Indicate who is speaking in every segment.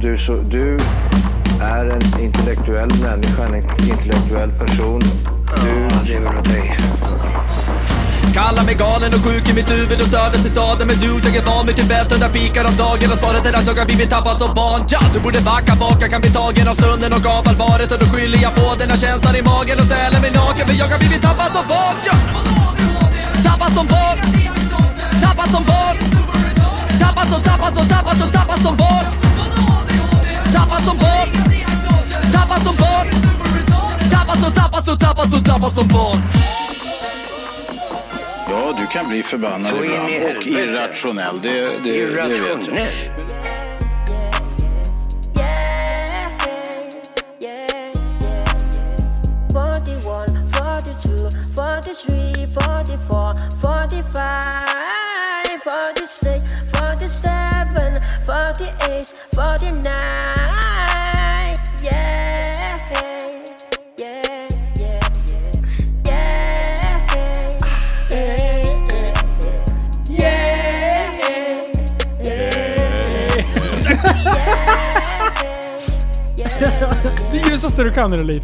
Speaker 1: du, så, du är en intellektuell människa, en intellektuell person. Du lever av dig.
Speaker 2: Kallar mig galen och sjuk i mitt huvud och stördes i staden Men du, jag är van vid Tibet och där fikar om dagen Och svaret är att jag har blivit tappad som barn ja, Du borde backa bak, jag kan bli tagen av stunden och av allvaret Och då skyller jag på den här känslan i magen och ställer mig naken För jag har blivit tappad som barn ja. Tappad som barn Tappad som barn Tappad som, tappad som, tappad som, tappad som barn Tappad som barn Tappad som barn Tappad som, tappad som, tappad som, tappad som barn
Speaker 3: Ja, du kan bli förbannad
Speaker 1: Så in i
Speaker 3: ibland och
Speaker 1: helvete.
Speaker 3: irrationell. Det, det, det vet jag.
Speaker 1: Irrationell.
Speaker 4: Yeah, yeah, yeah. 41, 42, 43, 44, 45, 46, 47, 48, 49. Yeah, yeah, yeah, yeah. Yeah, yeah, yeah, yeah.
Speaker 5: Det är det största du kan i ditt liv.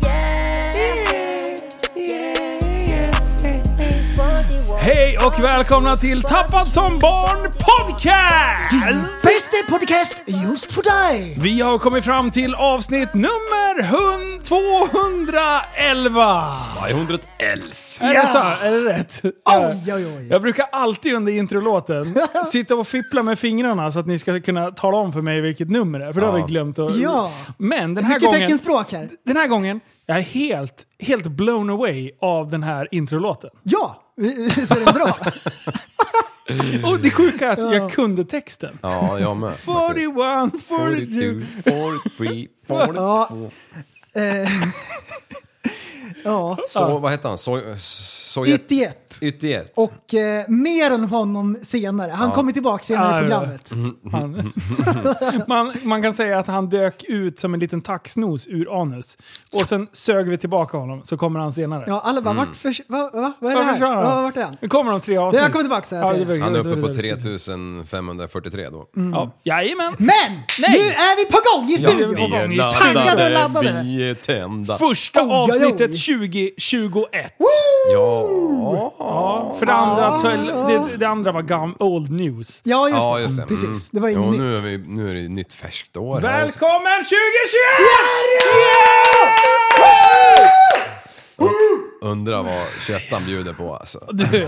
Speaker 5: Hej och välkomna till Tappad som barn podcast!
Speaker 6: Bästa podcast just för dig!
Speaker 5: Vi har kommit fram till avsnitt nummer 100 211!
Speaker 7: Vad är 111?
Speaker 5: Är det så? Är det rätt?
Speaker 6: Oj, oj, oj.
Speaker 5: Jag brukar alltid under introlåten sitta och fippla med fingrarna så att ni ska kunna tala om för mig vilket nummer det är, för det har vi glömt att...
Speaker 6: Ja.
Speaker 5: Men den här
Speaker 6: Mycket
Speaker 5: gången...
Speaker 6: teckenspråk här.
Speaker 5: Den här gången, jag är helt, helt blown away av den här introlåten.
Speaker 6: Ja, visst är den bra? Mm.
Speaker 5: Och det sjuka är att jag kunde texten.
Speaker 7: Ja, jag med.
Speaker 5: 41, 42...
Speaker 7: 42, 43, 42.
Speaker 6: Eh, ja,
Speaker 7: Så, vad heter han? Soj- Soj-
Speaker 6: ytterlighet.
Speaker 7: Ytterjet.
Speaker 6: Och eh, mer än honom senare. Han kommer tillbaka senare
Speaker 5: Ja,
Speaker 6: i
Speaker 5: ja.
Speaker 6: programmet.
Speaker 5: Han, man, man kan säga att han dök ut som en liten taxnos ur anus. Och sen sög vi tillbaka honom, så kommer han senare.
Speaker 6: Ja, alla bara vart förs- va, va, Vad är
Speaker 5: Varför
Speaker 6: det här?
Speaker 5: kör han?
Speaker 6: Ja, vart är han?
Speaker 5: Nu kommer de tre avsnitt.
Speaker 6: Jag kommer tillbaka, säger jag
Speaker 5: Ja,
Speaker 6: till
Speaker 5: det
Speaker 6: er.
Speaker 5: blir-
Speaker 7: Han är
Speaker 5: det Mm.
Speaker 7: uppe
Speaker 5: blir-
Speaker 7: på 3553 då.
Speaker 5: Ja. Jajamän!
Speaker 6: Men!
Speaker 5: Nej.
Speaker 6: Nu är vi på gång i studion!
Speaker 5: vi- gång.
Speaker 6: Taggade och laddade.
Speaker 7: vi är tända.
Speaker 5: Första
Speaker 6: Oj, oj, oj.
Speaker 5: avsnittet 2021.
Speaker 7: Ja,
Speaker 5: Ja, för det
Speaker 6: Ah.
Speaker 5: andra, det, det andra var gam, old news.
Speaker 6: Ja, just
Speaker 7: ja
Speaker 6: det.
Speaker 7: just det. Mm.
Speaker 6: Precis, det var inget
Speaker 7: ja,
Speaker 6: nytt.
Speaker 7: Nu är, vi, nu är det nytt färskt år. här.
Speaker 5: Välkommen 2021!
Speaker 7: Undrar vad 21 bjuder på alltså.
Speaker 5: Du,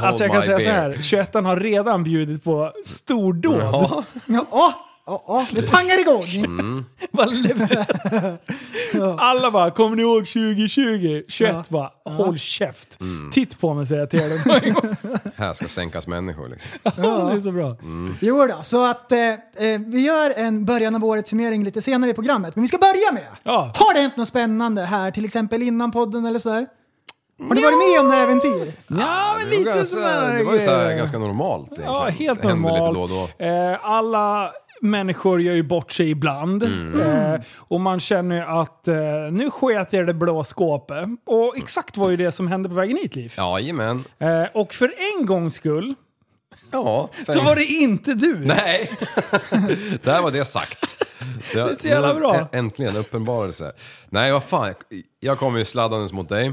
Speaker 5: alltså jag kan
Speaker 7: Oh my
Speaker 5: säga så
Speaker 7: beer.
Speaker 5: här. 21 har redan bjudit på stordåd.
Speaker 6: Ja, ja, ja, ja, det pangar igång.
Speaker 5: Bara lever- Alla bara, kommer ni ihåg 2020? 21 bara, håll käft.
Speaker 7: Mm.
Speaker 5: Titt på mig säger jag till er.
Speaker 7: Här ska sänkas människor liksom.
Speaker 5: det är så bra.
Speaker 7: Mm.
Speaker 6: Jo då, så att eh, eh, vi gör en början av årets summering lite senare i programmet. Men vi ska börja med,
Speaker 5: Ja.
Speaker 6: har det hänt något spännande här till exempel innan podden eller sådär? Har ni varit med om några äventyr?
Speaker 5: Ja, men lite
Speaker 7: ganska,
Speaker 5: sådär
Speaker 7: det var ju så här
Speaker 5: grejer.
Speaker 7: ganska normalt egentligen.
Speaker 5: Ja, helt
Speaker 7: det hände
Speaker 5: normalt.
Speaker 7: lite då och då.
Speaker 5: Eh, alla människor gör ju bort sig ibland.
Speaker 7: Mm.
Speaker 5: Eh, och man känner ju att eh, nu sket jag i det blå skåpet.
Speaker 7: Mm.
Speaker 5: Och exakt var ju det som hände på vägen hit, Liv.
Speaker 7: Jajamän.
Speaker 5: Eh, och för en gångs skull
Speaker 7: Ja.
Speaker 5: så var det inte du.
Speaker 7: Nej! Där var det sagt. Det
Speaker 5: är så jävla bra.
Speaker 7: Äntligen, uppenbarelse. Nej, vad fan. Jag kom ju sladdandes mot dig.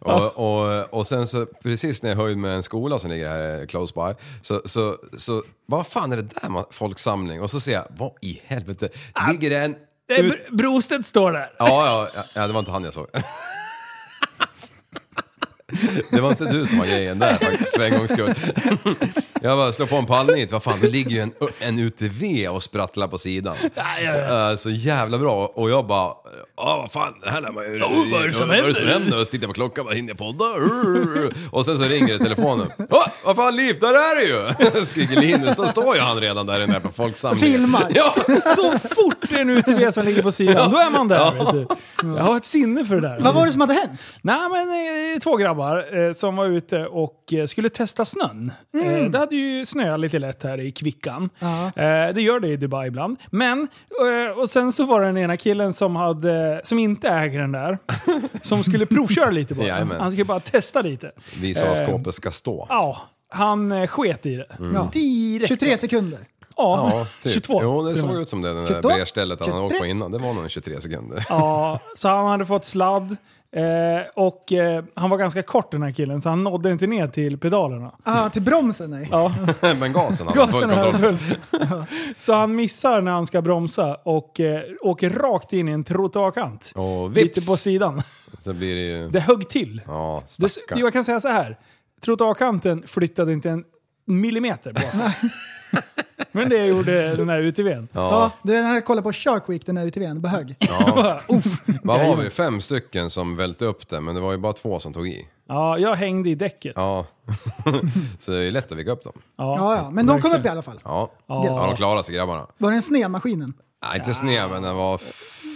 Speaker 7: Och, och, och sen så precis när jag höjde med en skola som ligger här close by så, så, så vad fan är det där man, folksamling? Och så ser jag, vad i helvete, ligger det en...
Speaker 5: Eh, Br- Brostedt står där.
Speaker 7: Ja, ja, ja, det var inte han jag såg. Det var inte du som var grejen där faktiskt, för en gångs skull. Jag bara slår på en pallnit, vad fan, det ligger ju en, en UTV och sprattlar på sidan.
Speaker 5: Nej, jag vet.
Speaker 7: Eh, Så jävla bra. Och jag bara, ja vad fan, det här lär man ju...
Speaker 5: vad är det som
Speaker 7: Vad är det som
Speaker 5: händer?
Speaker 7: händer? Och så tittar jag på klockan, bara, hinner jag podda? Urr. Och sen så ringer det i telefonen. Åh, vad fan Liv, där är du ju! Skriker Linus, då står ju han redan där inne på folksamlingen.
Speaker 6: Filmar.
Speaker 7: Ja,
Speaker 5: Så fort det är en UTV som ligger på sidan, då är man där. Vet du. Jag har ett sinne för det där.
Speaker 6: Vad var det som hade hänt?
Speaker 5: Nej men eh, två grabbar eh, som var ute och eh, skulle testa snön.
Speaker 7: Mm.
Speaker 5: Eh, det hade ju snöat lite lätt här i Kvickan.
Speaker 6: Ja.
Speaker 5: Eh, det gör det i Dubai ibland. Men, eh, och sen så var det den ena killen som, hade, som inte äger den där, som skulle provköra lite bara.
Speaker 7: Jajamän.
Speaker 5: Han skulle bara testa lite.
Speaker 7: Visa var skåpet ska stå.
Speaker 5: Ja, han eh, sket i det.
Speaker 6: Ja.
Speaker 5: Direkt.
Speaker 6: 23 sekunder.
Speaker 5: Ja,
Speaker 7: Mm. Ja, typ.
Speaker 5: 22.
Speaker 7: Jo, det
Speaker 5: till och
Speaker 7: såg
Speaker 5: med.
Speaker 7: ut som det, det där
Speaker 6: 22?
Speaker 7: brevstället han hade åkt på
Speaker 6: 23?
Speaker 7: innan. Det var nog 23 sekunder.
Speaker 5: Ja, så han hade fått sladd. Eh, och eh, han var ganska kort den här killen, så han nådde inte ner till pedalerna.
Speaker 6: Ah, till bromsen nej.
Speaker 5: Mm. Ja,
Speaker 7: Men gasen hade han full
Speaker 5: gasen hade
Speaker 7: kontroll på.
Speaker 5: fullt. Så han missar när han ska bromsa och eh, åker rakt in i en trottoarkant.
Speaker 7: Och vips,
Speaker 5: Lite på sidan.
Speaker 7: så blir det ju...
Speaker 5: Det högg till.
Speaker 7: Ja,
Speaker 5: Det,
Speaker 7: stackarn.
Speaker 5: jag kan säga så här. Trottoarkanten flyttade inte en millimeter på sig. Men det gjorde den här UTVn.
Speaker 6: Ja, du den här kollar på Shark Week, den här UTVn, på hög.
Speaker 7: Vad har vi? Fem stycken som välte upp det, men det var ju bara två som tog i.
Speaker 5: Ja, jag hängde i däcket.
Speaker 7: Ja, så det är lätt att vika upp dem.
Speaker 6: Ja, ja. Men de kom upp i alla fall.
Speaker 7: Ja, ja de klarar sig grabbarna.
Speaker 6: Var det en sned maskinen?
Speaker 7: Nej, inte sned, men den var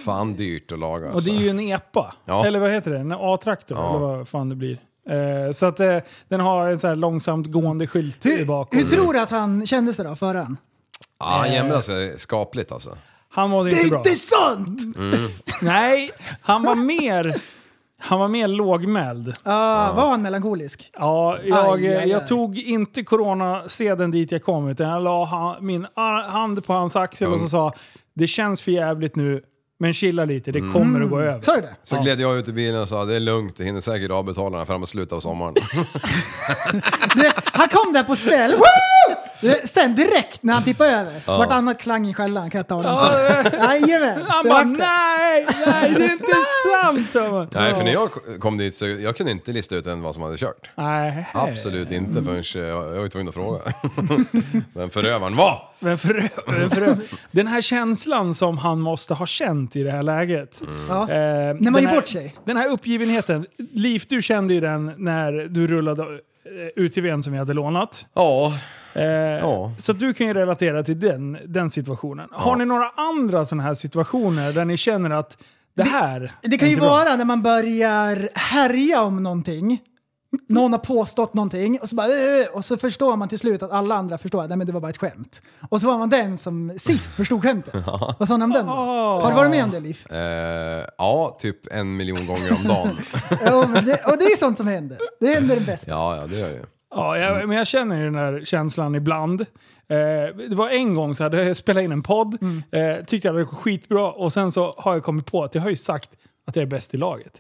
Speaker 7: fan dyrt att laga.
Speaker 5: Och det
Speaker 7: Alltså.
Speaker 5: är ju en EPA.
Speaker 7: Ja.
Speaker 5: Eller vad heter det? En A-traktor? Eller vad fan det blir. Eh, så att eh, den har en så här långsamt gående skylt i
Speaker 6: Hur, hur
Speaker 5: bakgrunden.
Speaker 6: tror du att han kände sig då, föraren?
Speaker 7: Ja, han jämrar sig skapligt alltså.
Speaker 5: Han mådde inte bra. Mm.
Speaker 6: sant!
Speaker 5: Nej, han var mer... Han var mer lågmäld.
Speaker 6: Ah, var han melankolisk?
Speaker 5: Ja, jag,
Speaker 6: Aj, aj, aj.
Speaker 5: jag tog inte coronasedeln dit jag kom utan jag la ha, min a- hand på hans axel
Speaker 7: Mm.
Speaker 5: och så sa det känns för jävligt nu men chilla lite, det
Speaker 7: Mm.
Speaker 5: kommer att gå över.
Speaker 6: Sa du det?
Speaker 7: Så gled jag ut i bilen och sa det är lugnt, det hinner säkert avbetalarna fram mot slutet av sommaren.
Speaker 6: det? Han kom där på ställ. Woo! Det- Sen direkt när han tippade över. Vartannat klang i skällan kan jag ta den för. Jajamän.
Speaker 5: Han
Speaker 6: det
Speaker 5: bara
Speaker 6: var det.
Speaker 5: nej, nej det är inte sant! sa man.
Speaker 7: Nej, för när jag kom dit så jag kunde inte lista ut än vad som hade kört.
Speaker 5: Nej. Mm.
Speaker 7: Absolut inte förrän eh, jag, jag var tvungen att fråga. Vem förövaren var!
Speaker 5: Men för, men för, den här känslan som han måste ha känt i det här läget.
Speaker 6: Ja.
Speaker 5: Eh,
Speaker 6: man
Speaker 5: den
Speaker 6: ger
Speaker 5: här-
Speaker 6: bort sig.
Speaker 5: Den här uppgivenheten. Liv, du kände ju den när du rullade eh, UTVn som vi hade lånat.
Speaker 7: Ja,
Speaker 5: Eh,
Speaker 7: Ja.
Speaker 5: Så att du kan ju relatera till den, den situationen. Har ni några andra sådana här situationer där ni känner att det här...
Speaker 6: Det kan
Speaker 5: är
Speaker 6: ju
Speaker 5: inte bra?
Speaker 6: vara när man börjar härja om någonting. Någon har påstått någonting och så, bara, "Åh", och så förstår man till slut att alla andra förstår att "Nej, men det var bara ett skämt. Och så var man den som sist förstod skämtet. Vad sa ni om den då? Har du varit med om det Liv?
Speaker 7: eh, ja, typ en miljon gånger om dagen.
Speaker 6: Jo, men det, och det är sånt som händer. Det händer det bästa.
Speaker 7: Ja, ja, det gör jag ju.
Speaker 5: Ja,
Speaker 6: Mm.
Speaker 5: jag, men jag känner ju den här känslan ibland. Eh, det var en gång så hade jag spelat in en podd,
Speaker 6: Mm.
Speaker 5: eh, tyckte jag det var skitbra och sen så har jag kommit på att jag har ju sagt att jag är bäst i laget.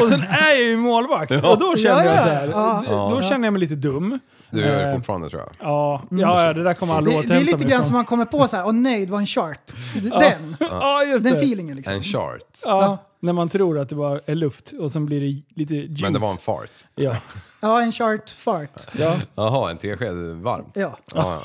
Speaker 5: Och sen är jag ju målvakt och då känner
Speaker 6: Ja,
Speaker 5: jag
Speaker 6: ja.
Speaker 5: så här,
Speaker 6: Ja. Mm.
Speaker 5: d- då känner jag mig lite dum.
Speaker 7: Du gör
Speaker 5: Eh,
Speaker 7: det fortfarande tror jag.
Speaker 5: Ja, ja, ja, det där kommer aldrig
Speaker 6: Det, det är
Speaker 5: återhämta
Speaker 6: lite
Speaker 5: mig
Speaker 6: grann
Speaker 5: ifrån.
Speaker 6: som man kommer på så här, åh nej, det var en chart. D- Den.
Speaker 5: liksom. Ja, just
Speaker 6: Den
Speaker 5: det.
Speaker 6: feelingen liksom.
Speaker 7: En chart.
Speaker 5: Ja, när man tror att det bara är luft och sen blir det lite juice.
Speaker 7: Men det var en fart.
Speaker 5: ja.
Speaker 6: Ja, en chart fart.
Speaker 5: Ja.
Speaker 7: Jaha, en tesked varmt.
Speaker 6: Ja.
Speaker 7: Ja, ja.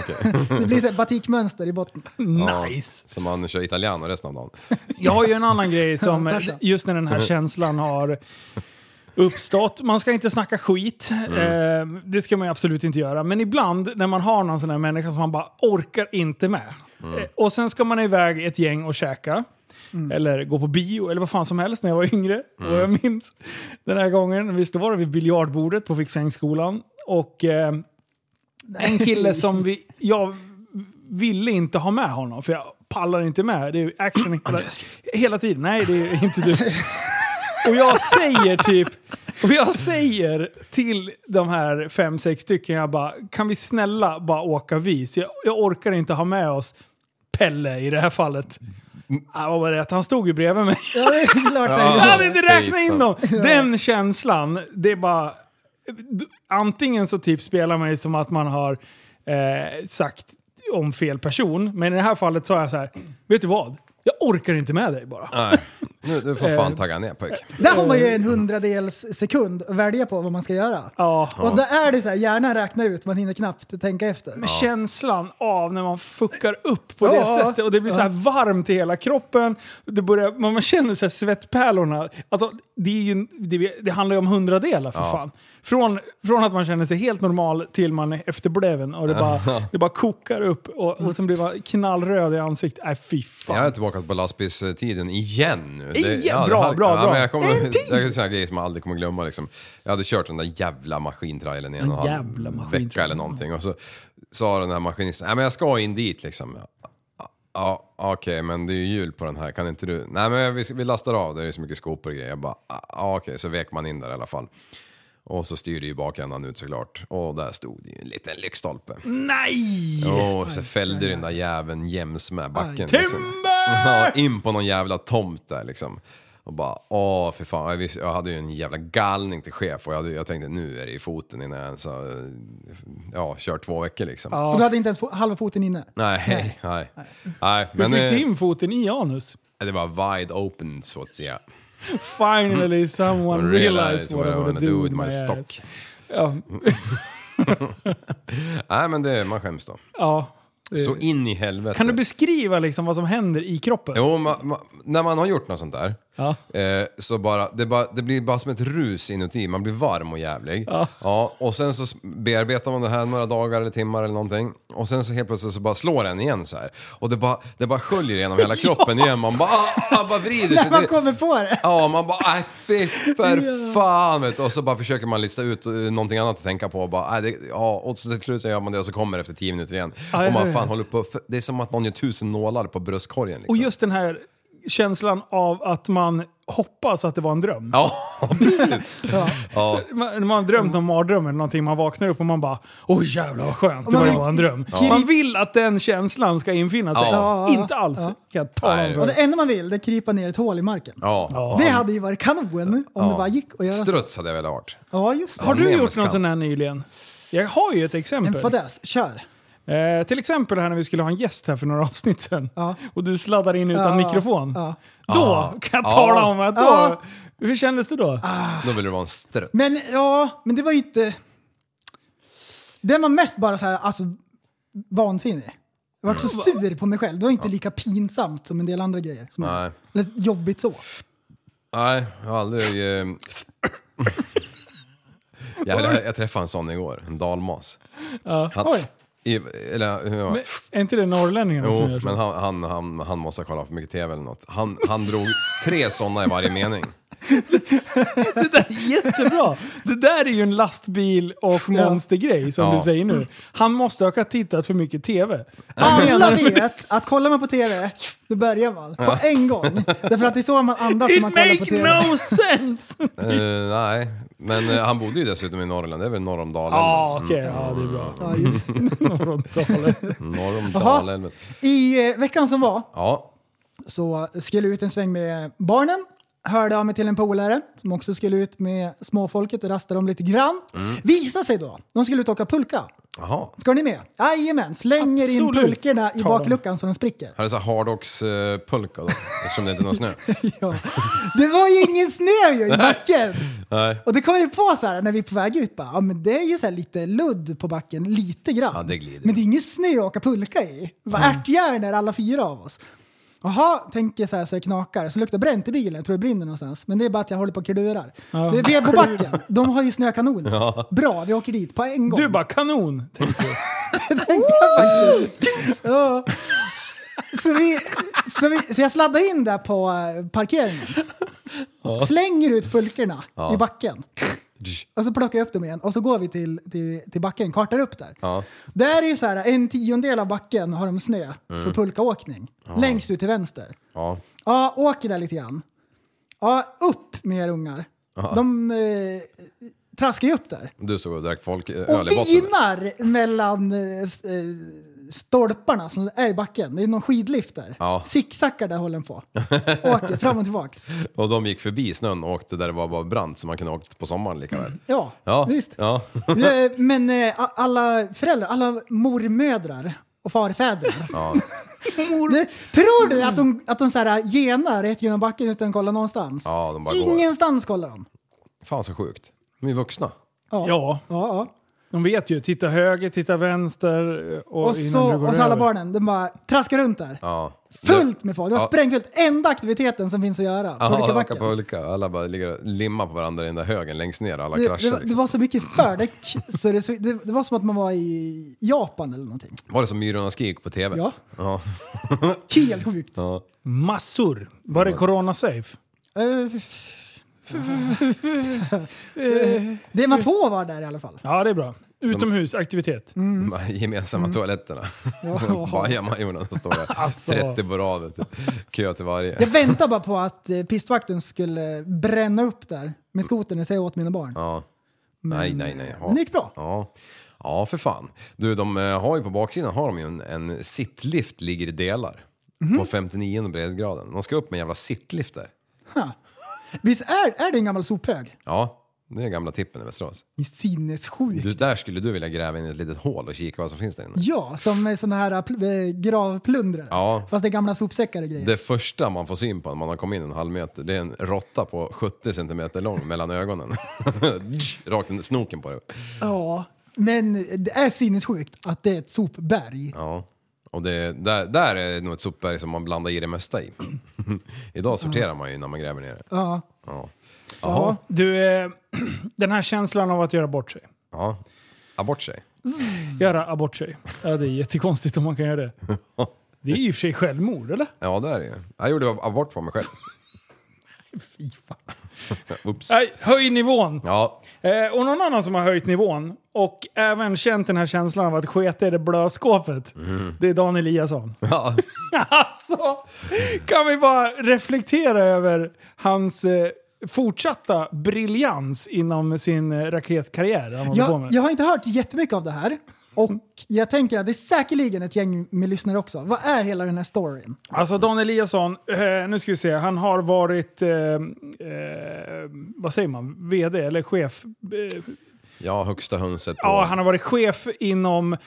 Speaker 7: Okej.
Speaker 6: Det blir så här batikmönster i botten.
Speaker 7: Ja,
Speaker 5: Nice!
Speaker 7: Så man kör italiano resten av dagen.
Speaker 5: Jag har ju en annan grej som
Speaker 6: Tarzan.
Speaker 5: just när den här känslan har uppstått. Man ska inte snacka skit. Eh, det ska man ju absolut inte göra. Men ibland när man har någon sån här människa som man bara orkar inte med. Eh, och sen ska man iväg ett gäng och käka. Eller gå på bio eller vad fan som helst när jag var yngre. Och jag minns den här gången, visst då var det vid biljardbordet på Fixängsskolan. Och eh, en kille som vi, jag ville inte ha med honom för jag pallar inte med. Det är ju action hela, hela tiden. Nej, det är inte du. Och jag säger typ, och jag säger till de här fem, sex stycken, jag bara, kan vi snälla bara åka vis? Jag, jag orkar inte ha med oss Pelle i det här fallet. Ah, vad var det? Att Han stod ju bredvid mig.
Speaker 6: Ja, det är klart det
Speaker 7: Ja.
Speaker 5: Jag
Speaker 6: är.
Speaker 5: hade inte räknat in
Speaker 7: Skiten.
Speaker 5: dem! Den känslan, det är bara... Antingen så typ spelar man ju som att man har eh, sagt om fel person, men i det här fallet sa jag så här, vet du vad? Jag orkar inte med dig bara.
Speaker 7: Nej. Nu, du får
Speaker 5: Eh.
Speaker 7: fan tagga ner pojk.
Speaker 6: Där har man ju en hundradels sekund att välja på vad man ska göra.
Speaker 5: Ja.
Speaker 6: Och då är det så här, hjärnan räknar ut, man hinner knappt tänka efter.
Speaker 5: Men känslan av när man fuckar upp på det
Speaker 6: Ja.
Speaker 5: sättet och det blir så här varmt i hela kroppen. Det börjar, man man känner så här svettpärlorna. Alltså, det, är ju, det, det handlar ju om hundradelar för fan. Från, från att man känner sig helt normal till man är efterbleven och det bara, det bara kokar upp och, och sen blir man knallröd i ansiktet. Nej, fy fan.
Speaker 7: Jag är tillbaka på lastbilstiden igen nu. Det-
Speaker 5: Igen?
Speaker 7: det
Speaker 5: Bra,
Speaker 7: här-
Speaker 5: bra,
Speaker 7: ja,
Speaker 5: bra.
Speaker 7: Men jag kommer,
Speaker 5: En
Speaker 7: en
Speaker 5: tid!
Speaker 7: Det är en sån här grej som jag aldrig kommer glömma. Liksom. Jag hade kört den där jävla maskintrailern i en
Speaker 5: Den
Speaker 7: och en
Speaker 5: jävla
Speaker 7: halv
Speaker 5: maskintrailern.
Speaker 7: vecka eller någonting. Och så sa den här maskinisten, nej men jag ska in dit liksom. Ja, okej, men det är ju jul på den här, kan inte "Ah, du? Nej men vi, vi lastar av, det är så mycket skopor och grejer. Jag bara, ja okej, så vek man in där i alla fall. Och så styrde ju bakändan ut såklart. Och där stod ju en liten lyktstolpe.
Speaker 5: Nej!
Speaker 7: Och så fällde den där jäveln jäms med backen.
Speaker 5: Aj.
Speaker 7: Liksom.
Speaker 5: Timber!
Speaker 7: Ja, in på någon jävla tomt där liksom. Och bara, åh för fan. Jag, visste, jag hade ju en jävla galning till chef och jag, hade, jag tänkte nu är det i foten innan jag ens har, eh, ja, kört två veckor liksom.
Speaker 6: Så du hade inte ens fo- halva foten inne?
Speaker 7: Nej, nej, nej.
Speaker 5: Hur
Speaker 7: men
Speaker 5: fick du
Speaker 7: eh,
Speaker 5: in foten i anus?
Speaker 7: det var wide open så att säga.
Speaker 5: Finally someone realized
Speaker 7: Realize
Speaker 5: Mm. what I wanna do with my
Speaker 7: stock.
Speaker 5: stock. Ja,
Speaker 7: Nej men det, man skäms då.
Speaker 5: ja.
Speaker 7: Så in i helvete.
Speaker 5: Kan du beskriva liksom vad som händer i kroppen?
Speaker 7: Jo, ma, ma, när man har gjort något sånt där,
Speaker 5: Ja.
Speaker 7: eh, så bara det, bara, det blir bara som ett rus inuti. Man blir varm och jävlig. Ja. och sen så s- bearbetar man det här några dagar eller timmar eller någonting. Och sen så helt plötsligt så bara slår den igen så här. Och det bara, det bara sköljer genom hela kroppen igen. Man bara, ah, ah, bara vrider sig.
Speaker 6: När man
Speaker 7: Det-
Speaker 6: kommer på det!
Speaker 7: Ja, man bara nej fy för fan vet du. Och så bara försöker man lista ut eh, någonting annat att tänka på. Och, bara, nej, det, ja, och så till slut så gör man det och så kommer det efter tio minuter igen.
Speaker 5: Ja,
Speaker 7: och
Speaker 5: jag
Speaker 7: man
Speaker 5: vet.
Speaker 7: fan håller på, för det är som att någon gör tusen nålar på bröstkorgen liksom.
Speaker 5: Och just den här känslan av att man hoppas att det var en dröm.
Speaker 7: Ja, precis.
Speaker 5: Ja.
Speaker 7: Ja.
Speaker 5: Så Man, när man har drömt om mardröm eller någonting, man vaknar upp och man bara Oj jävlar vad skönt, det
Speaker 6: man
Speaker 5: var ju
Speaker 6: vill-
Speaker 5: bara en dröm.
Speaker 6: Ja.
Speaker 5: Man vill att den känslan ska infinna sig.
Speaker 7: Ja.
Speaker 5: Inte alls, kan jag tala om.
Speaker 7: Nej,
Speaker 5: för
Speaker 6: Och
Speaker 5: dig.
Speaker 6: det enda man vill det är krypa ner i ett hål i marken.
Speaker 7: Ja.
Speaker 6: Det hade ju varit kanon om det bara gick att göra så.
Speaker 7: Struts hade jag velat ha.
Speaker 6: Ja, just det.
Speaker 5: Har du
Speaker 7: Ner med
Speaker 5: gjort någon
Speaker 7: skam.
Speaker 5: sån här nyligen? Jag har ju ett
Speaker 6: En
Speaker 5: exempel.
Speaker 6: fadäs. Kör.
Speaker 5: Eh, till exempel här när vi skulle ha en gäst här för några avsnitt sedan.
Speaker 6: Ja.
Speaker 5: Och du sladdar in utan
Speaker 6: Ja,
Speaker 5: mikrofon.
Speaker 6: ja.
Speaker 5: Då
Speaker 7: Ah.
Speaker 5: kan jag
Speaker 7: Ah.
Speaker 5: tala om att då...
Speaker 6: Ah.
Speaker 5: Hur kändes det då?
Speaker 7: Då ville det vara en struts.
Speaker 6: Men ja, men det var ju inte... Den var mest bara så här, alltså vansinnig. Jag var så
Speaker 5: Mm.
Speaker 6: sur på mig själv. Det var inte lika pinsamt som en del andra grejer. Som
Speaker 7: Nej.
Speaker 6: Eller jobbigt så.
Speaker 7: Nej, jag har aldrig... Eh... jag, jag träffade en sån igår, en dalmas. Han,
Speaker 6: Oj.
Speaker 7: i, eller, hur,
Speaker 5: Men, är inte det norrlänningarna som
Speaker 7: Jo,
Speaker 5: gör så?
Speaker 7: men han, han, han, han måste ha kollat för mycket tv eller något. Han, han drog tre sådana i varje mening.
Speaker 5: Jättebra! Det där är ju en lastbil och monstergrej som
Speaker 7: Ja.
Speaker 5: du säger nu. Han måste ha tittat för mycket TV.
Speaker 6: Alla vet att kollar man på TV, då börjar man. På en gång. Därför att det är så man andas när
Speaker 5: It
Speaker 6: man kollar på
Speaker 5: make
Speaker 6: TV.
Speaker 5: no sense!
Speaker 7: Eh, nej, men eh, han bodde ju dessutom i Norrland. Det är väl norr om Dalälven?
Speaker 5: Ja, okej. Ja, det är bra.
Speaker 6: Ja, just. det.
Speaker 5: Norrlandsdalen.
Speaker 7: Norr om
Speaker 6: Jaha.
Speaker 7: Dalälven.
Speaker 6: I eh, veckan som var
Speaker 7: Ja,
Speaker 6: så skulle jag ut en sväng med barnen. Hörde av mig till en polare som också skulle ut med småfolket och rasta dem lite grann.
Speaker 5: Mm.
Speaker 6: Visa sig då, de skulle ut och åka pulka.
Speaker 7: jaha.
Speaker 6: Ska ni med? Jajamän, slänger in
Speaker 5: Absolut.
Speaker 6: pulkorna i
Speaker 5: Ta dem.
Speaker 6: bakluckan så de spricker.
Speaker 7: Här är så här hardox-pulka då, eftersom det inte är någon snö.
Speaker 6: Ja. Det var ju ingen snö ju i backen!
Speaker 7: Nej.
Speaker 6: Och det kom jag ju på så här när vi är på väg ut bara, ja men det är ju så här lite ludd på backen, lite grann.
Speaker 7: Ja, det glider.
Speaker 6: Men det är ingen snö att åka pulka i. Det var ärtjärn är alla fyra av oss. Jaha, tänker så här så jag knakar. Så luktar bränt i bilen, tror det brinner någonstans. Men det är bara att jag håller på och klurar. Det är vi på backen, de har ju snökanoner. Bra, vi åker dit på en gång.
Speaker 5: Du bara kanon, tänkte jag.
Speaker 6: tänkte jag faktiskt. Ja. Så, vi, så, vi, så jag sladdar in där på eh, parkeringen. Slänger ut pulkorna i backen. Och så plockar jag upp dem igen och så går vi till, till, till backen, kartar upp där.
Speaker 7: Ja.
Speaker 6: Där är ju så här, en tiondel av backen har de snö för pulkaåkning. Längst ut till vänster.
Speaker 7: Ja.
Speaker 6: Ja, åker där lite grann. Ja, upp med er ungar. De eh, traskar ju upp där.
Speaker 7: Du stod och drack folk eh,
Speaker 6: Och
Speaker 7: öl i botten.
Speaker 6: vinar mellan eh, s- eh, stolparna som är i backen. Det är någon skidlift där.
Speaker 7: Ja.
Speaker 6: Sicksackar där håller den på. Åker fram och tillbaks.
Speaker 7: Och de gick förbi snön och åkte där det var bara brant så man kunde ha åkt på sommaren lika väl.
Speaker 6: Ja,
Speaker 7: Ja,
Speaker 6: Mm. visst.
Speaker 7: Ja.
Speaker 6: Eh, Men eh, a- alla föräldrar, alla mormödrar och farfäder. Det, tror du att de, att de så här eh, genar rätt genom backen utan att kolla någonstans?
Speaker 7: Ja, de bara går.
Speaker 6: Ingenstans kollar de.
Speaker 7: Fan så sjukt. De är vuxna.
Speaker 5: Ja,
Speaker 6: Ja, ja.
Speaker 5: de vet ju. Titta höger, titta vänster och,
Speaker 6: Och,
Speaker 5: innan
Speaker 6: så,
Speaker 5: du går
Speaker 6: och så alla
Speaker 5: över.
Speaker 6: barnen, de bara traskar runt där.
Speaker 7: Ja.
Speaker 6: Fullt med folk. Det var
Speaker 7: Ja.
Speaker 6: sprängfullt. Enda aktiviteten som finns att göra. på
Speaker 7: Jaha, åka
Speaker 6: Lyckabacken.
Speaker 7: på olika. Alla bara ligger och limmar på varandra i den där högen längst ner. Alla
Speaker 6: Det,
Speaker 7: kraschar
Speaker 6: det, var- det
Speaker 7: liksom.
Speaker 6: var så mycket fördäck så det, så- det, det var som att man var i Japan eller någonting.
Speaker 7: Var det som Myrornas skrik på TV?
Speaker 6: Ja.
Speaker 7: Ja.
Speaker 6: Helt sjukt.
Speaker 7: ja.
Speaker 5: Massor. Var det corona-safe?
Speaker 6: Eh, det man får vara där i alla fall.
Speaker 5: Ja, det är bra. Utomhusaktivitet.
Speaker 7: De här gemensamma toaletterna.
Speaker 6: Mm. Ja.
Speaker 7: Bajamajorna som står där.
Speaker 5: Alltså.
Speaker 7: 30 på rad. vet du. Kö till varje.
Speaker 6: Jag väntade bara på att eh, pistvakten skulle bränna upp där med skotern och säga åt mina barn.
Speaker 7: Ja. Nej, nej, nej. Ja.
Speaker 6: Men det gick bra.
Speaker 7: Ja. ja, för fan. Du, de eh, har ju på baksidan har de ju en, en sittlift ligger i delar.
Speaker 6: Mhm.
Speaker 7: På 59 breddgraden. De ska upp med en jävla sittlift där.
Speaker 6: Visst är, är det en gammal sophög?
Speaker 7: Ja, det är gamla tippen i Västerås.
Speaker 6: Det är Sinnessjukt.
Speaker 7: Du, där skulle du vilja gräva in ett litet hål och kika vad som finns där inne.
Speaker 6: Ja, som eh, såna här pl- eh, gravplundrare.
Speaker 7: Ja.
Speaker 6: Fast det är gamla sopsäckar och grejer.
Speaker 7: Det första man får syn på när man har kommit in en halv meter, det är en råtta på 70 centimeter lång mellan ögonen. Rakt in i snoken på det.
Speaker 6: Ja, men det är sinnessjukt att det är ett sopberg.
Speaker 7: Ja. Och det, där, där är nog ett sopberg som man blandar i det mesta i. Idag sorterar man ju när man gräver ner det.
Speaker 6: Ja.
Speaker 7: Ja.
Speaker 5: Ja. Du, eh, den här känslan av att göra bort sig.
Speaker 7: Ja. Abort sig.
Speaker 5: Göra abort sig. Ja, det är jättekonstigt om man kan göra det. Det är i och för sig självmord, eller?
Speaker 7: Ja, det är det ju. Jag gjorde abort på mig själv.
Speaker 5: Fy fan.
Speaker 7: Oops.
Speaker 5: Nej, höj nivån!
Speaker 7: Ja,
Speaker 5: Eh, och någon annan som har höjt nivån och även känt den här känslan av att sketa i det blöa skåpet. Det är Dan Eliasson.
Speaker 7: ja.
Speaker 5: Alltså, kan vi bara reflektera över hans eh, fortsatta briljans inom sin eh, raketkarriär? Han håller på med.
Speaker 6: Jag, jag har inte hört jättemycket av det här. Och jag tänker att det är säkerligen ett gäng med lyssnare också. Vad är hela den här storyn?
Speaker 5: Alltså Dan Eliasson, eh, nu ska vi se, han har varit, eh, eh, vad säger man, vd eller chef? Eh,
Speaker 7: ja högsta hönset på...
Speaker 5: Ja, han har varit chef inom eh,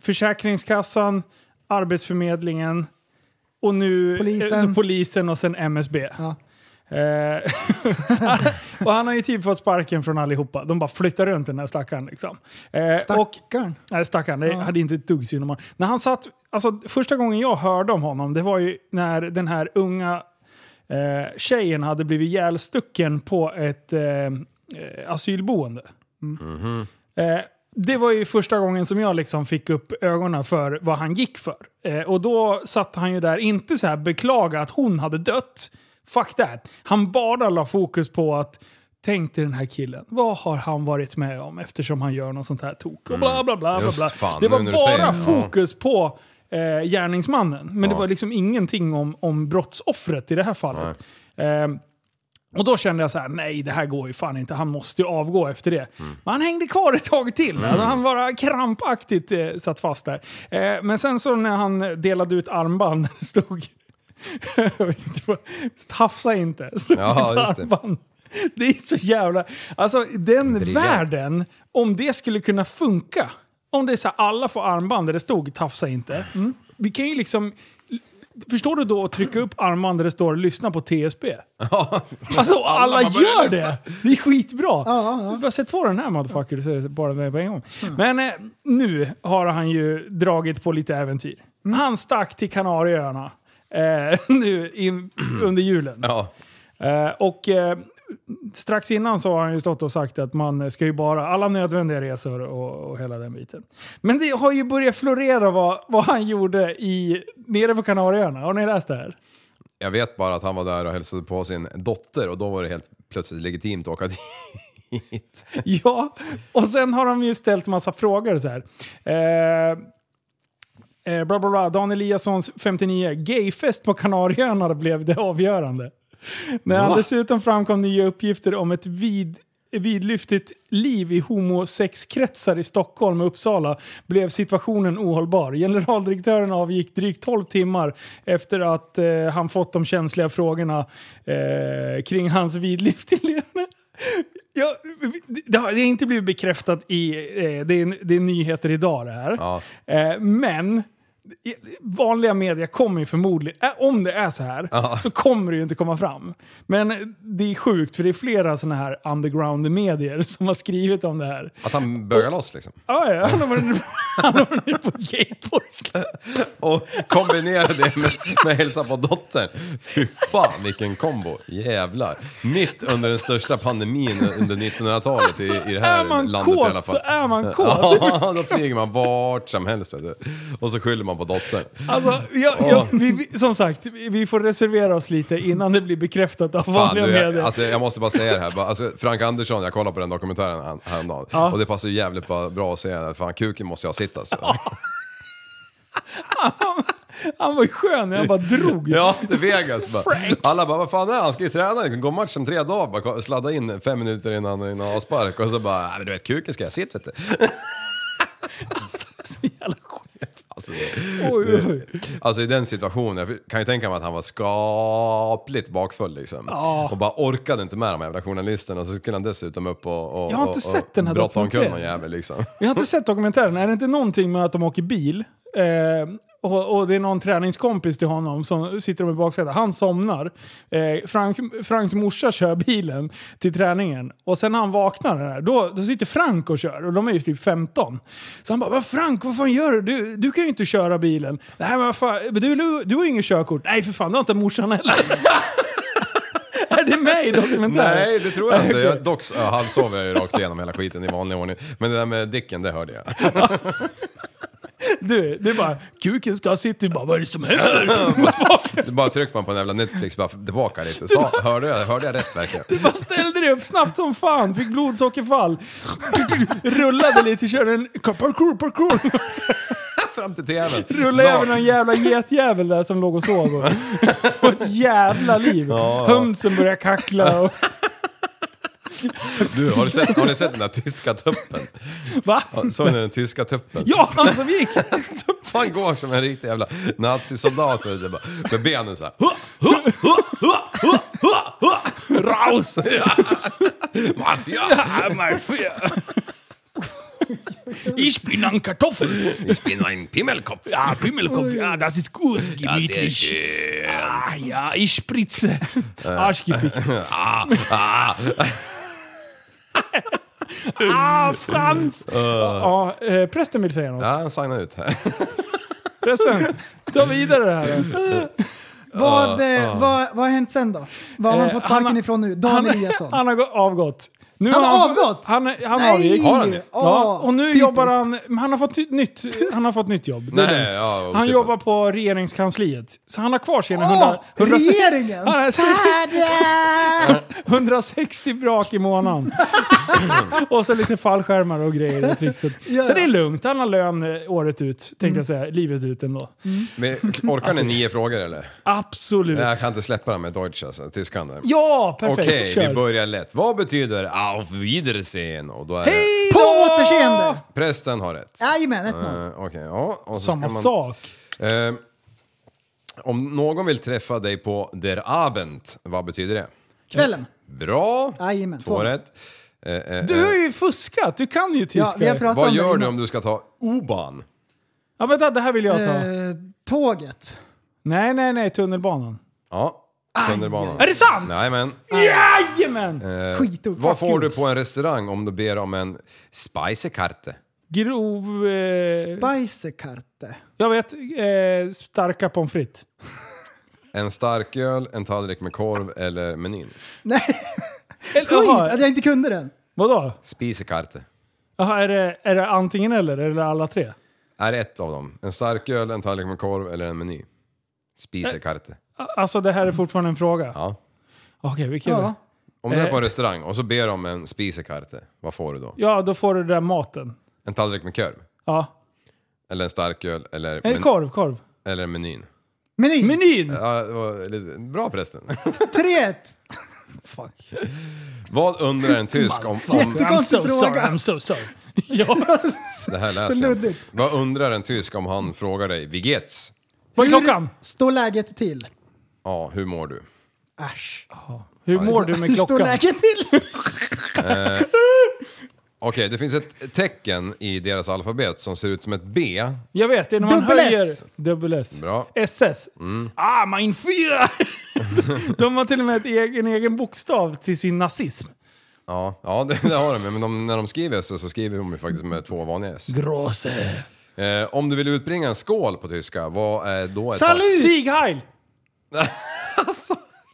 Speaker 5: Försäkringskassan, Arbetsförmedlingen och nu
Speaker 6: Polisen.
Speaker 5: eh, så polisen och sen MSB.
Speaker 6: Ja.
Speaker 5: Eh, och han har ju typ fått sparken från allihopa. De bara flyttar runt den här stackaren. Liksom. Eh, och
Speaker 6: Stackarn.
Speaker 5: Nej, stackarn. Det hade inte ett dugg synd om honom. När han satt, alltså, första gången jag hörde om honom, det var ju när den här unga eh, tjejen hade blivit ihjälstucken på ett eh, eh, asylboende. Eh, det var ju första gången som jag liksom fick upp ögonen för vad han gick för. Eh, och då satt han ju där, inte så här beklaga att hon hade dött. Fuck that. Han bara la fokus på att Tänk dig den här killen. Vad har han varit med om eftersom han gör något sånt här tok? Och bla bla bla. bla,
Speaker 7: Mm. Just
Speaker 5: bla.
Speaker 7: fan,
Speaker 5: det
Speaker 7: nu
Speaker 5: var
Speaker 7: när du
Speaker 5: bara
Speaker 7: säger det. Ja.
Speaker 5: fokus på eh, gärningsmannen. Men det var liksom ingenting om, om brottsoffret i det här fallet. Ehm, och då kände jag så här: nej det här går ju fan inte, han måste ju avgå efter det.
Speaker 7: Mm.
Speaker 5: Men han hängde kvar ett tag till. Alltså, han bara krampaktigt eh, satt fast där. Eh, men sen så när han delade ut armband, där det stod... jag vet inte vad... Tafsa inte. Stod
Speaker 7: Ja,
Speaker 5: ett
Speaker 7: just det.
Speaker 5: armband. Det är så jävla... Alltså den
Speaker 7: Briljant.
Speaker 5: världen, om det skulle kunna funka. Om det är så här, alla får armband där det stod tafsa inte. Mm. Vi kan ju liksom... Förstår du då att trycka upp armband där det står lyssna på TSB? Alltså alla,
Speaker 7: bara börjar
Speaker 5: gör
Speaker 7: lyssna.
Speaker 5: det! Det är skitbra!
Speaker 6: Ja, ja. Mm.
Speaker 5: Du bara sett på den här motherfucker, så är det bara med på en gång. Men eh, nu har han ju dragit på lite äventyr.
Speaker 6: Mm.
Speaker 5: Han stack till Kanarieöarna eh, nu in, under julen.
Speaker 7: Ja.
Speaker 5: Eh, och eh, strax innan så har han ju stått och sagt att man ska ju bara alla nödvändiga resor och, och hela den biten. Men det har ju börjat florera vad, vad han gjorde i, nere på Kanarieöarna. Har ni läst det här?
Speaker 7: Jag vet bara att han var där och hälsade på sin dotter och då var det helt plötsligt legitimt att åka dit.
Speaker 5: Ja, och sen har de ju ställt massa frågor så här. Eh, eh, bla bla bla, Dan Eliassons 59, gayfest på Kanarieöarna blev det avgörande. När han dessutom framkom nya uppgifter om ett vid, vidlyftigt liv i homosexkretsar i Stockholm och Uppsala blev situationen ohållbar. Generaldirektören avgick drygt 12 timmar efter att eh, han fått de känsliga frågorna eh, kring hans vidlyftiga leverne. Ja, det har det har inte blivit bekräftat i... Eh, det, är, det är nyheter idag det här.
Speaker 7: Ja.
Speaker 5: Eh, men i- vanliga media kommer ju förmodligen, eh, om det är så här, så kommer det ju inte komma fram. Men det är sjukt för det är flera sådana här underground-medier som har skrivit om det här.
Speaker 7: Att han bögar loss liksom.
Speaker 5: Ah, ja, han har varit- han har varit på gayporr.
Speaker 7: Och kombinera det med, med hälsa på dottern. Fy fan vilken kombo. Jävlar. Mitt under den största pandemin under 1900-talet i, i det här
Speaker 5: är man
Speaker 7: landet i alla
Speaker 5: kåt
Speaker 7: fall.
Speaker 5: så är man kåt.
Speaker 7: Ja, då flyger man vart som helst vet du. Och så skyller man på dottern.
Speaker 5: Alltså, jag, jag, vi, vi, som sagt, vi vi får reservera oss lite innan det blir bekräftat av
Speaker 7: Fan,
Speaker 5: vanliga
Speaker 7: du, jag,
Speaker 5: medier.
Speaker 7: alltså, jag måste bara säga det här. Bara, Alltså, Frank Andersson, jag kollade på den dokumentären här- häromdagen.
Speaker 5: Ja.
Speaker 7: Och det passar ju jävligt bra bra att säga. Fan, kuken måste jag sitta alltså.
Speaker 5: Han var ju skön när han bara drog.
Speaker 7: Ja, till Vegas bara. Alla bara, vad fan är han? Ska ju träna liksom. Gå match om tre dagar. Bara sladda in fem minuter innan, innan avspark. Och så bara, "Nej, men du vet kuken ska jag sitta vet du.
Speaker 5: Så jävla skön.
Speaker 7: Alltså,
Speaker 5: Oj, oj.
Speaker 7: alltså i den situationen, jag kan ju tänka mig att han var skapligt bakfull liksom.
Speaker 5: Ja.
Speaker 7: Och bara orkade inte med de här jävla journalisterna. Och så skulle han dessutom upp och, och,
Speaker 5: Jag har inte
Speaker 7: och,
Speaker 5: sett den här
Speaker 7: och brotta omkull
Speaker 5: dokumentären.
Speaker 7: någon jävel liksom.
Speaker 5: Jag har inte sett dokumentären. Är det inte någonting med att de åker bil? Eh, och, och det är någon träningskompis till honom som sitter med baksätet. Han somnar. Eh, Frank, Franks morsa kör bilen till träningen. Och sen när han vaknar, där, då, då sitter Frank och kör. Och de är ju typ 15. Så han bara "Vad Frank, vad fan gör du? Du, du kan ju inte köra bilen. Nej men vad fan, men du, du, du har ju inget körkort. Nej för fan, det har inte morsan heller. är det med i dokumentären?
Speaker 7: Nej, det tror jag inte. Jag, dock så- ja, halvsov jag ju rakt igenom hela skiten i vanlig ordning. Men det där med Dicken, det hörde jag.
Speaker 5: Du, det är bara kuken ska sitta. Du bara vad är det som händer?
Speaker 7: Det bara tryckte man på den jävla Netflix, bara tillbaka lite. Så, hörde, jag, hörde jag rätt verkligen?
Speaker 5: Du bara ställde dig upp snabbt som fan, fick blodsockerfall. Rullade lite, körde en parkour, parkour.
Speaker 7: Fram till tvn.
Speaker 5: Rullade
Speaker 7: Bra.
Speaker 5: över någon jävla getjävel där som låg och sov. Och, och ett jävla liv. Hönsen började kackla och...
Speaker 7: Du, har du, sett, har ni sett den där tyska tuppen?
Speaker 5: Va?
Speaker 7: Såg ni den tyska tuppen?
Speaker 5: Ja, han som gick!
Speaker 7: Fan går som en riktig jävla nazisoldat vet du, bara, med benen så här. Hua, hua, hua, hua, hua, hua, hua.
Speaker 5: Raus!
Speaker 7: Mafia!
Speaker 5: Ah, mein Feuer. Ich bin ein Kartoffel.
Speaker 7: Ich bin ein Pimmelkopf!
Speaker 5: Ja, Pimmelkopf, ja, das ist gut, gemütlich. Ah, ja, ich spritze. Arschgefickt.
Speaker 7: Äh. Ah, ah.
Speaker 5: Ah, Frans! Ja, eh, prästen vill säga något.
Speaker 7: Äh. Ja, han signade ut här.
Speaker 5: Prästen, ta vidare det här.
Speaker 6: Vad, eh, vad, vad har hänt sen då? Vad har han
Speaker 5: Eh,
Speaker 6: fått sparken
Speaker 5: han har-
Speaker 6: ifrån nu? Dan
Speaker 5: Han,
Speaker 6: Eliasson?
Speaker 5: han har gå- avgått. Nu
Speaker 6: Han har
Speaker 5: fått-
Speaker 6: avgått?
Speaker 5: Han, han
Speaker 6: Nej!
Speaker 5: avgick.
Speaker 7: Har han det?
Speaker 5: Ja,
Speaker 6: Åh,
Speaker 5: och nu
Speaker 6: typiskt.
Speaker 5: jobbar han... men Han har fått ty- nytt, han har fått nytt jobb. Det är
Speaker 7: Nej,
Speaker 5: lugnt.
Speaker 7: ja, typ-
Speaker 5: han
Speaker 7: otippat.
Speaker 5: jobbar på regeringskansliet. Så han har kvar sina
Speaker 6: Åh,
Speaker 5: 100, 100,
Speaker 6: regeringen!
Speaker 5: Han har
Speaker 6: Tada!
Speaker 5: 160 brak i månaden. och så lite fallskärmar och grejer i trixet.
Speaker 6: Ja, Mm.
Speaker 5: Så
Speaker 6: ja.
Speaker 5: det är lugnt. Han har lön eh, året ut, tänkte jag säga. Livet ut ändå.
Speaker 6: Mm.
Speaker 7: Men Orkar
Speaker 5: Alltså,
Speaker 7: ni nio frågor eller?
Speaker 5: Absolut.
Speaker 7: Jag kan inte släppa den med Deutsch alltså, tyskan där.
Speaker 5: Ja, perfekt.
Speaker 7: Okej,
Speaker 5: Kör.
Speaker 7: vi börjar lätt. Vad betyder auf Wiedersehen? Och då är det-
Speaker 5: Hej
Speaker 6: På
Speaker 5: då!
Speaker 6: återseende!
Speaker 7: Prästen har rätt.
Speaker 6: Jajamän, 1-0.
Speaker 7: Eh, Okej, ja. Och så ska
Speaker 5: Samma
Speaker 7: man-
Speaker 5: sak.
Speaker 7: Eh, om någon vill träffa dig på der Abend, vad betyder det?
Speaker 5: Eh,
Speaker 6: Kvällen.
Speaker 7: Bra!
Speaker 6: Jajamän,
Speaker 7: Två
Speaker 6: två.
Speaker 7: rätt. Eh, eh,
Speaker 5: Du har
Speaker 7: eh,
Speaker 5: ju fuskat, du kan ju
Speaker 6: Ja,
Speaker 5: tyska.
Speaker 6: vi har pratat
Speaker 7: vad
Speaker 6: om
Speaker 7: gör
Speaker 6: det
Speaker 7: du om du ska ta O-ban?
Speaker 5: Ja, vänta, det här vill jag ta.
Speaker 6: Eh, tåget.
Speaker 5: Nej, nej, nej, tunnelbanan.
Speaker 7: Ja, tunnelbanan.
Speaker 5: Är det sant?
Speaker 7: Nej men.
Speaker 5: Jajamän!
Speaker 6: Eh. Skitord.
Speaker 7: eh, Vad
Speaker 6: Fuck you.
Speaker 7: får du på en restaurang om du ber om en spicekarte?
Speaker 5: Grov... Eh,
Speaker 6: Spicerkarte.
Speaker 5: jag vet, eh, starka pommes frites.
Speaker 7: En starköl, en tallrik med korv eller menyn?
Speaker 6: Nej,
Speaker 5: Eller,
Speaker 6: skit
Speaker 5: jaha,
Speaker 6: att jag inte kunde den.
Speaker 5: vadå?
Speaker 7: Spisekarte.
Speaker 5: Jaha, är, det, är det antingen eller? Eller alla tre?
Speaker 7: Är ett av dem. En starköl, en tallrik med korv eller en meny? Spisekarte.
Speaker 5: A- Alltså det här är fortfarande en fråga.
Speaker 7: Ja.
Speaker 5: Okej, vilken? Ja.
Speaker 6: Mm. Ja.
Speaker 7: Om du är på en
Speaker 5: Eh.
Speaker 7: restaurang och så ber om en spisekarte, vad får du då?
Speaker 5: ja, då får du den där maten.
Speaker 7: En tallrik med korv?
Speaker 5: Ja.
Speaker 7: Eller en starköl? Eller,
Speaker 5: En
Speaker 7: men-
Speaker 5: korv, korv.
Speaker 7: eller menyn?
Speaker 6: Meny.
Speaker 5: Menyn!
Speaker 7: Ja, det var lite, bra prästen.
Speaker 6: 3-1.
Speaker 5: Fuck.
Speaker 7: vad undrar en tysk om... om
Speaker 5: I'm
Speaker 6: Jättekonstig
Speaker 5: so sorry,
Speaker 6: fråga.
Speaker 5: I'm so sorry. ja.
Speaker 7: det här läser
Speaker 6: Så
Speaker 7: jag inte.
Speaker 6: luddigt.
Speaker 7: Vad undrar en tysk om han frågar dig Wie geht's?
Speaker 5: Vad är klockan?
Speaker 6: Står läget till?
Speaker 7: Ja, hur mår du?
Speaker 6: Äsch.
Speaker 5: Hur mår du med
Speaker 6: Hur står
Speaker 5: klockan?
Speaker 6: läget till?
Speaker 7: Okej, det finns ett tecken i deras alfabet som ser ut som ett B.
Speaker 5: Jag vet, det är när man
Speaker 6: Dubbel
Speaker 5: höjer...
Speaker 6: S. Mm.
Speaker 5: Dubbel S.
Speaker 7: Bra.
Speaker 5: SS. Ah, mein fyra! de har till och med ett egen, en egen bokstav till sin nazism.
Speaker 7: Ja, ja det, det har de men de, när de skriver S så skriver de ju faktiskt med två vanliga S.
Speaker 5: Große.
Speaker 7: Eh, om du vill utbringa en skål på tyska, vad är då ett...
Speaker 6: Salut!
Speaker 5: Sieg Heil!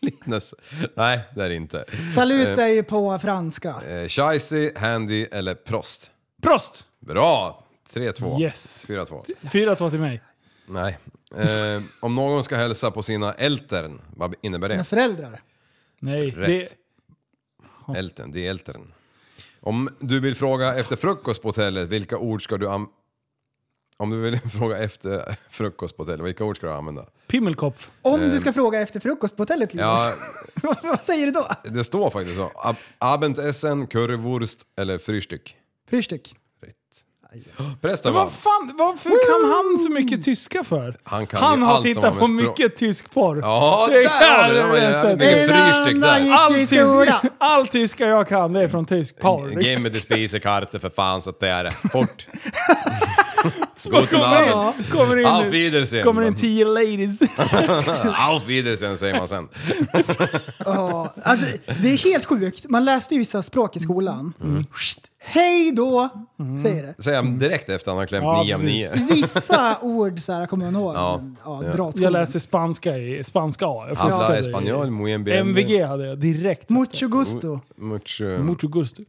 Speaker 7: Liknelse. Nej, det är det inte.
Speaker 6: Alltså, Salut är ju på franska.
Speaker 7: Eh, Scheisse, Handy eller Prost?
Speaker 5: Prost!
Speaker 7: Bra! 3-2.
Speaker 5: Yes.
Speaker 7: 4-2.
Speaker 5: 4-2 till mig.
Speaker 7: Nej. Eh, om någon ska hälsa på sina Eltern, vad innebär
Speaker 6: Mina
Speaker 7: det?
Speaker 6: föräldrar.
Speaker 5: Nej.
Speaker 7: Rätt. Eltern, det är Eltern. Om du vill fråga efter frukost på hotellet, vilka ord ska du an... Om du vill fråga efter frukost på hotellet, vilka ord ska du använda?
Speaker 5: Pimmelkopf.
Speaker 6: Om du ska fråga efter frukost på hotellet, Linus,
Speaker 7: Eh. Ja,
Speaker 6: vad- vad säger du då?
Speaker 7: det står faktiskt så. Ab Abendessen, currywurst eller frühstück.
Speaker 6: Frühstück.
Speaker 7: Rätt. Prästen vann.
Speaker 5: Vad fan, varför kan han så mycket tyska för?
Speaker 7: Han kan ju
Speaker 5: har
Speaker 7: allt som
Speaker 5: tittat
Speaker 7: har
Speaker 5: på
Speaker 7: med språk-
Speaker 5: mycket tysk porr.
Speaker 7: Ja,
Speaker 5: Det är
Speaker 7: där har vi det! Det var
Speaker 5: jävligt sött.
Speaker 7: jävligt mycket frühstück där.
Speaker 5: All,
Speaker 6: gick i skolan.
Speaker 5: tyska, all tyska jag kan, det är från tysk porr.
Speaker 7: Ge mig till spisekartor för fan så att det är det. Fort! Guten
Speaker 5: Kommer
Speaker 7: Abend!
Speaker 5: in, kommer in,
Speaker 7: Auf Wiedersehen!
Speaker 5: kommer in tio ladies.
Speaker 7: Auf Wiedersehen säger man sen.
Speaker 6: Ja, alltså, det är helt sjukt. Man läste ju vissa språk i skolan.
Speaker 7: Mm.
Speaker 6: Psst, Hej då! Säger det.
Speaker 7: Säger han direkt efter han har klämt
Speaker 5: Ja,
Speaker 7: nio av
Speaker 5: precis.
Speaker 7: nio.
Speaker 6: Vissa ord så här kommer man ihåg.
Speaker 7: Ja.
Speaker 6: men, Ja, dra
Speaker 5: Jag
Speaker 6: åt skolan.
Speaker 5: läste spanska i spanska A. Jag
Speaker 7: Habla
Speaker 5: fullständigt-
Speaker 7: español, muy bien. bien.
Speaker 5: MVG hade jag direkt.
Speaker 6: Mucho gusto.
Speaker 7: Mucho...
Speaker 5: Mucho gusto.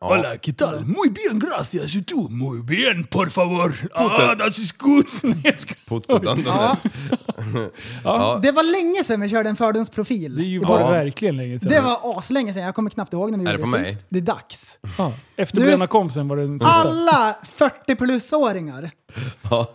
Speaker 7: Ja.
Speaker 5: ¿qué tal? Muy bien, gracias. ¿Y tú? Muy bien, por favor. Ah, das ist gut. Nej, jag skojar.
Speaker 7: Puttadundan. Ja.
Speaker 6: Det var länge sedan vi körde en fördomsprofil.
Speaker 5: det är ju
Speaker 6: i
Speaker 5: var
Speaker 6: podden.
Speaker 5: verkligen länge sedan.
Speaker 6: det var aslänge sedan. Jag kommer knappt ihåg när vi
Speaker 7: Är det
Speaker 6: gjorde
Speaker 7: på
Speaker 6: det
Speaker 7: mig?
Speaker 6: sist. Det är dags.
Speaker 5: Ja. Efterbränna kompisen var den sista.
Speaker 6: Alla 40 plus-åringar.
Speaker 5: Ja!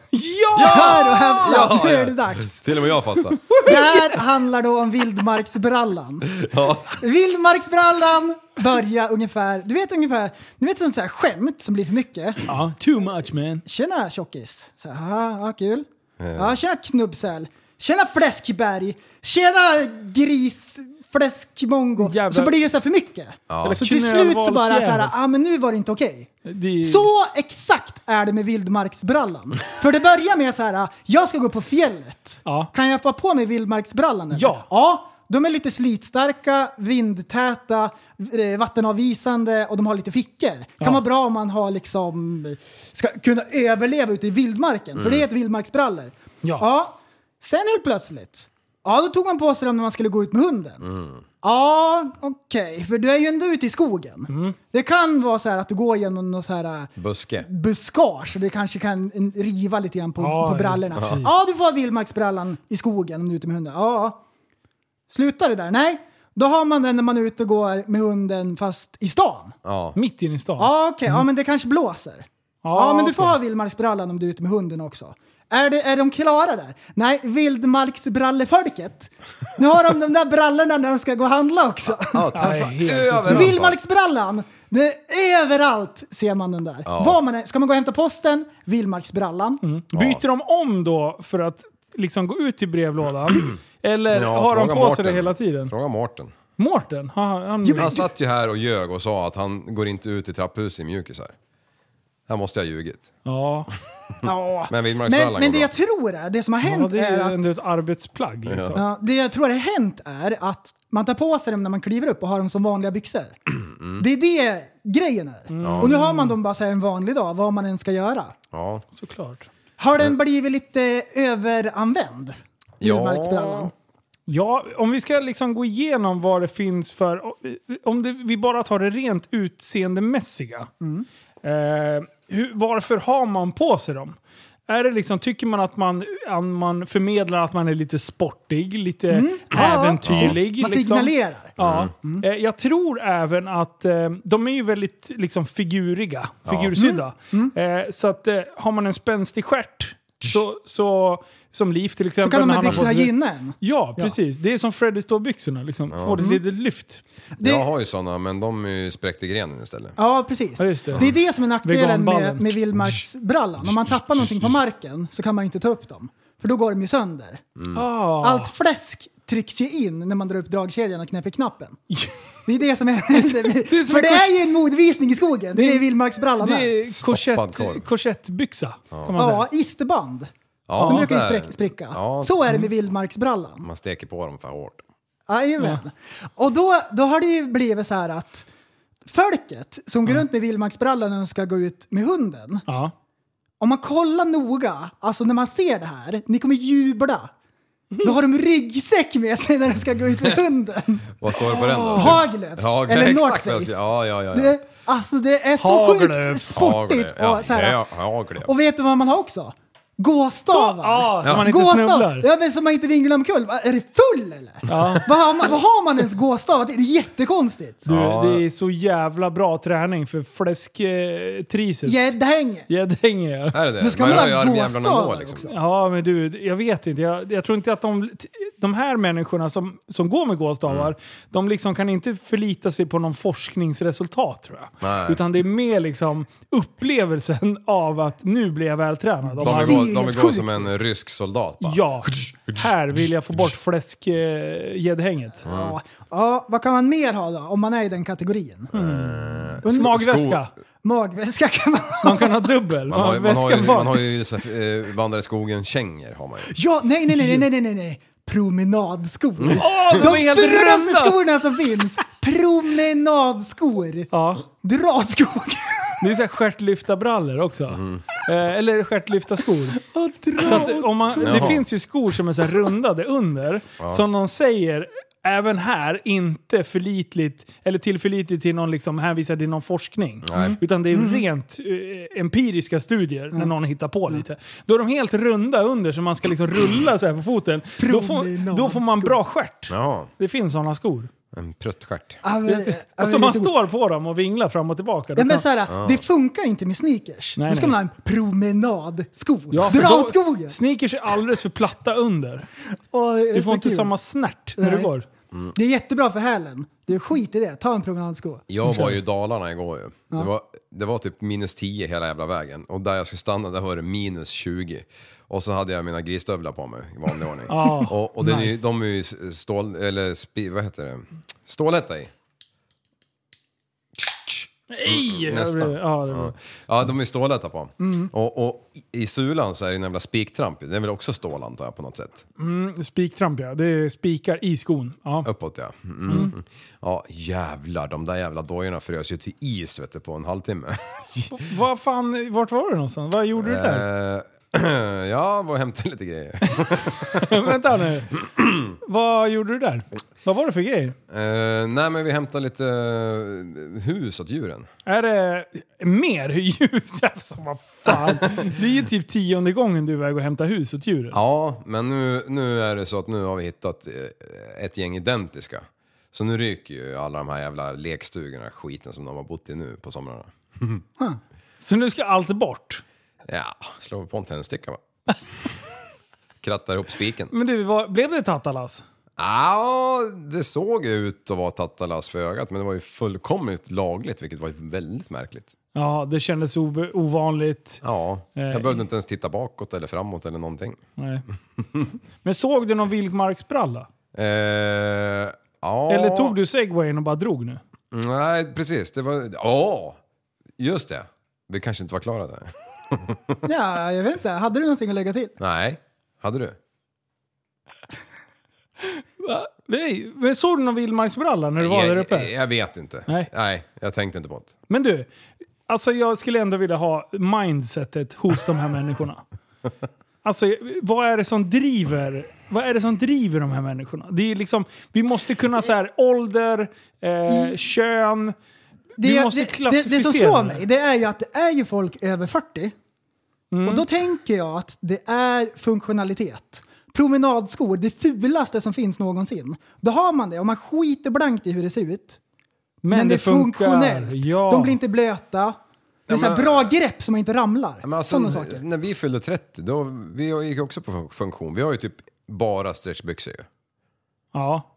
Speaker 6: Hör och häpna,
Speaker 7: Ja,
Speaker 6: nu
Speaker 7: ja.
Speaker 6: är det dags.
Speaker 7: Till och med jag fattar.
Speaker 6: Det här handlar då om vildmarksbrallan.
Speaker 7: Ja.
Speaker 6: Vildmarksbrallan börjar ungefär, du vet ungefär, du vet sånt här skämt som blir för mycket.
Speaker 5: ja! Too much man.
Speaker 6: Tjena tjockis! Så här, "Haha, ja, kul. Ja, tjena knubbsäl! Tjena fläskberg! Tjena gris! Fläskmongo!
Speaker 5: Jävlar.
Speaker 6: Så blir det så här för mycket.
Speaker 5: Jävla
Speaker 6: Så Alltså, till slut så bara så
Speaker 5: knölvalsjävel.
Speaker 6: här, ah, men nu var det inte okej.
Speaker 5: Det-
Speaker 6: Så exakt är det med vildmarksbrallan. För det börjar med så här, jag ska gå på fjället.
Speaker 5: Ja.
Speaker 6: Kan jag få på mig vildmarksbrallan? Eller?
Speaker 5: Ja.
Speaker 6: ja. De är lite slitstarka, vindtäta, eh, vattenavvisande och de har lite fickor. Kan
Speaker 5: Ja.
Speaker 6: vara bra om man har liksom, ska kunna överleva ute i vildmarken, för det heter vildmarksbrallor.
Speaker 5: Mm. Ja.
Speaker 6: Sen helt plötsligt, ja då tog man på sig dem när man skulle gå ut med hunden.
Speaker 5: Mm.
Speaker 6: Ja, okej, för du är ju ändå ute i skogen.
Speaker 5: Mm.
Speaker 6: Det kan vara så här att du går genom någon så här
Speaker 7: Buske.
Speaker 6: buskage och det kanske kan en- riva lite grann på,
Speaker 5: Ja,
Speaker 6: på brallorna.
Speaker 5: ja,
Speaker 6: Ja.
Speaker 5: precis.
Speaker 6: du får ha vildmarksbrallan i skogen om du är ute med hunden. Ja. Slutar det där? Nej. Då har man den när man är ute och går med hunden fast i stan.
Speaker 7: Ja.
Speaker 5: Mitt inne i stan.
Speaker 6: Ja, okej. Ja, men det kanske blåser. Ja, men du får ha vildmarksbrallan om du är ute med hunden också. Är, det, är de klara där? Nej, vildmarksbrallefolket. Nu har de de där brallorna när de ska gå och handla också.
Speaker 7: Ja,
Speaker 5: Nej,
Speaker 7: tack.
Speaker 5: helt
Speaker 7: Överallt.
Speaker 6: Vildmarksbrallan! Det är överallt ser man den där. Var man är, ska man gå och hämta posten? Vildmarksbrallan.
Speaker 5: Mm. Byter de om då för att liksom gå ut till brevlådan? Eller
Speaker 7: Ja,
Speaker 5: har de
Speaker 7: fråga
Speaker 5: på sig det
Speaker 7: Mårten.
Speaker 5: hela tiden?
Speaker 7: Fråga Mårten.
Speaker 5: Mårten? Har han...
Speaker 7: Han satt ju här och ljög och sa att han går inte ut i trapphuset i mjukisar. Här måste jag ha ljugit.
Speaker 5: Ja,
Speaker 6: Ja.
Speaker 7: Men vildmarksbrallan
Speaker 6: Men,
Speaker 7: går
Speaker 6: men det
Speaker 7: bra.
Speaker 6: jag tror är, det som har
Speaker 5: ja
Speaker 6: hänt
Speaker 5: det är
Speaker 6: är
Speaker 5: ju
Speaker 6: att...
Speaker 5: ändå ett arbetsplagg liksom.
Speaker 6: Ja, det jag tror har hänt är att man tar på sig dem när man kliver upp och har dem som vanliga byxor. Det är det grejen är.
Speaker 5: Mm.
Speaker 6: Och nu har man dem bara så här en vanlig dag, vad man än ska göra.
Speaker 7: Ja.
Speaker 5: Såklart.
Speaker 6: Har den blivit lite överanvänd? Vildmarksbrallan.
Speaker 5: Ja, om vi ska liksom gå igenom vad det finns för... Om det, vi bara tar det rent utseendemässiga.
Speaker 6: Mm.
Speaker 5: Eh, hur, varför har man på sig dem? Är det liksom, tycker man att man, att man förmedlar att man är lite sportig, lite
Speaker 6: Mm. Ja,
Speaker 5: äventyrlig?
Speaker 6: Man
Speaker 5: liksom?
Speaker 6: signalerar.
Speaker 5: Ja. Eh, Jag tror även att eh, de är ju väldigt liksom, figuriga, figursydda.
Speaker 6: Mm.
Speaker 5: Eh, så att eh, har man en spänstig stjärt, så, så, som Liv till
Speaker 6: Så
Speaker 5: exempel.
Speaker 6: kan de
Speaker 5: när
Speaker 6: här
Speaker 5: han har på
Speaker 6: byxorna
Speaker 5: sig-
Speaker 6: gynna en.
Speaker 5: Ja,
Speaker 6: Ja.
Speaker 5: precis. Det är som Freddy Stål-byxorna. Liksom. Får
Speaker 7: Mm.
Speaker 5: ett litet lyft.
Speaker 6: Det-
Speaker 7: Jag har ju såna men de är ju spräckt i grenen istället.
Speaker 6: Ja, precis.
Speaker 5: Ja, just
Speaker 6: det.
Speaker 5: det.
Speaker 6: är det som är nackdelen med,
Speaker 5: Veganballen.
Speaker 6: med vildmarksbrallan. Om man tappar någonting på marken så kan man inte ta upp dem. För då går de ju sönder.
Speaker 5: Ah.
Speaker 6: Allt fläsk trycks ju in när man drar upp dragkedjan och knäpper knappen. Det är det som händer.
Speaker 5: är som
Speaker 6: För
Speaker 5: en
Speaker 6: det
Speaker 5: kors-
Speaker 6: är ju en modvisning i skogen. Det är det vildmarksbrallan
Speaker 5: Det
Speaker 6: är.
Speaker 5: är
Speaker 7: Stoppad korv.
Speaker 5: korsett, korsettbyxa, kan man
Speaker 6: Ja,
Speaker 5: säga.
Speaker 6: isterband.
Speaker 7: Ja,
Speaker 6: De brukar ju
Speaker 7: där.
Speaker 6: spräck- spricka.
Speaker 7: Ja.
Speaker 6: Så är det med vildmarksbrallan.
Speaker 7: Man steker på dem för hårt.
Speaker 6: Jajamän. Och då, då har det ju blivit så här att folket som går runt med vildmarksbrallan när de ska gå ut med hunden.
Speaker 5: Ja.
Speaker 6: Om man kollar noga, alltså när man ser det här, ni kommer jubla. Då har de ryggsäck med sig när de ska gå ut med hunden.
Speaker 7: Vad står det på den då?
Speaker 6: Haglöfs, eller North
Speaker 7: exakt vad jag
Speaker 6: Face.
Speaker 7: skrev. Ja, ja, ja. ja.
Speaker 6: Det, alltså det är så
Speaker 5: Haglöfs.
Speaker 6: sjukt sportigt.
Speaker 7: Haglöf, ja.
Speaker 6: Och, så här,
Speaker 7: Ja, Haglöf.
Speaker 6: och vet du vad man har också? Gåstavar.
Speaker 5: Ja, så man inte snubblar.
Speaker 6: Ja, men så man inte vinglar omkull. Va, Är det full eller?
Speaker 5: Ja.
Speaker 6: Vad, har man, vad har man ens gåstavar till? Det är jättekonstigt.
Speaker 5: Du,
Speaker 7: Ja.
Speaker 5: Det är så jävla bra träning för eh, fläsktriceps.
Speaker 6: Gäddhäng.
Speaker 5: Gäddhäng ja.
Speaker 7: Är det det?
Speaker 6: Du ska
Speaker 7: Men
Speaker 6: väl ha
Speaker 7: hur gör armjävlarna då, liksom?
Speaker 6: gåstavar också?
Speaker 5: Ja, men du, jag vet inte. Jag, jag tror inte att de, de här människorna som, som går med gåstavar,
Speaker 7: Mm.
Speaker 5: de liksom kan inte förlita sig på någon forskningsresultat tror jag.
Speaker 7: Nej.
Speaker 5: Utan det är mer liksom upplevelsen av att nu blir jag vältränad. Om
Speaker 7: De
Speaker 5: man-
Speaker 7: vill, gå, de vill gå
Speaker 6: sjukt
Speaker 7: som en rysk soldat bara.
Speaker 5: Ja, här vill jag få bort fläskgäddhänget.
Speaker 6: Ja. ja, vad kan man mer ha då? Om man är i den kategorin.
Speaker 5: Mm. Magväska.
Speaker 6: Magväska kan man
Speaker 5: Man kan ha dubbel.
Speaker 7: Man har, ju- man,
Speaker 5: väska
Speaker 7: har ju,
Speaker 5: bak.
Speaker 7: man har ju så här, eh, vandra i skogen kängor har man ju.
Speaker 6: Ja, nej, nej, nej, nej, nej, nej, nej. Promenadskor.
Speaker 5: Åh, de är helt
Speaker 6: Fulaste
Speaker 5: runda!
Speaker 6: skorna som finns. Promenadskor.
Speaker 5: Ja.
Speaker 6: Dragskor.
Speaker 5: Det är såhär stjärtlyftarbrallor också.
Speaker 7: Mm.
Speaker 5: Eh, eller stjärtlyftarskor.
Speaker 6: Och dra-
Speaker 5: Så att om man, det
Speaker 7: Jaha.
Speaker 5: finns ju skor som är så här rundade under, som någon säger även här inte förlitligt, eller tillförlitligt till någon liksom hänvisad till någon forskning.
Speaker 7: Nej.
Speaker 5: Utan det är
Speaker 6: Mm.
Speaker 5: rent eh, empiriska studier när någon hittar på lite. Då är de helt runda under så man ska liksom rulla så här på foten. Då får, då får man bra stjärt.
Speaker 7: Jaha,
Speaker 5: Det finns sådana skor.
Speaker 7: en pruttstjärt.
Speaker 6: Ja, men- ja, Eh, men det
Speaker 5: Alltså
Speaker 6: är
Speaker 5: man
Speaker 6: så-
Speaker 5: står på dem och vinglar fram och tillbaka. Då
Speaker 6: Ja, men
Speaker 5: kan-
Speaker 6: så här, Det funkar inte med sneakers.
Speaker 5: Nej,
Speaker 6: Då ska
Speaker 5: nej.
Speaker 6: man ha en promenadsko.
Speaker 5: Ja, för
Speaker 6: Dra
Speaker 5: då-
Speaker 6: åt skogen!
Speaker 5: Sneakers är alldeles för platta under.
Speaker 6: Åh, det är
Speaker 5: Du
Speaker 6: så
Speaker 5: får inte
Speaker 6: kul.
Speaker 5: samma snärt när du
Speaker 6: Nej.
Speaker 5: går.
Speaker 6: Det är jättebra för hälen. Du skit i det, ta en promenadsko.
Speaker 7: Jag var ju i Dalarna igår ju. Det, var, det var typ minus 10 hela jävla vägen och där jag skulle stanna där var det minus 20. Och så hade jag mina grisstövlar på mig i vanlig ordning.
Speaker 5: Ah,
Speaker 7: och och den är, ju- de är ju stål, eller spi, vad heter det? Stålhätta i. Mm,
Speaker 5: Nej!
Speaker 7: nästa.
Speaker 5: Ja, det är bra.
Speaker 7: Ja, de är stålhätta på. Och, och i- i sulan så är det en jävla spiktramp Den är väl också stål antar jag på något sätt.
Speaker 5: Spiktramp ja, det är spikar i skon. Ja.
Speaker 7: Uppåt ja. Mm. Ja jävlar, de där jävla dojorna frös ju till is vet du, på en halvtimme.
Speaker 5: Vad fan, vart var du någonstans? Vad gjorde du där?
Speaker 7: Eh, ja, var och hämtade lite grejer. Eh.
Speaker 5: Vänta nu. Vad gjorde du där? Vad var det för grejer?
Speaker 7: Eh, nej men vi hämtade lite eh, hus åt djuren.
Speaker 5: Är det mer ljud? Alltså vad fan. Det är ju typ tionde gången du är iväg och hämtar hus åt djuren.
Speaker 7: Ja, men nu, nu är det så att nu har vi hittat eh, ett gäng identiska. Så nu ryker ju alla de här jävla lekstugorna, skiten som de har bott i nu på somrarna.
Speaker 5: Så nu ska allt bort.
Speaker 7: Ja, slår på en tändsticka va. Krattar ihop spiken.
Speaker 5: Men du, vad, blev det tattalas?
Speaker 7: Ja, det såg ut att vara tattalas för ögat men det var ju fullkomligt lagligt vilket var väldigt märkligt.
Speaker 5: Ja, det kändes o- ovanligt.
Speaker 7: Ja,
Speaker 5: Eh,
Speaker 7: jag behövde inte ens titta bakåt eller framåt eller någonting.
Speaker 5: Nej. Men såg du någon vildmarksbralla?
Speaker 7: Eh, ja.
Speaker 5: Eller tog du segwayen och bara drog nu?
Speaker 7: Nej, precis. Det var... Ja! Just det. Vi kanske inte var klara där.
Speaker 6: Ja, jag vet inte. Hade du någonting att lägga till?
Speaker 7: Nej. Hade du?
Speaker 5: Va? Nej, men såg du någon vildmarksbralla när du var där
Speaker 7: jag,
Speaker 5: uppe?
Speaker 7: jag vet inte.
Speaker 5: Nej.
Speaker 7: jag tänkte inte på det.
Speaker 5: Men du, alltså jag skulle ändå vilja ha mindsetet hos de här människorna. Alltså, vad är det som driver vad är det som driver de här människorna? Det är liksom, vi måste kunna så här, ålder, eh, kön.
Speaker 6: Det,
Speaker 5: måste
Speaker 6: det, det, det som
Speaker 5: klassificera
Speaker 6: slår
Speaker 5: det.
Speaker 6: mig det är ju att det är ju folk över 40.
Speaker 5: Mm.
Speaker 6: Och då tänker jag att det är funktionalitet. Promenadskor, det fulaste som finns någonsin. Då har man det och man skiter blankt i hur det ser ut. Men, det är funktionellt.
Speaker 5: Ja.
Speaker 6: De blir inte blöta. Det är så här
Speaker 7: men-
Speaker 6: bra grepp så man inte ramlar.
Speaker 7: Men alltså,
Speaker 6: Sådana saker.
Speaker 7: När vi fyllde 30, då, vi gick också på fun- funktion. Vi har ju typ bara stretchbyxor ju.
Speaker 5: Ja.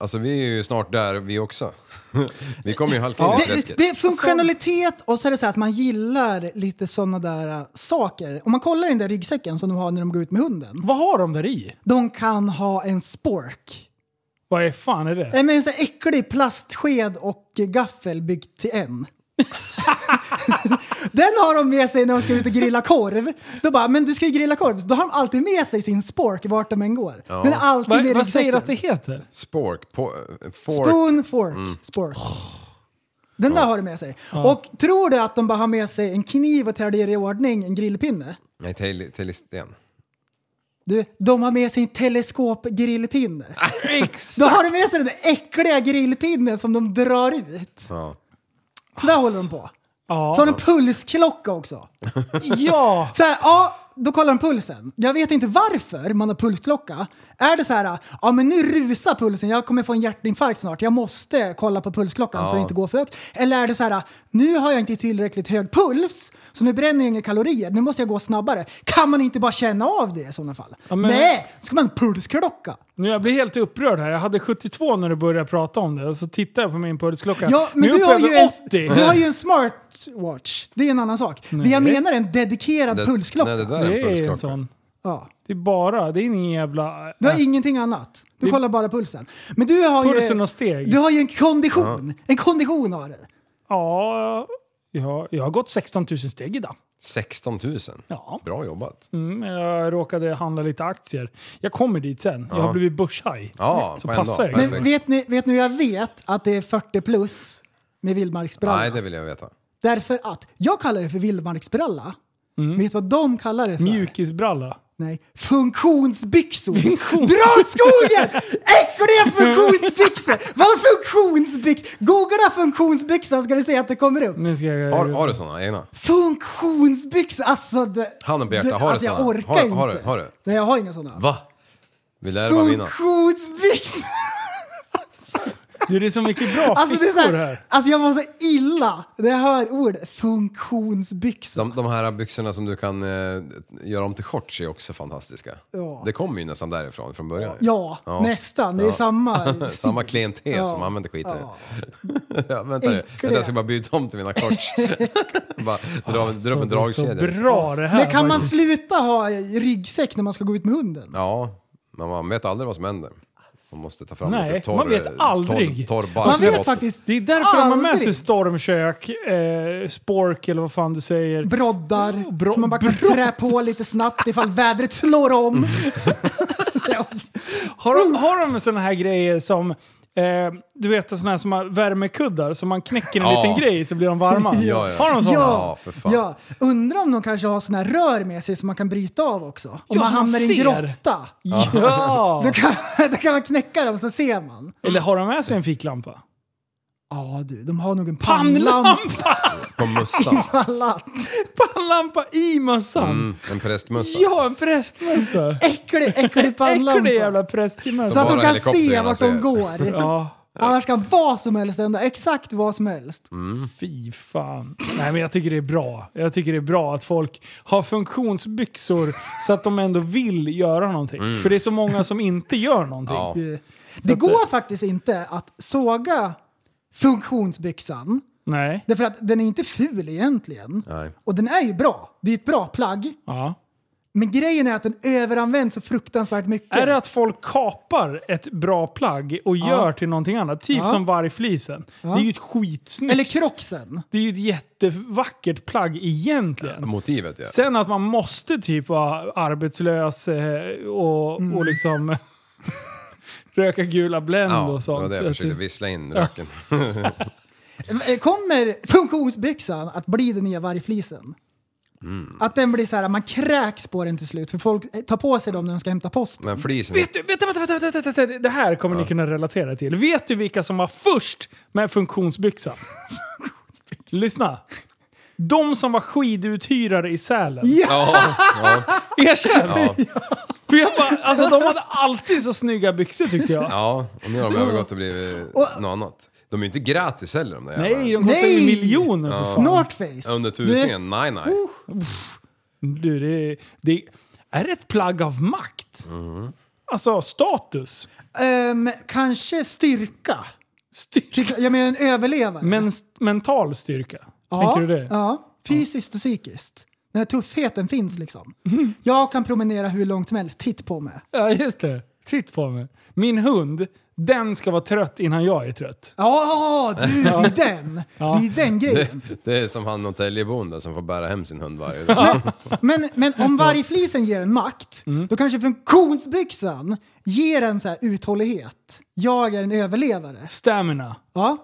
Speaker 7: Alltså vi är ju snart där vi också. vi kommer ju halka in i
Speaker 6: Det,
Speaker 7: träsket.
Speaker 6: det är funktionalitet och så är det så här att man gillar lite sådana där äh, saker. Om man kollar i den där ryggsäcken som de har när de går ut med hunden.
Speaker 5: Vad har de där i?
Speaker 6: De kan ha en spork.
Speaker 5: Vad är fan är det?
Speaker 6: Nej, men en sån här äcklig plastsked och gaffel byggt till en. Den har de med sig när de ska ut och grilla korv. Då bara, men du ska ju grilla korv. Så Då har de alltid med sig sin spork vart de än går. Den är alltid med i
Speaker 5: Vad, vad säger
Speaker 6: ryggsäcken.
Speaker 5: att det heter?
Speaker 7: Spork, po, fork.
Speaker 6: Spoon, fork, spork. Den där har de med sig. Och tror du att de bara har med sig en kniv och täljer i ordning en grillpinne?
Speaker 7: Nej, till, till sten.
Speaker 6: Du, de har med sig en teleskopgrillpinne. Då
Speaker 5: Exakt!
Speaker 6: har de med sig den där äckliga grillpinnen som de drar ut.
Speaker 7: Ja.
Speaker 6: Så där håller de på. Så har de pulsklocka också.
Speaker 5: Ja!
Speaker 6: Så här, ja, då kollar de pulsen. Jag vet inte varför man har pulsklocka. Är det så här, ja men nu rusar pulsen, jag kommer få en hjärtinfarkt snart, jag måste kolla på pulsklockan så det inte går för högt. Eller är det så här, nu har jag inte tillräckligt hög puls, så nu bränner jag inga kalorier, nu måste jag gå snabbare. Kan man inte bara känna av det i sådana fall?
Speaker 5: men-
Speaker 6: Nej, ska man ha en pulsklocka?
Speaker 5: Nu, jag blir helt upprörd här. Jag hade 72 när du började prata om det och så tittar jag på min pulsklocka.
Speaker 6: Ja, men
Speaker 5: nu är
Speaker 6: du
Speaker 5: jag uppe
Speaker 6: har, ju
Speaker 5: över
Speaker 6: en,
Speaker 5: 80!
Speaker 6: du har ju en smartwatch. Det är en annan sak. Det jag menar är en dedikerad
Speaker 7: Det-
Speaker 6: pulsklocka.
Speaker 7: Nej, det där är en
Speaker 5: Det är
Speaker 7: pulsklocka.
Speaker 5: en sån.
Speaker 6: Ja.
Speaker 5: Det är bara, det är ingen jävla...
Speaker 6: Du har ingenting annat. Du kollar bara pulsen. Men du har
Speaker 5: Pulsen
Speaker 6: ju,
Speaker 5: och steg.
Speaker 6: Du har ju en kondition. En kondition har du.
Speaker 5: Ja, jag, jag har gått 16 000 steg idag.
Speaker 7: 16 000.
Speaker 5: Ja.
Speaker 7: Bra jobbat.
Speaker 5: Mm, jag råkade handla lite aktier. Jag kommer dit sen. Jag har blivit börshaj.
Speaker 7: Ja,
Speaker 5: så
Speaker 7: på en dag.
Speaker 5: passar det.
Speaker 7: Perfekt.
Speaker 6: Men vet ni, vet ni hur jag vet att det är 40 plus med
Speaker 7: Nej,
Speaker 6: vildmarksbralla?
Speaker 7: det vill jag veta.
Speaker 6: Därför att jag kallar det för vildmarksbralla.
Speaker 5: Mm.
Speaker 6: Vet du vad de kallar det för?
Speaker 5: Mjukisbralla.
Speaker 6: Nej, funktionsbyxor! Dra åt skogen! Äckliga funktionsbyxor! Vad funktionsbyxor? Googla funktionsbyxan ska du se att det kommer upp.
Speaker 5: Nu ska jag...
Speaker 7: Har, har du såna egna?
Speaker 6: Funktionsbyxor! Alltså... Det,
Speaker 7: Handen på hjärtat,
Speaker 6: det-
Speaker 7: har du
Speaker 6: alltså, jag
Speaker 7: såna?
Speaker 6: orkar
Speaker 7: Har-
Speaker 6: inte.
Speaker 7: har du- har du?
Speaker 6: Nej, jag har inga sådana.
Speaker 7: Va? Vill jag vara mina?
Speaker 6: Funktionsbyxor!
Speaker 5: Du, det är så mycket bra
Speaker 6: Alltså, det är så
Speaker 5: fickor
Speaker 6: här,
Speaker 5: här.
Speaker 6: alltså jag mår så illa när jag hör ordet funktionsbyxor.
Speaker 7: De, de här byxorna som du kan eh, göra om till shorts är också fantastiska.
Speaker 6: Ja.
Speaker 7: Det kommer ju nästan därifrån från början. ju.
Speaker 6: Ja, nästan. Det är
Speaker 7: Ja.
Speaker 6: samma stil.
Speaker 7: Samma klientel
Speaker 6: Ja.
Speaker 7: som använder skiten.
Speaker 6: Ja.
Speaker 7: Ja, vänta nu, vänta, jag ska bara byta om till mina shorts. bara dra, alltså, dra upp en
Speaker 5: det är så
Speaker 7: dragkedja. liksom.
Speaker 5: bra det här.
Speaker 6: Men kan man
Speaker 5: faktiskt.
Speaker 6: sluta ha ryggsäck när man ska gå ut med hunden?
Speaker 7: Ja, men man vet aldrig vad som händer. Man måste ta fram
Speaker 5: Nej,
Speaker 7: lite torr,
Speaker 5: man vet aldrig.
Speaker 7: Torr, torr bark
Speaker 6: Man
Speaker 7: som är
Speaker 6: vet
Speaker 7: botten.
Speaker 6: faktiskt
Speaker 5: Det är därför de har med sig
Speaker 6: aldrig.
Speaker 5: stormkök, eh, spork eller vad fan du säger.
Speaker 6: broddar
Speaker 5: bro-
Speaker 6: som man bara kan
Speaker 5: brodd.
Speaker 6: trä på lite snabbt ifall vädret slår om. Ja.
Speaker 5: Har de, har de såna här grejer som, eh, du vet såna här som har värmekuddar som man knäcker en
Speaker 7: Ja.
Speaker 5: liten grej så blir de varma?
Speaker 7: Ja, ja.
Speaker 5: Har de såna?
Speaker 7: Ja, för fan.
Speaker 6: ja. Undrar om de kanske har såna här rör med sig som man kan bryta av också. Om
Speaker 5: Ja,
Speaker 6: man
Speaker 5: som man
Speaker 6: hamnar i en
Speaker 5: ser.
Speaker 6: grotta.
Speaker 5: Ja!
Speaker 6: Då kan, då kan man knäcka dem så ser man.
Speaker 5: Eller har de med sig en ficklampa?
Speaker 6: Ja du, de har nog en pannlampa.
Speaker 5: Pannlampa!
Speaker 7: På mössan.
Speaker 5: Pannlampa i mössan!
Speaker 7: Mm, en prästmössa.
Speaker 5: Ja, en prästmössa!
Speaker 6: Äcklig, äcklig pannlampa.
Speaker 5: Äcklig jävla
Speaker 6: så
Speaker 5: prästmössa.
Speaker 6: att de
Speaker 7: Bara
Speaker 6: kan se
Speaker 7: helikoptrarna
Speaker 6: vad som
Speaker 7: ser.
Speaker 6: går.
Speaker 5: Ja,
Speaker 6: Annars kan vad som helst hända. Exakt vad som helst.
Speaker 5: fy fan. Nej men jag tycker det är bra. Jag tycker det är bra att folk har funktionsbyxor så att de ändå vill göra någonting. För det är så många som inte gör någonting.
Speaker 7: Mm. Ja.
Speaker 6: Det går faktiskt inte att såga funktionsbyxan.
Speaker 5: Nej.
Speaker 6: Därför att den är inte ful egentligen.
Speaker 7: Nej.
Speaker 6: Och den är ju bra. Det är ett bra plagg.
Speaker 5: Ja.
Speaker 6: Men grejen är att den överanvänds så fruktansvärt mycket.
Speaker 5: Är det att folk kapar ett bra plagg och gör till någonting annat? Typ
Speaker 6: Ja.
Speaker 5: som vargflisen. Det är ju ett skitsnyggt.
Speaker 6: Eller krocksen.
Speaker 5: Det är ju ett jättevackert plagg egentligen.
Speaker 7: Motivet ja.
Speaker 5: Sen att man måste typ vara arbetslös eh, och, och liksom röka gula Blend
Speaker 7: Mm. Ja,
Speaker 5: och
Speaker 7: det var
Speaker 5: sånt.
Speaker 7: det jag
Speaker 5: Jag
Speaker 7: försökte
Speaker 5: typ-
Speaker 7: vissla in röken.
Speaker 6: Eh, Kommer funktionsbyxan att bli den nya vargflisen?
Speaker 7: Mm.
Speaker 6: Att den blir så här, man kräks på den till slut för folk eh, tar på sig dem när de ska hämta post.
Speaker 7: Men flisen...
Speaker 5: Vet du, vänta, vänta, vänta, vänta, vänta, vänta, det här kommer ni kunna relatera till. Vet du vilka som var först med funktionsbyxa? Lyssna. De som var skiduthyrare i Sälen.
Speaker 7: Ja, ja,
Speaker 5: Erkänn!
Speaker 7: Ja.
Speaker 5: För jag bara, alltså de hade alltid så snygga byxor tyckte jag.
Speaker 7: ja. Och nu har de övergått och blivit något annat. De är ju inte gratis heller de där
Speaker 5: Nej,
Speaker 7: jävlarna.
Speaker 5: de kostar ju
Speaker 6: Nej!
Speaker 5: miljoner för fan.
Speaker 6: Northface.
Speaker 7: Mm. Under
Speaker 6: Du,
Speaker 7: tusingen? Nej, nej.
Speaker 5: Du, det, det är ett plagg av makt.
Speaker 7: Mm.
Speaker 5: Alltså status.
Speaker 6: ehm, kanske styrka. Typ, Jag menar en överlevare.
Speaker 5: Men, mental styrka. Tänker du det?
Speaker 6: Ja, fysiskt och psykiskt. Den här tuffheten finns liksom. Jag kan promenera hur långt som helst, titt på mig.
Speaker 5: Ja, just det. Titt på mig. Min hund, den ska vara trött innan jag är trött.
Speaker 6: Ja, du, det är den! Det är den grejen.
Speaker 7: Det är som han Norrtäljebonden som får bära hem sin hund varje dag.
Speaker 6: Men, men om vargflisen ger en makt,
Speaker 7: Mm.
Speaker 6: då kanske funktionsbyxan ger en så här uthållighet. Jag är en överlevare.
Speaker 5: Stamina.
Speaker 6: Ja.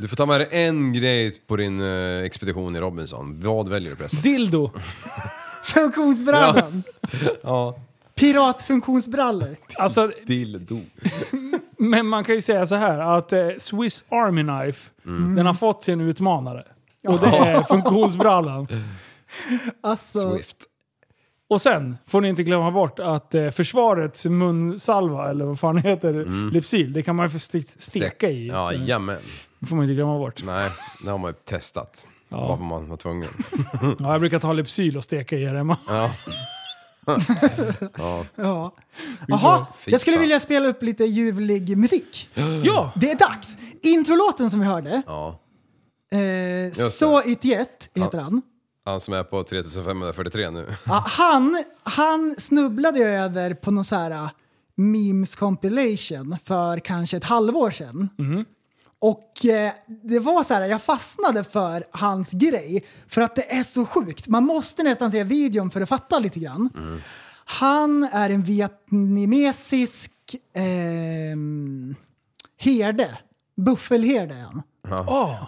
Speaker 7: Du får ta med dig en grej på din eh, expedition i Robinson. Vad väljer du förresten?
Speaker 5: Dildo.
Speaker 6: Funktionsbrallan.
Speaker 7: Ja.
Speaker 6: Piratfunktionsbrallor.
Speaker 5: Alltså,
Speaker 7: Dildo.
Speaker 5: men man kan ju säga så här att eh, Swiss Army Knife, den har fått sin utmanare. Och det är funktionsbrallan.
Speaker 6: Alltså,
Speaker 7: Swift.
Speaker 5: Och sen får ni inte glömma bort att eh, försvarets munsalva, eller vad fan heter, Lypsyl, det kan man ju st- steka i.
Speaker 7: Ja, Mm. jamen.
Speaker 5: Det får man inte glömma bort.
Speaker 7: Nej, det har man ju testat.
Speaker 5: Ja.
Speaker 7: Varför man var tvungen.
Speaker 5: Ja, jag brukar ta Lypsyl och steka i det hemma.
Speaker 7: Ja.
Speaker 6: Ja. Jaha,
Speaker 7: Fy
Speaker 6: jag skulle
Speaker 7: fan.
Speaker 6: vilja spela upp lite ljuvlig musik.
Speaker 5: Ja!
Speaker 6: Det är dags! Introlåten som vi hörde,
Speaker 7: ja.
Speaker 6: eh,
Speaker 7: det.
Speaker 6: Så It Yet, heter han.
Speaker 7: Han som är på 3543 nu.
Speaker 6: Ja, han, han snubblade ju över på någon så här äh, memes compilation för kanske ett halvår sedan. Och eh, det var så här, jag fastnade för hans grej för att det är så sjukt. Man måste nästan se videon för att fatta lite grann. Han är en vietnamesisk ehm, herde, buffelherde är han.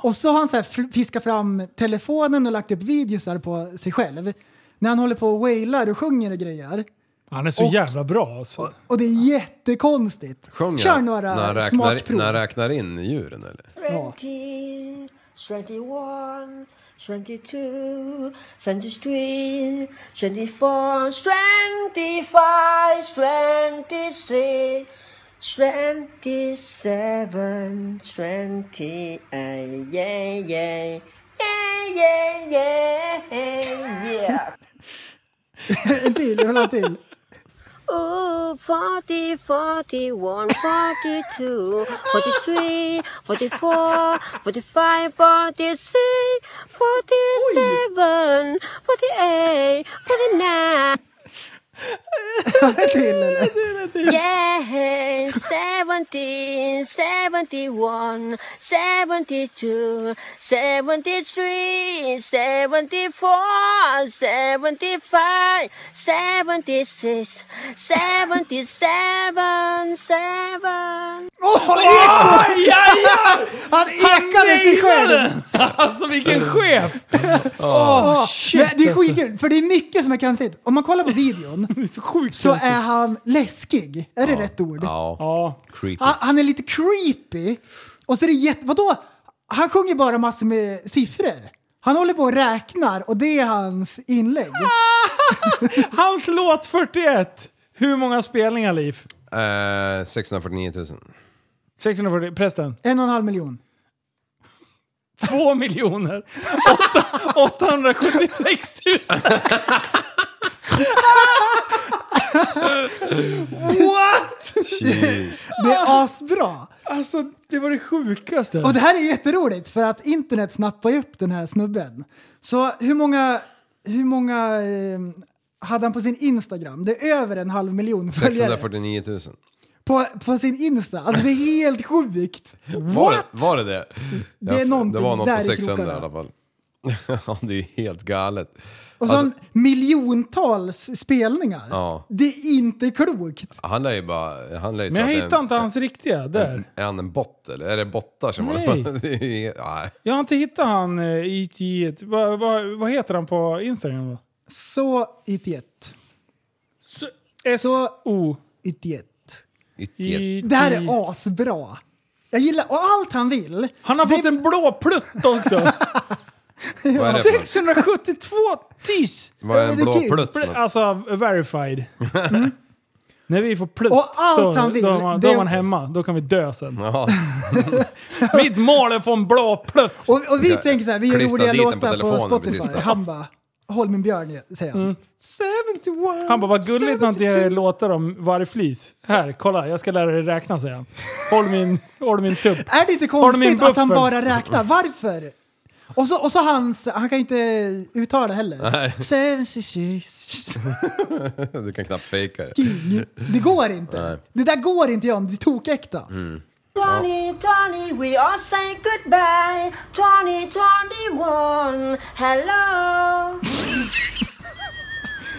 Speaker 6: Och så har han så här fl- fiskat fram telefonen och lagt upp videosar på sig själv. När han håller på och wailar och sjunger och grejer.
Speaker 5: Han är så jävla bra alltså.
Speaker 6: Och det är jättekonstigt.
Speaker 7: Sjunger
Speaker 6: Kör
Speaker 7: han
Speaker 6: några
Speaker 7: när han räknar,
Speaker 6: smakprov.
Speaker 7: när han räknar in djuren eller?
Speaker 4: 20, 21, 22, 23, 24, 25, 26, 27, 28, yeah, yeah, yeah, yeah, yeah, yeah.
Speaker 6: en till, jag vill ha en till.
Speaker 4: Ooh, 40, 41, 42, 43, 44, 45, 46, 47, 48, 49.
Speaker 6: En till eller?
Speaker 4: Yeah, 70, 71, 72, 73, 74, 75, 76, 77, 7.
Speaker 6: Åh, vad eko! Han ekade sig själv!
Speaker 5: Alltså vilken chef!
Speaker 7: Oh,
Speaker 6: Åh, men det
Speaker 7: alltså.
Speaker 6: är skitkul, för det är mycket som är kansligt. Om man kollar på videon
Speaker 5: Det är så sjukt
Speaker 6: så
Speaker 5: konstigt.
Speaker 6: är han läskig. Är det rätt ord?
Speaker 7: Ja.
Speaker 5: Ja.
Speaker 7: Creepy.
Speaker 6: Han, han är lite creepy. Och så är det jätte... Vadå? Han sjunger bara massor med siffror. Han håller på och räknar och det är hans inlägg.
Speaker 5: Hans låt 41! Hur många spelningar, Liv?
Speaker 7: Eh, 649 000.
Speaker 5: 640, prästen?
Speaker 6: En och en halv miljon.
Speaker 5: 2 miljoner 876 000!
Speaker 6: What?
Speaker 7: Shit.
Speaker 6: Det är asbra!
Speaker 5: Alltså, det var det sjukaste.
Speaker 6: Och det här är jätteroligt för att internet snappar ju upp den här snubben. Så hur många, hur många eh, hade han på sin Instagram? Det är över en halv miljon följare.
Speaker 7: 649 000.
Speaker 6: På, på sin Insta. Alltså det är helt sjukt.
Speaker 7: Var det, var det det?
Speaker 6: är
Speaker 7: Ja,
Speaker 6: någonting
Speaker 7: det var något
Speaker 6: där
Speaker 7: på
Speaker 6: i
Speaker 7: 600 i
Speaker 6: krokarna.
Speaker 7: alla fall. ja, det är ju helt galet.
Speaker 6: Och så
Speaker 7: Alltså-
Speaker 6: miljontals spelningar.
Speaker 7: Ja.
Speaker 6: Det är inte klokt.
Speaker 7: Han lär ju bara... Han lär ju
Speaker 5: Men jag
Speaker 7: tro att det är
Speaker 5: hittar
Speaker 7: en-
Speaker 5: inte hans riktiga där.
Speaker 7: Är han en bot eller? Är det bottar som
Speaker 5: Nej.
Speaker 7: håller på? Det är ju- Nej.
Speaker 5: Jag har inte hittat han eh, i... i vad, vad, vad heter han på Instagram då?
Speaker 6: Så idiot. Så-
Speaker 5: S-O...
Speaker 6: Idiot.
Speaker 7: Ytterligare.
Speaker 6: Det här är asbra. Jag gillar, och allt han vill.
Speaker 5: Han har fått en blå plutt också!
Speaker 7: Vad är det för något?
Speaker 5: 672 tis!
Speaker 7: Vad är en
Speaker 6: Ja, men
Speaker 7: blå
Speaker 6: det är kul.
Speaker 7: plutt för något?
Speaker 5: Alltså, verified. Mm. När vi får plutt,
Speaker 6: Och allt
Speaker 5: då,
Speaker 6: han vill,
Speaker 5: då, är man,
Speaker 6: det-
Speaker 5: då är man hemma. Då kan vi dö sen.
Speaker 7: Ja,
Speaker 5: Mitt mål är att få en blå plutt!
Speaker 6: Och, och vi tänker så här, vi gör
Speaker 7: Klistra
Speaker 6: roliga
Speaker 7: dit den på
Speaker 6: låtar på,
Speaker 7: telefonen
Speaker 6: Spotify.
Speaker 7: precis där. Mm.
Speaker 6: Han bara, håll min björn, säger han. 71,
Speaker 5: Han bara, vad gulligt när inte jag
Speaker 6: 72."
Speaker 5: låtar om vargflis. Här, kolla, jag ska lära dig räkna, säger han. Håll min, håll min tupp.
Speaker 6: Är det inte
Speaker 5: Har de min
Speaker 6: konstigt att han
Speaker 5: buffer?
Speaker 6: bara räknar? Varför? Och så, och så hans, han kan inte uttala det heller. Sen-
Speaker 7: du kan knappt fejka det.
Speaker 6: Det går inte. Det där går inte John, det är tokäkta.
Speaker 7: Mm.
Speaker 4: Tony, Tony, we all say goodbye. Tony, Tony, one, hello.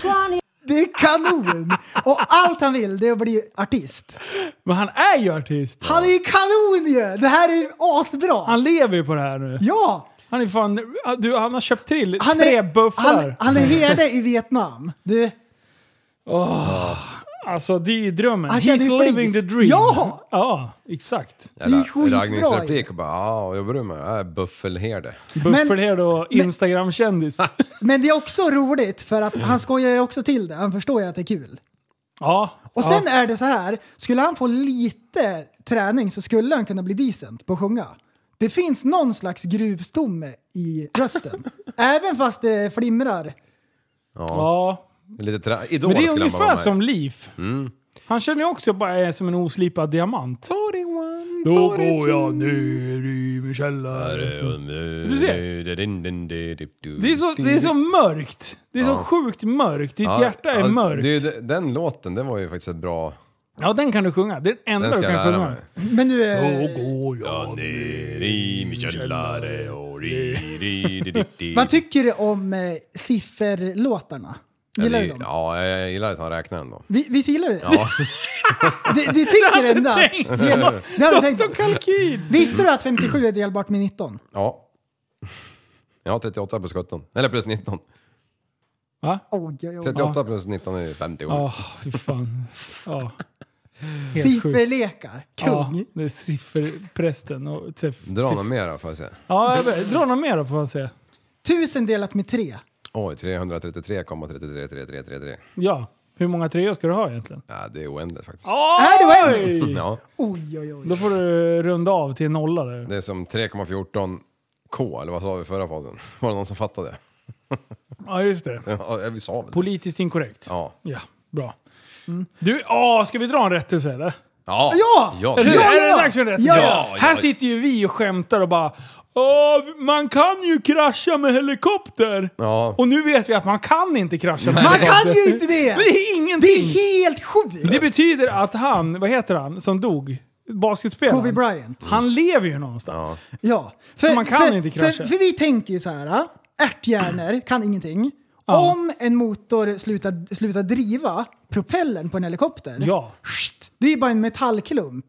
Speaker 4: Tony.
Speaker 6: Det är kanon! Och allt han vill det är att bli artist.
Speaker 5: Men han är ju artist!
Speaker 6: Han är ju kanon ju! Det här är ju asbra!
Speaker 5: Han lever ju på det här nu.
Speaker 6: Ja!
Speaker 5: Han är fan... Du, han har köpt till
Speaker 6: Han
Speaker 5: tre
Speaker 6: är,
Speaker 5: bufflar.
Speaker 6: han, han är herde i Vietnam. Du,
Speaker 5: Alltså det är ju drömmen.
Speaker 6: Han känner ju
Speaker 5: He's living
Speaker 6: flis.
Speaker 5: the dream.
Speaker 6: Ja!
Speaker 5: Ja, exakt.
Speaker 6: Det är skitbra
Speaker 7: Ragnings
Speaker 6: ju.
Speaker 7: replik och bara ja, vad jobbar du med? Jag är buffelherde.
Speaker 5: Buffelherde och Instagram-kändis.
Speaker 6: Men det är också roligt för att han skojar ju också till det. Han förstår ju att det är kul.
Speaker 5: Ja.
Speaker 6: Och
Speaker 5: ja.
Speaker 6: sen är det så här, skulle han få lite träning så skulle han kunna bli decent på att sjunga. Det finns någon slags gruvstomme i rösten. Även fast det flimrar.
Speaker 5: Ja.
Speaker 7: Lite tra- Idol
Speaker 5: Men det är
Speaker 7: skulle han bara vara
Speaker 5: ungefär
Speaker 7: med Mm.
Speaker 5: som
Speaker 7: i.
Speaker 5: Liv. Han känner ju också bara är som en oslipad diamant. Då går jag ner i min källare.
Speaker 7: Du
Speaker 5: ser. Det är, så, det är så mörkt. Det är så sjukt mörkt. Ditt hjärta är mörkt.
Speaker 7: Det, det, den låten, den var ju faktiskt ett bra...
Speaker 5: Ja, den kan du sjunga. Det är den enda
Speaker 7: Den ska
Speaker 5: du
Speaker 7: jag
Speaker 5: kan
Speaker 7: lära
Speaker 5: sjunga.
Speaker 7: mig.
Speaker 6: Men nu är...
Speaker 5: Då går jag ner.
Speaker 7: I min källare och ri, ri, di, di, di.
Speaker 6: Vad tycker du om eh, sifferlåtarna?
Speaker 7: Ja,
Speaker 6: Gillar
Speaker 7: det-
Speaker 6: du dem?
Speaker 7: Ja, jag gillar att han räknar ändå.
Speaker 6: Vi, visst gillar du det?
Speaker 7: Ja.
Speaker 6: Du, du tycker ändå att...
Speaker 5: tänkt
Speaker 6: Det det hade jag tänkt.
Speaker 5: Kalkid!
Speaker 6: Visste du att 57 är delbart med 19?
Speaker 7: ja. Jag har 38 plus 17. Eller plus 19.
Speaker 5: Va?
Speaker 6: Oj, oj, oj.
Speaker 7: 38 plus 19 är 50 år.
Speaker 5: Ja, fy fan. Ja.
Speaker 6: Sifferlekar.
Speaker 5: Ja,
Speaker 6: Kung.
Speaker 5: det är sifferprästen och... Tef,
Speaker 7: Dra någon mer då får jag se.
Speaker 5: Ja, jag vet. dra någon mer då får man se.
Speaker 6: Tusen delat med tre.
Speaker 7: Oj, 333,33333.
Speaker 5: Ja. Hur många treor ska du ha egentligen?
Speaker 7: Ja, det är oändligt faktiskt.
Speaker 5: Är
Speaker 6: det oändligt?
Speaker 7: Ja,
Speaker 6: Oj, oj, oj.
Speaker 5: Då får du runda av till en nolla där.
Speaker 7: det är som 3,14K, eller vad sa vi förra podden? Var det någon som fattade?
Speaker 5: Ja, just det.
Speaker 7: Ja, vi sa väl det.
Speaker 5: Politiskt inkorrekt.
Speaker 7: Ja.
Speaker 5: Ja, bra. Du, åh, ska vi dra en rättelse eller?
Speaker 7: Ja!
Speaker 6: Ja!
Speaker 7: ja
Speaker 5: Eller
Speaker 7: det
Speaker 5: hur?
Speaker 7: är-
Speaker 5: Är det dags för en rättelse?
Speaker 7: Ja, ja.
Speaker 5: Här sitter ju vi och skämtar och bara Åh, man kan ju krascha med helikopter!
Speaker 7: Ja.
Speaker 5: Och nu vet vi att man kan inte krascha med
Speaker 6: Man
Speaker 5: helikopter.
Speaker 6: kan ju inte det!
Speaker 5: Det är
Speaker 6: Det är
Speaker 5: ingenting!
Speaker 6: helt sjukt!
Speaker 5: Det betyder att han, vad heter han, som dog? Basketspelaren?
Speaker 6: Kobe Bryant.
Speaker 5: Han lever ju någonstans.
Speaker 6: Ja. För,
Speaker 5: Man kan
Speaker 6: för,
Speaker 5: inte krascha.
Speaker 6: För, för vi tänker ju så här, ärthjärnor kan ingenting. Om en motor slutar, slutar driva propellern på en helikopter,
Speaker 5: Ja.
Speaker 6: Sst, det är ju bara en metallklump.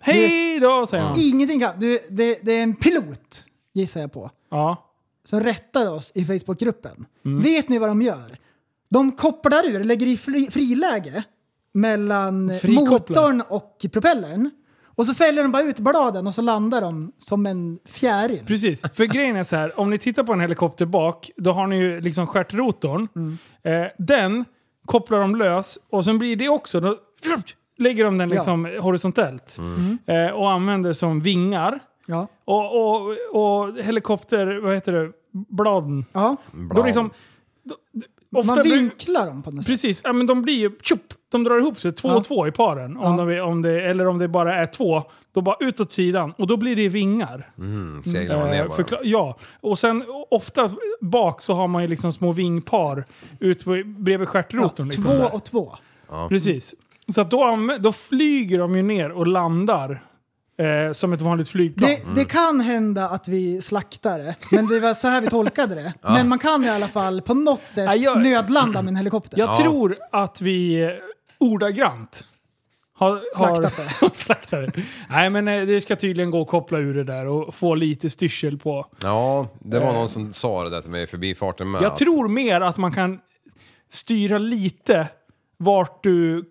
Speaker 5: Hej då, säger han.
Speaker 6: Ingenting kan... Du, det, det är en pilot, gissar jag på,
Speaker 5: Ja.
Speaker 6: som rättar oss i Facebookgruppen.
Speaker 5: Mm.
Speaker 6: Vet ni vad de gör? De kopplar ur, lägger i fri, friläge mellan
Speaker 5: Frikopplar.
Speaker 6: motorn och propellern. Och så fäller de bara ut bladen och så landar de som en fjäril.
Speaker 5: Precis, för grejen är så här. om ni tittar på en helikopter bak, då har ni ju liksom skärt rotorn.
Speaker 6: Mm.
Speaker 5: Eh, den kopplar de lös och sen blir det också, då lägger de den liksom horisontellt. Eh, och använder som vingar.
Speaker 6: Ja.
Speaker 5: Och, och, och helikopter, vad heter det, bladen.
Speaker 6: Ja.
Speaker 5: Då liksom, då, ofta
Speaker 6: Man
Speaker 5: bruk-
Speaker 6: vinklar dem på något sätt.
Speaker 5: Precis, ja, men de blir ju... Tjup, de drar ihop sig två
Speaker 6: Ja.
Speaker 5: och två i paren. Om
Speaker 6: Ja.
Speaker 5: de, är- om det, eller om det bara är två, då bara utåt sidan. Och då blir det vingar.
Speaker 7: Mm, Seglar man ner
Speaker 5: Eh, förkla-
Speaker 7: bara.
Speaker 5: ja, och sen o- ofta bak så har man ju liksom små vingpar ut på- bredvid
Speaker 6: Ja,
Speaker 5: stjärtroten. liksom
Speaker 6: två
Speaker 5: där.
Speaker 6: och två.
Speaker 5: Precis. Så att då, anv- då flyger de ju ner och landar eh, som ett vanligt flygplan.
Speaker 6: Det, det kan hända att vi slaktar det, men det var så här vi tolkade det. Men man kan i alla fall på något sätt
Speaker 5: Ja, jag-
Speaker 6: nödlanda med en helikopter.
Speaker 5: Jag tror att vi eh, ordagrant har,
Speaker 6: Slaktat
Speaker 5: har, slaktat det. Nej, men eh, det ska tydligen gå att koppla ur det där och få lite styrsel på.
Speaker 7: Ja, det var någon som sa det där till mig i förbifarten med.
Speaker 5: Eh. Jag
Speaker 7: att-
Speaker 5: tror mer att man kan styra lite vart du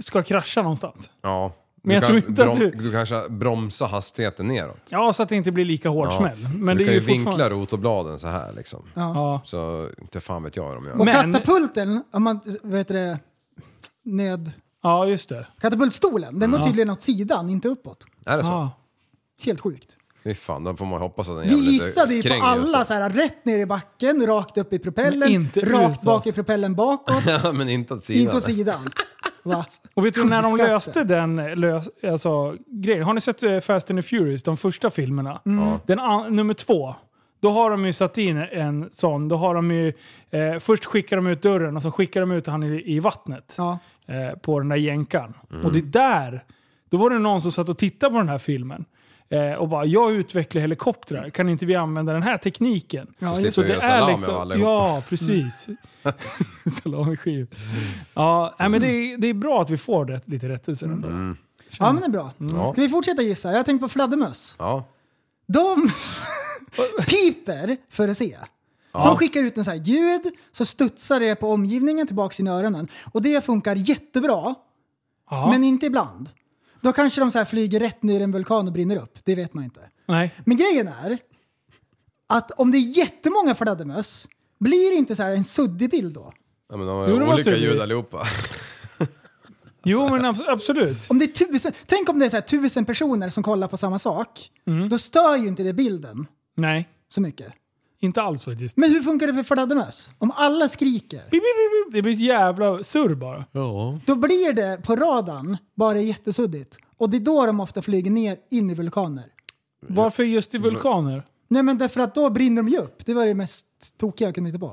Speaker 5: ska krascha någonstans.
Speaker 7: Ja.
Speaker 5: Men jag
Speaker 7: kan
Speaker 5: tror inte att du-
Speaker 7: du kanske bromsar hastigheten neråt.
Speaker 5: Ja, så att det inte blir lika hård smäll. Men det
Speaker 7: du
Speaker 5: är
Speaker 7: kan
Speaker 5: ju
Speaker 7: ju vinkla
Speaker 5: fortfarande...
Speaker 7: rotorbladen så här liksom.
Speaker 5: Ja.
Speaker 7: Så inte fan vet jag vad de gör.
Speaker 6: Och
Speaker 5: Men-
Speaker 6: katapulten, om man, vad heter det, nöd...
Speaker 5: ja, just det.
Speaker 6: Katapultstolen, den går tydligen åt sidan, inte uppåt.
Speaker 7: Är det så?
Speaker 5: Ja.
Speaker 6: Helt sjukt.
Speaker 7: Fy fan, då får man hoppas att den
Speaker 6: Vi
Speaker 7: jäveln inte
Speaker 6: gissade ju på
Speaker 7: kränger just
Speaker 6: alla
Speaker 7: då.
Speaker 6: så här, rätt ner i backen, rakt upp i
Speaker 5: Men
Speaker 6: propellen,
Speaker 5: inte
Speaker 6: rakt
Speaker 5: utåt.
Speaker 6: bak i propellen bakåt,
Speaker 7: Ja, men inte åt sidan.
Speaker 6: inte åt sidan. Va?
Speaker 5: Och vet du när de
Speaker 6: Sjukaste.
Speaker 5: löste den eh, lös, alltså, grejen? Har ni sett eh, Fast and the Furious, de första filmerna? Den an, nummer två. Då har de ju satt in en sån. Då har de ju, eh, först skickar de ut dörren och så skickar de ut han i, i vattnet.
Speaker 6: Ja.
Speaker 5: eh, på den där jänkan.
Speaker 7: Mm.
Speaker 5: Och det är där, då var det någon som satt och tittade på den här filmen. Eh, och bara, jag utvecklar helikoptrar, kan inte vi använda den här tekniken?
Speaker 6: Ja,
Speaker 7: Mm. slipper vi göra salami av allihopa.
Speaker 5: liksom-
Speaker 7: Mm.
Speaker 5: Ja, precis. Salamiskiv. Ja, nej, men det
Speaker 7: Mm.
Speaker 5: är, det är bra att vi får det, lite rättelser ändå.
Speaker 6: ja, men det är bra.
Speaker 7: Mm. Ja.
Speaker 6: Ska vi fortsätta gissa? Jag tänkte på fladdermöss.
Speaker 7: Ja.
Speaker 6: De piper för att se. De skickar ut en så här ljud, så studsar det på omgivningen tillbaka in i öronen. Och det funkar jättebra men inte ibland. Då kanske de så här flyger rätt ner i en vulkan och brinner upp. Det vet man inte.
Speaker 5: Nej.
Speaker 6: Men grejen är att om det är jättemånga fladdermöss, blir det inte så här en suddig bild då?
Speaker 7: Ja, men de har
Speaker 5: Jo, det
Speaker 7: ju
Speaker 5: måste
Speaker 7: olika
Speaker 5: det bli.
Speaker 7: ljud allihopa.
Speaker 5: Jo,
Speaker 7: Alltså,
Speaker 5: men abs- absolut.
Speaker 6: Om det är tusen, tänk om det är så här tusen personer som kollar på samma sak. Då stör ju inte det bilden
Speaker 5: Nej,
Speaker 6: så mycket.
Speaker 5: inte alls faktiskt.
Speaker 6: Men hur funkar det för fladdermöss? Om alla skriker,
Speaker 5: Bip, bip, bip, bip. Det blir ett jävla surr bara.
Speaker 6: då blir det på radarn bara jättesuddigt. Och det är då de ofta flyger ner in i vulkaner.
Speaker 5: Varför just i vulkaner?
Speaker 6: Nej men därför att då brinner de ju upp. Det var det mest tokiga jag kunde hitta på.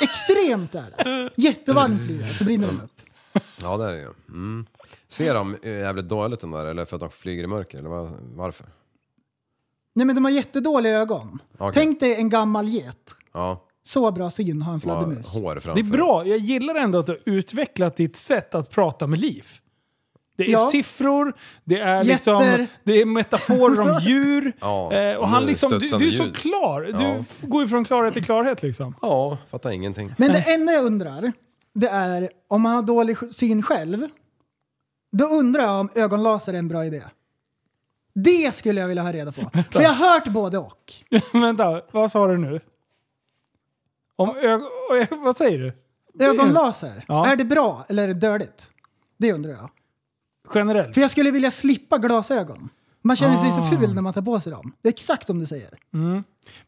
Speaker 6: Extremt är det. Jättevarmt blir det, så brinner de upp.
Speaker 7: Ja, det är det ju. Mm. Ser de eh, jävligt dåligt de där eller för att de flyger i mörker eller var- varför?
Speaker 6: Nej men de har jättedåliga ögon.
Speaker 7: Okej.
Speaker 6: Tänk dig en gammal get.
Speaker 7: Ja,
Speaker 6: Så bra syn har en
Speaker 7: de har
Speaker 6: fladdermus.
Speaker 7: hår
Speaker 5: Det
Speaker 7: framför.
Speaker 5: är bra. Jag gillar ändå att du har utvecklat ditt sätt att prata med liv. Det är
Speaker 6: Ja.
Speaker 5: siffror, det är,
Speaker 6: Jätter.
Speaker 5: liksom, det är metaforer om djur.
Speaker 7: Ja,
Speaker 5: eh, och
Speaker 7: men
Speaker 5: han
Speaker 7: det
Speaker 5: liksom, du,
Speaker 7: studsande
Speaker 5: du är så
Speaker 7: ljud.
Speaker 5: klar. Du
Speaker 7: Ja.
Speaker 5: f- går ju från klarhet till klarhet liksom.
Speaker 7: Ja, fattar ingenting.
Speaker 6: Men det enda jag undrar, det är om man har dålig sj- syn själv, då undrar jag om ögonlaser är en bra idé. Det skulle jag vilja ha reda på. För jag har hört både och.
Speaker 5: Vänta, vad sa du nu? Om ög- vad säger du?
Speaker 6: Ögonlaser,
Speaker 5: Ja.
Speaker 6: är det bra eller är det dödligt? Det undrar jag.
Speaker 5: Generellt?
Speaker 6: För jag skulle vilja slippa glasögon. Man känner sig
Speaker 5: Ah.
Speaker 6: så ful när man tar på sig dem. Det är exakt som du säger.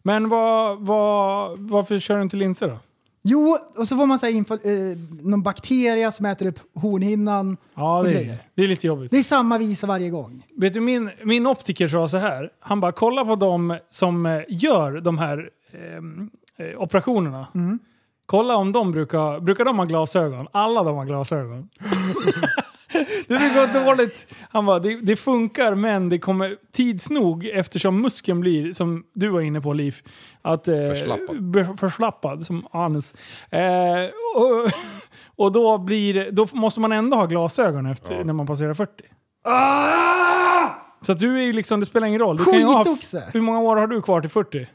Speaker 5: Men vad, vad, varför kör du inte linser då?
Speaker 6: Jo, och så får man så här infall, eh, någon bakterie som äter upp hornhinnan
Speaker 5: Ja,
Speaker 6: och
Speaker 5: det är,
Speaker 6: grejer.
Speaker 5: det är lite jobbigt.
Speaker 6: Det är samma visa varje gång.
Speaker 5: Vet du, min, min optiker sa så här. Han bara, kolla på de som eh, gör de här ehm, eh, operationerna. Kolla om de brukar, brukar de ha glasögon. Alla de har glasögon. det brukar gå dåligt. Han bara, det, det funkar men det kommer tids nog eftersom muskeln blir, som du var inne på Liv, att, eh,
Speaker 7: Förslappad.
Speaker 5: be- förslappad som anus. Eh, och, och då, blir, då måste man ändå ha glasögon efter, när man passerar 40. Så att du är ju liksom, det spelar ingen roll. Du kan ju ha
Speaker 6: Ah! Skitoxe!
Speaker 5: hur många år har du kvar till 40?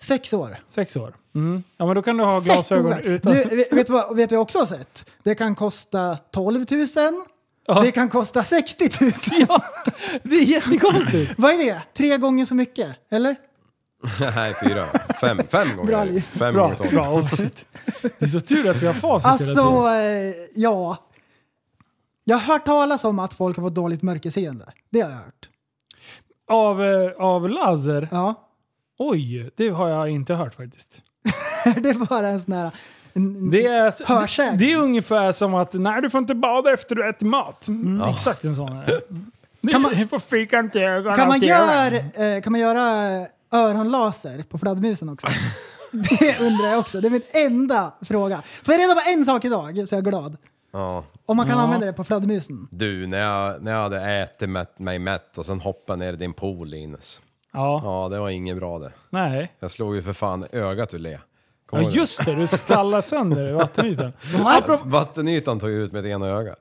Speaker 6: Sex år.
Speaker 5: Sex år? Mm. Ja men då kan du ha
Speaker 6: Fett
Speaker 5: glasögon
Speaker 6: ovärt.
Speaker 5: utan...
Speaker 6: Du, vet vet du vad vet du vad jag också har sett? Det kan kosta 12 000.
Speaker 5: Ja.
Speaker 6: Det kan kosta 60 000.
Speaker 5: Det är jättekonstigt.
Speaker 6: Vad är det? Tre gånger så mycket? Eller?
Speaker 7: Nej, fyra. Fem, fem gånger.
Speaker 6: Bra,
Speaker 7: är det.
Speaker 6: Li.
Speaker 7: fem
Speaker 5: Bra,
Speaker 7: gånger tolv.
Speaker 5: bra. Oh, shit. Det är så tur att vi har facit hela
Speaker 6: Alltså,
Speaker 5: tiden.
Speaker 6: eh, ja. Jag har hört talas om att folk har fått dåligt mörkerseende. Det har jag hört.
Speaker 5: Av, eh, av laser?
Speaker 6: Ja.
Speaker 5: Oj, det har jag inte hört faktiskt.
Speaker 6: Det är bara en sån här... En,
Speaker 5: Det är, s-
Speaker 6: Hörsägen.
Speaker 5: det, det är ungefär som att nej du får inte bada efter du ätit mat. Mm, Exakt en sån. här. Kan man, du får fika inte i ögonen
Speaker 6: kan, man
Speaker 5: åt er.
Speaker 6: gör, eh, kan man göra öronlaser på fladdermusen också? det undrar jag också. Det är min enda fråga. Får jag reda på en sak idag så är jag glad.
Speaker 7: Ja.
Speaker 6: Om man kan använda det på fladdermusen.
Speaker 7: Du, när jag, när jag hade ätit mätt, mig mätt och sen hoppade ner i din pool, Linus.
Speaker 5: Ja,
Speaker 7: Ja, det var inget bra det.
Speaker 5: nej.
Speaker 7: Jag slog ju för fan ögat ur le. Kommer
Speaker 5: Ja
Speaker 7: du ihåg
Speaker 5: just det, du skallar sönder vattenytan.
Speaker 7: det? Vattenytan tog jag ut med det ena ögat.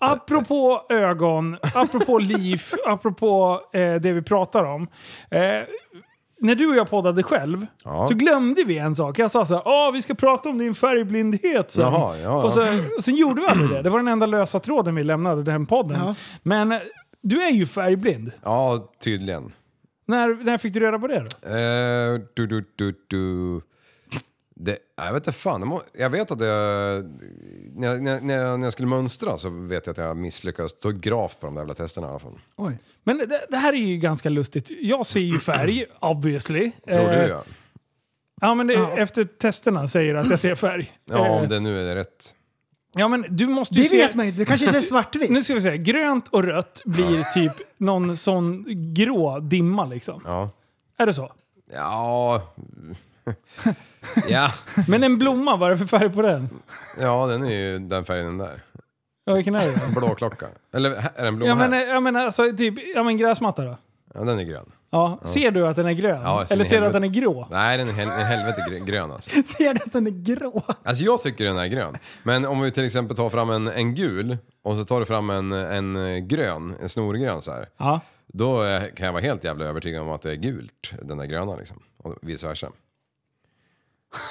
Speaker 5: Apropå ögon, apropå liv, apropå eh, det vi pratar om. Eh, när du och jag poddade själv
Speaker 7: Ja.
Speaker 5: så glömde vi en sak. Jag sa så här, "Ah, vi ska prata om din färgblindhet sen.
Speaker 7: Jaha, ja, ja.
Speaker 5: Och, så, och sen gjorde vi aldrig det. Det var den enda lösa tråden vi lämnade den podden. Men eh, du är ju färgblind.
Speaker 7: Ja, tydligen.
Speaker 5: När, när fick du reda på det då?
Speaker 7: Eh, du, du, du, du. Det, jag vet inte fan. det må- Jag vet att jag, när, jag- när, jag- när jag- när jag skulle mönstra så vet jag att jag misslyckades. Då gravt på de där jävla testerna i alla fall.
Speaker 5: Men det, det här är ju ganska lustigt. Jag ser ju färg, obviously.
Speaker 7: Tror
Speaker 5: Eh,
Speaker 7: du ja.
Speaker 5: Ja, men det, efter testerna säger att jag ser färg.
Speaker 7: Ja,
Speaker 5: Eh,
Speaker 7: om det nu är rätt.
Speaker 5: ja men du måste ju
Speaker 6: Det
Speaker 5: se...
Speaker 6: vet man ju inte. Det kanske är svartvitt.
Speaker 5: Nu ska vi se, grönt och rött blir typ någon sån grå dimma liksom.
Speaker 7: Ja.
Speaker 5: Är det så?
Speaker 7: Ja. ja.
Speaker 5: Men en blomma, vad är det för färg på den?
Speaker 7: ja, den är ju den färgen den där.
Speaker 5: Ja, vilken är det då?
Speaker 7: Blåklocka. Eller är det en blomma
Speaker 5: Ja men, eh,
Speaker 7: här?
Speaker 5: ja, men alltså typ, ja men gräsmatta då?
Speaker 7: Ja, den är grön.
Speaker 5: Ja. Ser du att den är grön?
Speaker 7: Ja, jag ser
Speaker 5: Eller
Speaker 7: den
Speaker 5: ser du
Speaker 7: i
Speaker 5: att den är grå?
Speaker 7: Nej, den är hel- helvete gr- grön alltså.
Speaker 6: Ser du att den är grå?
Speaker 7: Alltså jag tycker den är grön. Men om vi till exempel tar fram en, en gul och så tar du fram en, en grön, en snorgrön så här.
Speaker 5: Ja.
Speaker 7: Då eh, kan jag vara helt jävla övertygad om att det är gult, den där gröna liksom. Och vice versa.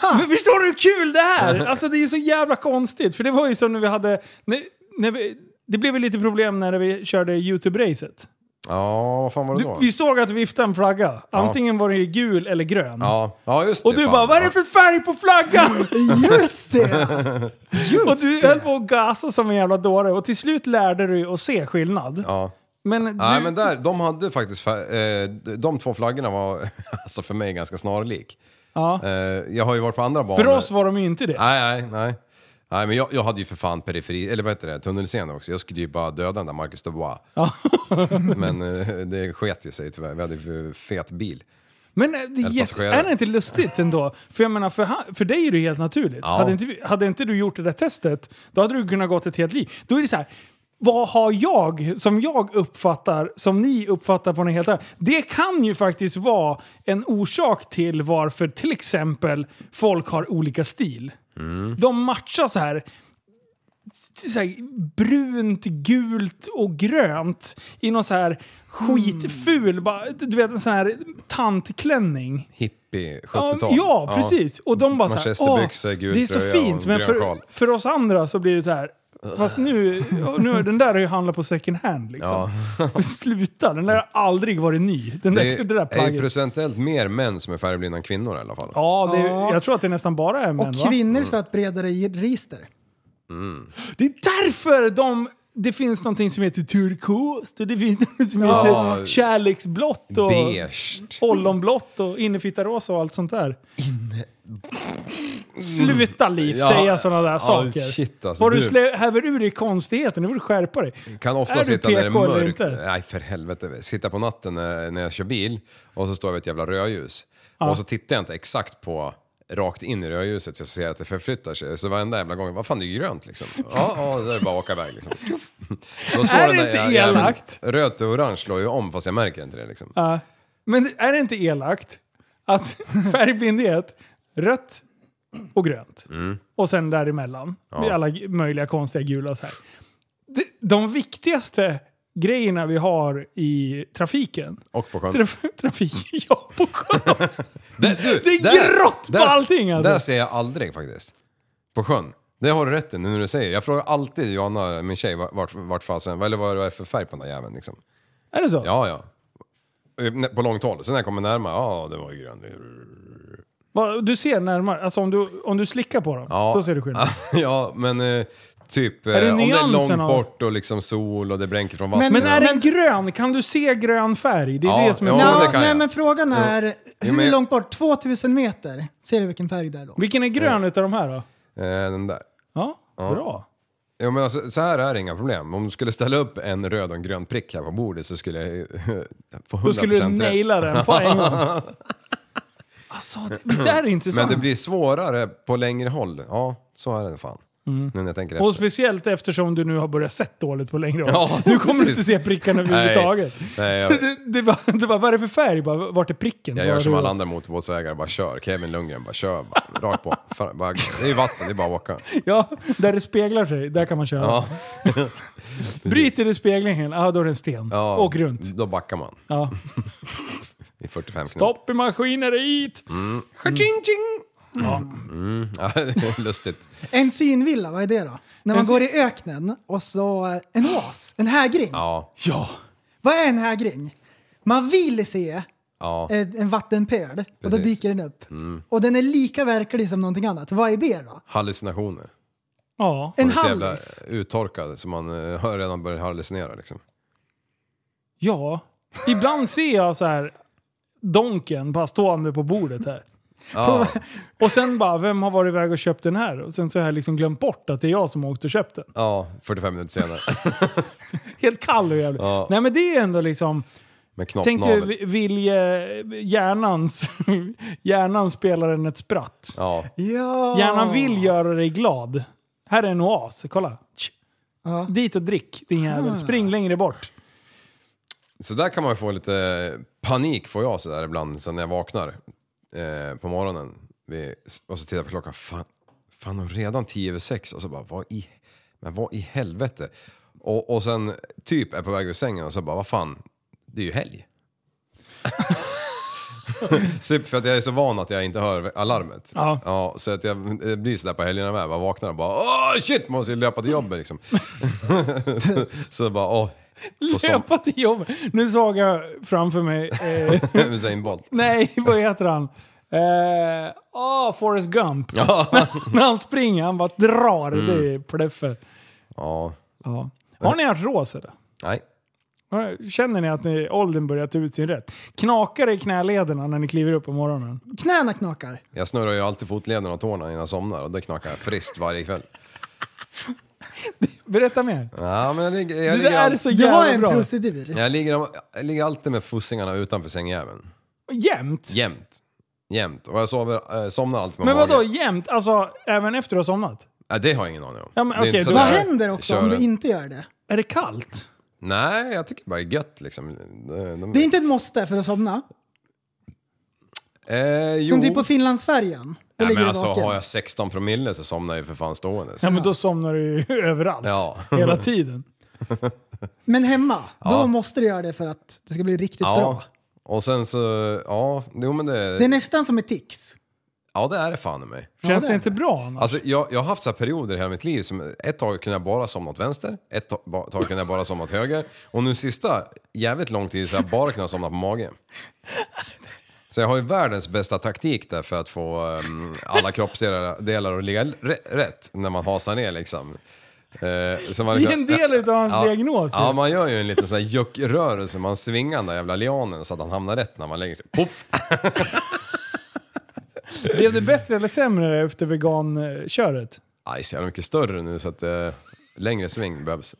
Speaker 6: Ah.
Speaker 5: Men förstår du hur kul det är? Alltså det är så jävla konstigt. För det var ju som när vi hade... När, när vi, Det blev ju lite problem när vi körde YouTube-racet.
Speaker 7: Ja, vad fan var det
Speaker 5: Du,
Speaker 7: då?
Speaker 5: vi såg att vifta en flagga. Antingen var den ju gul eller grön.
Speaker 7: Ja, ja just det.
Speaker 5: Och du
Speaker 7: fan.
Speaker 5: bara “Vad är det för färg på flaggan?”
Speaker 6: Just det!
Speaker 5: Och du höll på att gasa som en jävla dåre. Och till slut lärde du dig att se skillnad.
Speaker 7: Ja.
Speaker 5: Men, du,
Speaker 7: Nej men där, de hade faktiskt, fär- eh, de två flaggorna var alltså för mig ganska snarlik.
Speaker 5: ja.
Speaker 7: Eh, jag har ju varit på andra banor.
Speaker 5: för oss var de ju inte det.
Speaker 7: Nej, nej, nej. Nej men jag, jag hade ju för fan periferi, eller vad heter det, tunnelseende också. Jag skulle ju bara döda den där Marcus Dubois. men eh, det sket ju sig tyvärr, vi hade ju för fet bil.
Speaker 5: Men eh, det är,
Speaker 7: Eller
Speaker 5: jätte-
Speaker 7: passagerare.
Speaker 5: är det inte lustigt ändå? För jag menar, för, han, för dig är det helt naturligt.
Speaker 7: Ja.
Speaker 5: Hade, inte, vi- hade inte du gjort det där testet, då hade du kunnat gått ett helt liv. Då är det så här, vad har jag som jag uppfattar, som ni uppfattar på något helt annat? Det kan ju faktiskt vara en orsak till varför till exempel folk har olika stil. De matchar så här, så här brunt, gult och grönt i någon så här skitful, bara, du vet en sån här tantklänning.
Speaker 7: Hippie,
Speaker 5: Ja,
Speaker 7: 70-tal.
Speaker 5: ja, precis. Och de bara såhär,
Speaker 7: Manchesterbyxor, gul
Speaker 5: det är så
Speaker 7: tröja
Speaker 5: fint.
Speaker 7: och
Speaker 5: Men
Speaker 7: grön
Speaker 5: för,
Speaker 7: sjal."
Speaker 5: för oss andra så blir det så här. Fast nu, nu, den där har ju handlat på second hand liksom. Sluta, den där har aldrig varit ny. Den där,
Speaker 7: Det
Speaker 5: det,
Speaker 7: är,
Speaker 5: där
Speaker 7: är ju
Speaker 5: plagget.
Speaker 7: procentuellt mer män som är färgblinda än kvinnor i alla fall.
Speaker 5: ja, det,
Speaker 6: Ja.
Speaker 5: jag tror att det nästan bara är män
Speaker 6: Och
Speaker 5: va? Mm.
Speaker 6: kvinnor ska ha ett bredare register.
Speaker 5: Det är därför de... Det finns någonting som heter turkost och det finns något som heter
Speaker 7: Ja.
Speaker 5: kärleksblått och
Speaker 7: Beige.
Speaker 5: ollonblått och innefittarosa och allt sånt där. Sluta liv
Speaker 7: Ja.
Speaker 5: säga sådana där
Speaker 7: Ja,
Speaker 5: saker.
Speaker 7: shit, alltså,
Speaker 5: Vad du
Speaker 7: du-
Speaker 5: slä- häver ur dig konstigheten, nu får du skärpa dig.
Speaker 7: Kan
Speaker 5: Är
Speaker 7: ofta
Speaker 5: du
Speaker 7: sitta när det är
Speaker 5: PK eller
Speaker 7: mörkt.
Speaker 5: inte?
Speaker 7: Nej för helvete. Sitta på natten när, när jag kör bil och så står jag vid ett jävla rödljus. Och så tittar jag inte exakt på rakt in i rödljuset så jag ser att det förflyttar sig. Så varenda jävla gång, vad fan det är ju grönt liksom. Ja, ja, så är det bara att åka iväg liksom. Då slår
Speaker 5: Är
Speaker 7: den
Speaker 5: det
Speaker 7: där
Speaker 5: inte
Speaker 7: jä- jäveln-
Speaker 5: elakt?
Speaker 7: Rött och orange slår ju om fast jag märker inte det liksom.
Speaker 5: Ja. Men är det inte elakt att färgblindhet, rött och grönt
Speaker 7: Mm.
Speaker 5: och sen däremellan, med alla g- möjliga konstiga gula så här. De, de viktigaste grejerna vi har i trafiken.
Speaker 7: Och på sjön.
Speaker 5: Traf, trafik, ja, på sjön.
Speaker 7: Där- du,
Speaker 5: Det är grått på allting, alltså.
Speaker 7: Där ser jag aldrig faktiskt. På sjön. Det har du rätt i nu när du säger. Jag frågar alltid Johanna, min tjej, vart, vart fasen, eller vad det är för färg på den där jäveln liksom.
Speaker 5: Är det så?
Speaker 7: Ja, ja. Eh, På långt håll. Sen när jag kommer närmare, ja det var ju grön.
Speaker 5: Va, Du ser närmare, alltså om du, om du slickar på dem,
Speaker 7: Ja.
Speaker 5: då ser du skillnad.
Speaker 7: ja, men eh, typ eh,
Speaker 5: det
Speaker 7: om det är långt
Speaker 5: nyanserna?
Speaker 7: bort och liksom sol och det bränker från vattnet.
Speaker 5: Men är den grön, kan du se grön färg? Det är
Speaker 7: Ja,
Speaker 5: det som är
Speaker 7: ja,
Speaker 5: frågan.
Speaker 7: men
Speaker 6: Ja,
Speaker 7: det kan
Speaker 6: nej,
Speaker 7: jag.
Speaker 6: men frågan är, hur
Speaker 7: men-
Speaker 6: långt bort? 2000 meter? Ser du vilken färg det är då?
Speaker 5: Vilken är grön utav de här då?
Speaker 7: Eh, den där.
Speaker 5: Ja, bra.
Speaker 7: Ja, men alltså, så här är det inga problem. Om du skulle ställa upp en röd och en grön prick här på bordet så skulle jag eh, få 100%
Speaker 5: Då skulle du
Speaker 7: rätt.
Speaker 5: naila den på en gång. Alltså, visst är det
Speaker 7: Men
Speaker 5: intressant?
Speaker 7: det blir svårare på längre håll. Ja, så är det fan.
Speaker 5: Mm.
Speaker 7: Nu när jag tänker efter.
Speaker 5: Och speciellt eftersom du nu har börjat sett dåligt på längre håll.
Speaker 7: Ja,
Speaker 5: nu kommer du
Speaker 7: precis.
Speaker 5: inte se prickarna överhuvudtaget.
Speaker 7: Nej, jag-
Speaker 5: det, det, är bara, det är bara, vad är det för färg? Bara, vart är pricken?
Speaker 7: Jag gör som
Speaker 5: Var
Speaker 7: alla
Speaker 5: du-
Speaker 7: andra motorbåtsägare, bara kör. Kevin Lundgren, bara kör. Bara, rakt på. Fan, bara, det är ju vatten, det är bara att åka.
Speaker 5: Ja, där det speglar sig, där kan man köra.
Speaker 7: Ja.
Speaker 5: Bryter det speglingen, ja då är det en sten.
Speaker 7: Ja,
Speaker 5: Åk runt.
Speaker 7: Då backar man
Speaker 5: Ja.
Speaker 7: i 45 knop.
Speaker 5: Stopp i maskineriet!
Speaker 7: Ja, det är lustigt.
Speaker 6: En synvilla, vad är det då? När man
Speaker 5: En syn-
Speaker 6: går i öknen och så en oas, en hägring.
Speaker 7: Ja,
Speaker 5: Ja.
Speaker 6: Vad är en hägring? Man vill se
Speaker 7: ja.
Speaker 6: en, en vattenpöl och då
Speaker 7: Precis. Mm.
Speaker 6: dyker den upp. Och den är lika verklig som någonting annat. Vad är det då?
Speaker 7: Hallucinationer.
Speaker 5: Ja.
Speaker 6: En
Speaker 7: Man är så jävla
Speaker 6: hallis?
Speaker 7: uttorkad så man eh, har redan börjat hallucinera liksom.
Speaker 5: ja. Ibland ser jag så här donken bara stående på bordet här.
Speaker 7: Ja,
Speaker 5: Och sen bara, vem har varit iväg och köpt den här? Och sen så har jag liksom glömt bort att det är jag som har åkt och köpt den.
Speaker 7: ja 45 minuter senare.
Speaker 5: Helt kall och jävligt.
Speaker 7: Ja.
Speaker 5: Nej men det är ändå liksom,
Speaker 7: Med
Speaker 5: tänk dig
Speaker 7: knoppnavel.
Speaker 5: vi- vilje, hjärnans, hjärnan spelar en ett spratt.
Speaker 7: Ja,
Speaker 6: Ja.
Speaker 5: Hjärnan vill göra dig glad. Här är en oas, kolla. Tsch.
Speaker 6: Ja. Ah.
Speaker 5: Dit och drick din jävel, spring längre bort.
Speaker 7: så där kan man ju få lite panik får jag sådär ibland sen när jag vaknar eh, på morgonen. Vi, och så tittar jag på klockan, fan, fan det är redan 10 över 6 och så bara vad i, men vad i helvete. Och, och sen typ är på väg ur sängen och så bara vad fan, det är ju helg. Super, för att jag är så van att jag inte hör alarmet.
Speaker 5: Ja.
Speaker 7: så att jag det blir sådär på helgerna med. Bara vaknar och bara åh shit, måste ju löpa till jobbet liksom. så, så bara åh. På som
Speaker 5: Löpa till jobbet. Nu såg jag framför mig... Eh,
Speaker 7: Usain Bolt.
Speaker 5: nej, vad heter han? Eh, oh, Forrest Gump. När han springer, han bara drar.
Speaker 6: Mm.
Speaker 5: Det är pleffe.
Speaker 7: Ja,
Speaker 5: Ja. Har ni haft rås eller?
Speaker 7: nej.
Speaker 5: Känner ni att ni, åldern börjar ta ut sin rätt? Knakar det i knälederna när ni kliver upp på morgonen?
Speaker 6: Knäna knakar.
Speaker 7: Jag snurrar ju alltid fotlederna och tårna innan jag somnar och det knakar jag friskt varje kväll.
Speaker 5: Berätta mer.
Speaker 7: Ja, men jag, ligger- jag,
Speaker 5: Det
Speaker 7: ligger,
Speaker 5: där är
Speaker 7: all,
Speaker 5: så
Speaker 6: Du har
Speaker 5: jävla
Speaker 6: en
Speaker 5: bra.
Speaker 6: procedur.
Speaker 7: jag, ligger, jag ligger alltid med fossingarna utanför sängjäveln.
Speaker 5: Jämt.
Speaker 7: Jämt. Jämt. Och jag sover, eh, somnar alltid med
Speaker 5: Men
Speaker 7: magen.
Speaker 5: vadå jämt? Alltså även efter du har somnat?
Speaker 7: Ja, det har jag ingen aning om.
Speaker 5: Ja, men
Speaker 7: Det är inte
Speaker 5: okej,
Speaker 7: så
Speaker 5: då-
Speaker 7: där
Speaker 6: Vad
Speaker 5: Jag
Speaker 6: händer också
Speaker 7: kör
Speaker 6: om du
Speaker 7: den.
Speaker 6: inte gör det?
Speaker 5: Är det kallt?
Speaker 7: Nej, jag tycker bara det är gött liksom. De, de,
Speaker 6: Det är inte ett måste för att somna.
Speaker 7: eh, jo.
Speaker 6: Som typ på Finlandsfärjan. Då
Speaker 7: Nej,
Speaker 6: ligger
Speaker 7: men
Speaker 6: du
Speaker 7: alltså
Speaker 6: vaken.
Speaker 7: har jag 16 promille så somnar jag ju för fan stående. liksom.
Speaker 5: Ja, men då somnar du ju överallt.
Speaker 7: Ja.
Speaker 5: Hela tiden.
Speaker 6: Men hemma, då måste du göra det för att det ska bli riktigt bra.
Speaker 7: ja. Och sen så, ja, jo men det,
Speaker 6: Det är nästan som ett tics.
Speaker 7: ja, det är det fan i mig.
Speaker 5: Känns
Speaker 6: det
Speaker 5: det
Speaker 6: är
Speaker 5: inte bra annars?
Speaker 7: Alltså jag, jag har haft så här perioder i hela mitt liv som ett tag kunde jag bara somna åt vänster, ett ta- ba- tag kunde jag bara somna åt höger och nu sista jävligt lång tid så har jag bara kunnat somna på magen. Så jag har ju världens bästa taktik där för att få ehm, alla kroppsdelar delar att ligga re- rätt när man hasar ner liksom. Eh, så man
Speaker 5: Det är en del utav hans
Speaker 7: Ja.
Speaker 5: diagnos. ju.
Speaker 7: Ja, man gör ju en liten sån här juckrörelse. Man svingar den där jävla lianen så att han hamnar rätt när man lägger sig. Poff!
Speaker 5: Blev det bättre eller sämre efter veganköret?
Speaker 7: Aj, så jävla mycket större nu så att eh, längre sving behövs.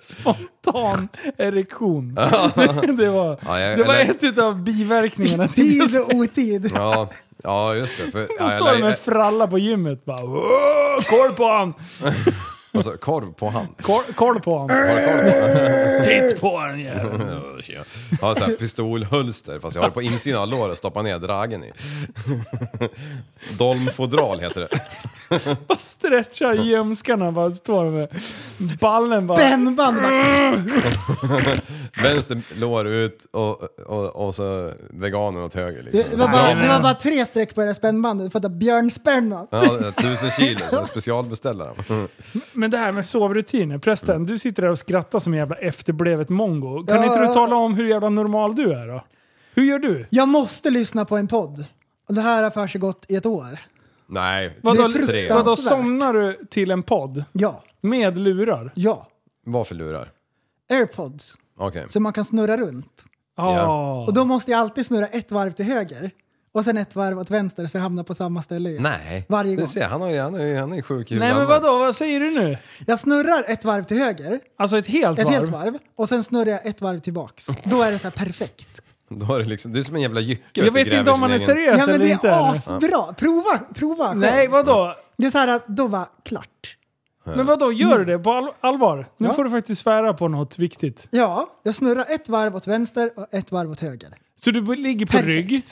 Speaker 5: Spontan erektion. det var,
Speaker 7: Ja, jag-
Speaker 5: det var
Speaker 7: eller-
Speaker 5: ett utav biverkningarna.
Speaker 6: Tid och otid.
Speaker 7: Ja, ja just det. För,
Speaker 5: Då
Speaker 7: ja,
Speaker 5: står det med
Speaker 7: jag,
Speaker 5: en fralla på gymmet bara "Åh, Koll på han!
Speaker 7: alltså, korv på hand.
Speaker 5: Koll, koll på han!
Speaker 7: Har du korv på hand?
Speaker 5: Titt på han jävel!
Speaker 7: Jag har så här pistolhölster fast jag har det på insidan av låret och stoppar ner dragen i. Dolmfodral heter det.
Speaker 5: Bara stretchar ljumskarna bara står med ballen bara.
Speaker 6: Brännband bara.
Speaker 7: Vänster lår ut och, och, och så veganen åt höger liksom.
Speaker 6: Det var bara, det var bara tre streck på det där spännbandet för att björnspänna.
Speaker 7: Ja, tusen kilo, så Mm. jag specialbeställer dem.
Speaker 5: Men det här med sovrutiner. Prästen,
Speaker 6: Mm.
Speaker 5: du sitter där och skrattar som en jävla efterblevet mongo. Kan
Speaker 6: Ja.
Speaker 5: inte du tala om hur jävla normal du är då? Hur gör du?
Speaker 6: Jag måste lyssna på en podd. Och det här har försiggått i ett år.
Speaker 7: Nej,
Speaker 5: Vadå,
Speaker 7: tre.
Speaker 6: fruktansvärt.
Speaker 5: vadå somnar du till en podd?
Speaker 6: Ja,
Speaker 5: Med lurar?
Speaker 6: ja.
Speaker 7: Vad för lurar?
Speaker 6: Airpods.
Speaker 7: Okej.
Speaker 6: Så man kan snurra runt.
Speaker 5: Ja.
Speaker 6: Och då måste jag alltid snurra ett varv till höger. Och sen ett varv åt vänster så jag hamnar på samma ställe igen.
Speaker 7: Nej.
Speaker 6: Varje gång.
Speaker 7: Du ser, han, har, ju- han, är, han är sjuk i
Speaker 5: Nej men
Speaker 7: huvudet.
Speaker 5: vadå, vad säger du nu?
Speaker 6: Jag snurrar ett varv till höger,
Speaker 5: Alltså ett helt
Speaker 6: ett
Speaker 5: varv?
Speaker 6: helt varv, och sen snurrar jag ett varv tillbaks. Då är det så här perfekt.
Speaker 7: Då har det liksom, du är som en jävla jycke.
Speaker 5: Jag
Speaker 7: du
Speaker 5: vet
Speaker 7: gräver
Speaker 5: inte om man är
Speaker 7: sin egen-
Speaker 5: seriös
Speaker 6: Ja men
Speaker 5: eller
Speaker 6: det
Speaker 5: inte.
Speaker 6: är
Speaker 5: eller?
Speaker 6: asbra! Prova, prova själv.
Speaker 5: Nej vadå?
Speaker 6: Det är så här att då var klart.
Speaker 5: Men vadå, gör du det på all- allvar? Nu
Speaker 6: Mm. Ja.
Speaker 5: får du faktiskt svära på något viktigt.
Speaker 6: Ja, jag snurrar ett varv åt vänster och ett varv åt höger.
Speaker 5: Så du b- ligger på
Speaker 6: Perfekt.
Speaker 5: rygg,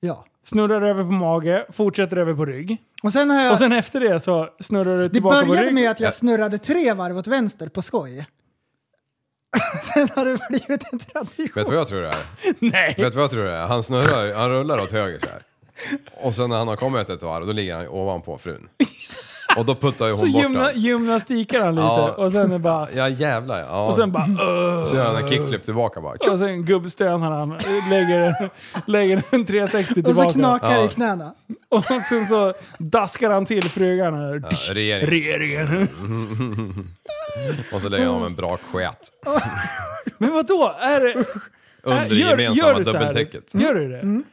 Speaker 6: Ja.
Speaker 5: snurrar över på mage, fortsätter över på rygg.
Speaker 6: Och sen har jag...
Speaker 5: Och sen efter det så snurrar du
Speaker 6: det
Speaker 5: tillbaka på
Speaker 6: började
Speaker 5: rygg.
Speaker 6: med att jag snurrade tre varv åt vänster på skoj. sen har det blivit en tradition.
Speaker 7: Vet du vad jag tror det är?
Speaker 5: Nej!
Speaker 7: Vet du vad jag tror det är? Han snurrar, han rullar åt höger så här. Och sen när han har kommit ett varv, då ligger han ju ovanpå frun. Och då puttar ju
Speaker 5: Så
Speaker 7: hon bort
Speaker 5: gymna,
Speaker 7: honom.
Speaker 5: gymnastikar han lite
Speaker 7: Ja.
Speaker 5: och sen är bara...
Speaker 7: Ja jävlar ja.
Speaker 5: Och sen bara... "Åh!"
Speaker 7: så gör han en kickflip tillbaka bara. Tjup.
Speaker 5: Och sen gubbstönar han, lägger, lägger en 360
Speaker 6: Och
Speaker 5: tillbaka.
Speaker 6: så knakar det i
Speaker 7: Ja.
Speaker 6: knäna.
Speaker 5: Och sen så daskar han till frugan här.
Speaker 7: Regering. Mm.
Speaker 5: Regeringen.
Speaker 7: Och så lägger han om en bra sket.
Speaker 5: Men vadå? Är det...
Speaker 7: Under det gemensamma dubbeltäcket.
Speaker 5: Så här? Mm. Gör du det?
Speaker 6: Mm.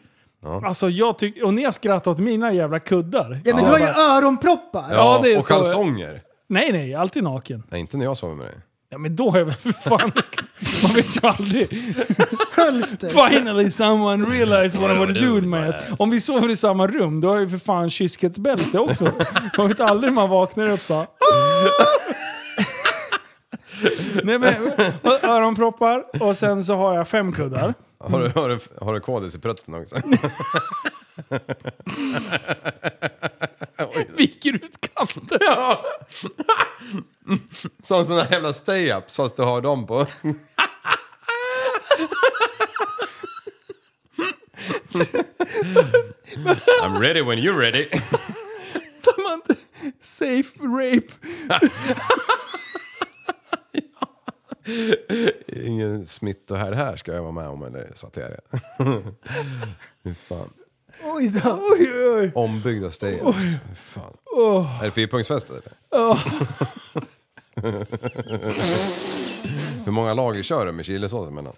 Speaker 5: Alltså jag tycker... Och ni har skrattat åt mina jävla kuddar.
Speaker 6: Ja men du har ju öronproppar!
Speaker 7: Ja,
Speaker 5: Ja, det är
Speaker 7: och
Speaker 5: så.
Speaker 7: kalsonger.
Speaker 5: Nej, nej. Alltid naken.
Speaker 7: Nej inte när jag sover med dig.
Speaker 5: Ja men då är jag väl för fan... Man vet ju aldrig.
Speaker 6: Hölster!
Speaker 5: Finally someone realized what I wanna do with my ass. Om vi sover i samma rum, då har jag ju för fan kyskhetsbälte också. Man vet aldrig när man vaknar upp va? Nej men, och öronproppar och sen så har jag fem kuddar.
Speaker 7: Har du, har du, har du kodis i prutten också?
Speaker 5: Viker ut kanten.
Speaker 7: Som sådana jävla stay-ups fast du har dem på.
Speaker 8: I'm ready when you're ready.
Speaker 5: Fattar man inte? Safe rape.
Speaker 7: Ingen smittohärd här ska jag vara med om, eller satirien. Fy fan.
Speaker 6: Oj då. Oj, oj.
Speaker 7: Ombyggda Stadiums. Fy fan. Är det fyrpunktsfest eller? Hur många lager kör du med chilisås emellan?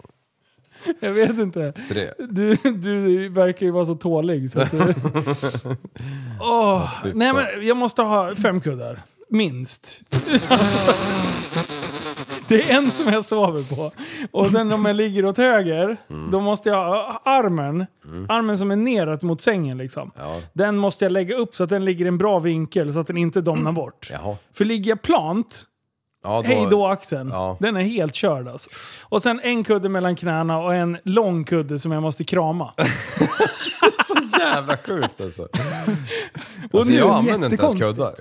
Speaker 5: Jag vet inte.
Speaker 7: Tre?
Speaker 5: Du, du verkar ju vara så tålig. Så att det... Åh, nej men jag måste ha fem kuddar. Minst. Det är en som jag sover på. Och sen om jag ligger åt höger, då måste jag ha armen, armen som är neråt mot sängen liksom. Den måste jag lägga upp så att den ligger i en bra vinkel så att den inte domnar bort.
Speaker 7: Jaha.
Speaker 5: För ligger jag plant,
Speaker 7: Ja, då-
Speaker 5: Hej då axeln.
Speaker 7: Ja.
Speaker 5: Den är helt körd alltså. Och sen en kudde mellan knäna och en lång kudde som jag måste krama.
Speaker 7: Alltså, Jävla sjukt alltså.
Speaker 6: Och
Speaker 7: alltså
Speaker 6: nu,
Speaker 7: jag använder inte ens
Speaker 6: jättekonstigt.
Speaker 7: kuddar.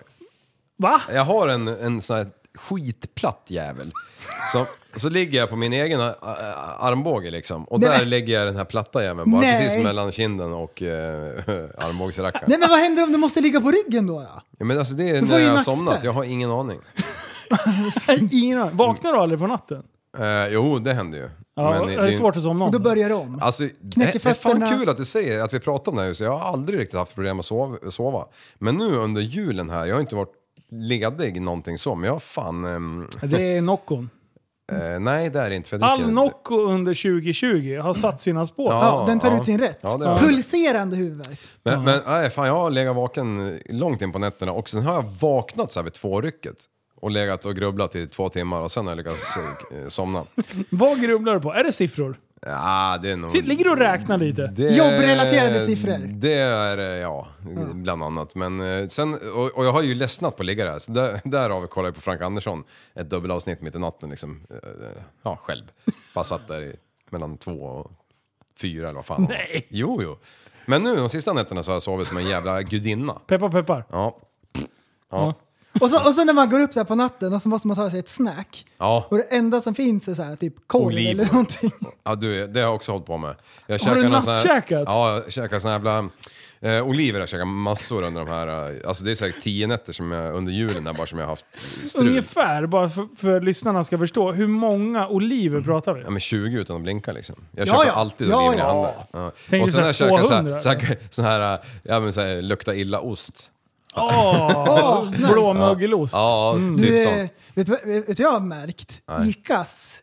Speaker 5: Va?
Speaker 7: Jag har en, en sån här skitplatt jävel. Så, så ligger jag på min egen ä, ä, armbåge liksom. Och
Speaker 6: Nej,
Speaker 7: där
Speaker 6: men-
Speaker 7: lägger jag den här platta jäveln bara
Speaker 6: Nej.
Speaker 7: precis mellan kinden och äh, armbågsrackaren.
Speaker 6: Nej men vad händer om du måste ligga på ryggen då? då?
Speaker 7: Ja, men alltså det är
Speaker 6: Du får
Speaker 7: när
Speaker 6: ju
Speaker 7: jag har
Speaker 6: nackspärr.
Speaker 7: somnat, jag har ingen aning.
Speaker 5: Nej, Ingen aning. Vaknar du aldrig på natten?
Speaker 7: Eh, jo, det händer ju.
Speaker 5: Ja,
Speaker 7: Men
Speaker 5: det,
Speaker 7: är
Speaker 5: är
Speaker 7: ju-
Speaker 5: svårt att somna om.
Speaker 6: Då börjar det om.
Speaker 7: Alltså,
Speaker 6: Knäcker
Speaker 7: det, det är fan
Speaker 6: fötterna.
Speaker 7: kul att du säger att vi pratar om det här just. Jag har aldrig riktigt haft problem att sova, sova. Men nu under julen här, jag har inte varit ledig någonting så, men jag har fan... ehm,
Speaker 5: Det är Noccon.
Speaker 7: eh, nej, det är det inte. För jag dricker
Speaker 5: All
Speaker 7: inte.
Speaker 5: Nocco under 2020 har satt sina spår.
Speaker 6: Ja, den tar
Speaker 7: ja.
Speaker 6: ut sin rätt.
Speaker 7: Ja, det gör den.
Speaker 6: Pulserande huvudvärk.
Speaker 7: Men, men nej, fan, jag har legat vaken långt in på nätterna och sen har jag vaknat så här vid tvårycket. Och legat och grubblat i två timmar och sen har jag lyckats eh, somna.
Speaker 5: Vad grubblar du på? Är det siffror?
Speaker 7: Ja, det är nog...
Speaker 5: Sit- Ligger du och räknar lite?
Speaker 7: Mm. Det-
Speaker 6: Jobbrelaterade siffror.
Speaker 7: Det är, eh, ja, bland annat. Men eh, sen, och, och jag har ju ledsnat på att ligga där. Så där, därav kollade jag på Frank Andersson, ett dubbelavsnitt mitt i natten liksom. Eh, Ja, själv. Bara satt där i, mellan två och fyra eller vad fan Nej. Jo, jo. Men nu de sista nätterna så har jag sovit som en jävla gudinna.
Speaker 5: Peppar peppar.
Speaker 7: Ja.
Speaker 6: Och så, och så när man går upp där på natten och så måste man ta sig ett snack.
Speaker 7: Ja,
Speaker 6: Och det enda som finns är så här, typ korv
Speaker 7: Oliver.
Speaker 6: eller någonting.
Speaker 7: ja du, det har jag också hållit på med. Jag
Speaker 5: Har du
Speaker 7: käkar någon sån här-
Speaker 5: nattkäkat?
Speaker 7: Ja, jag käkar såna jävla... Eh, oliver har jag käkat massor under de här... Eh, alltså det är säkert tio nätter som jag, under julen där bara som jag har haft strul.
Speaker 5: Ungefär, bara för, för lyssnarna ska förstå. Hur många oliver pratar vi?
Speaker 7: Ja men 20 utan att blinka liksom. Jag
Speaker 6: Ja,
Speaker 7: köper
Speaker 6: ja.
Speaker 7: alltid
Speaker 6: Ja,
Speaker 7: oliver i
Speaker 6: ja.
Speaker 7: handlar. Ja.
Speaker 5: Tänk
Speaker 7: Och
Speaker 5: dig
Speaker 7: sen har jag
Speaker 5: så här
Speaker 7: käkat så
Speaker 5: 200.
Speaker 7: här, så här, så här, äh, ja, men så här lukta illa ost.
Speaker 5: Åh, Blåmögelost.
Speaker 7: Ja,
Speaker 5: Mm.
Speaker 7: typ
Speaker 6: Du,
Speaker 7: sånt.
Speaker 6: vet du vad- vet du vad jag har märkt? Icas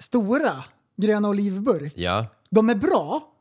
Speaker 6: stora gröna olivburk,
Speaker 7: Ja.
Speaker 6: de är bra.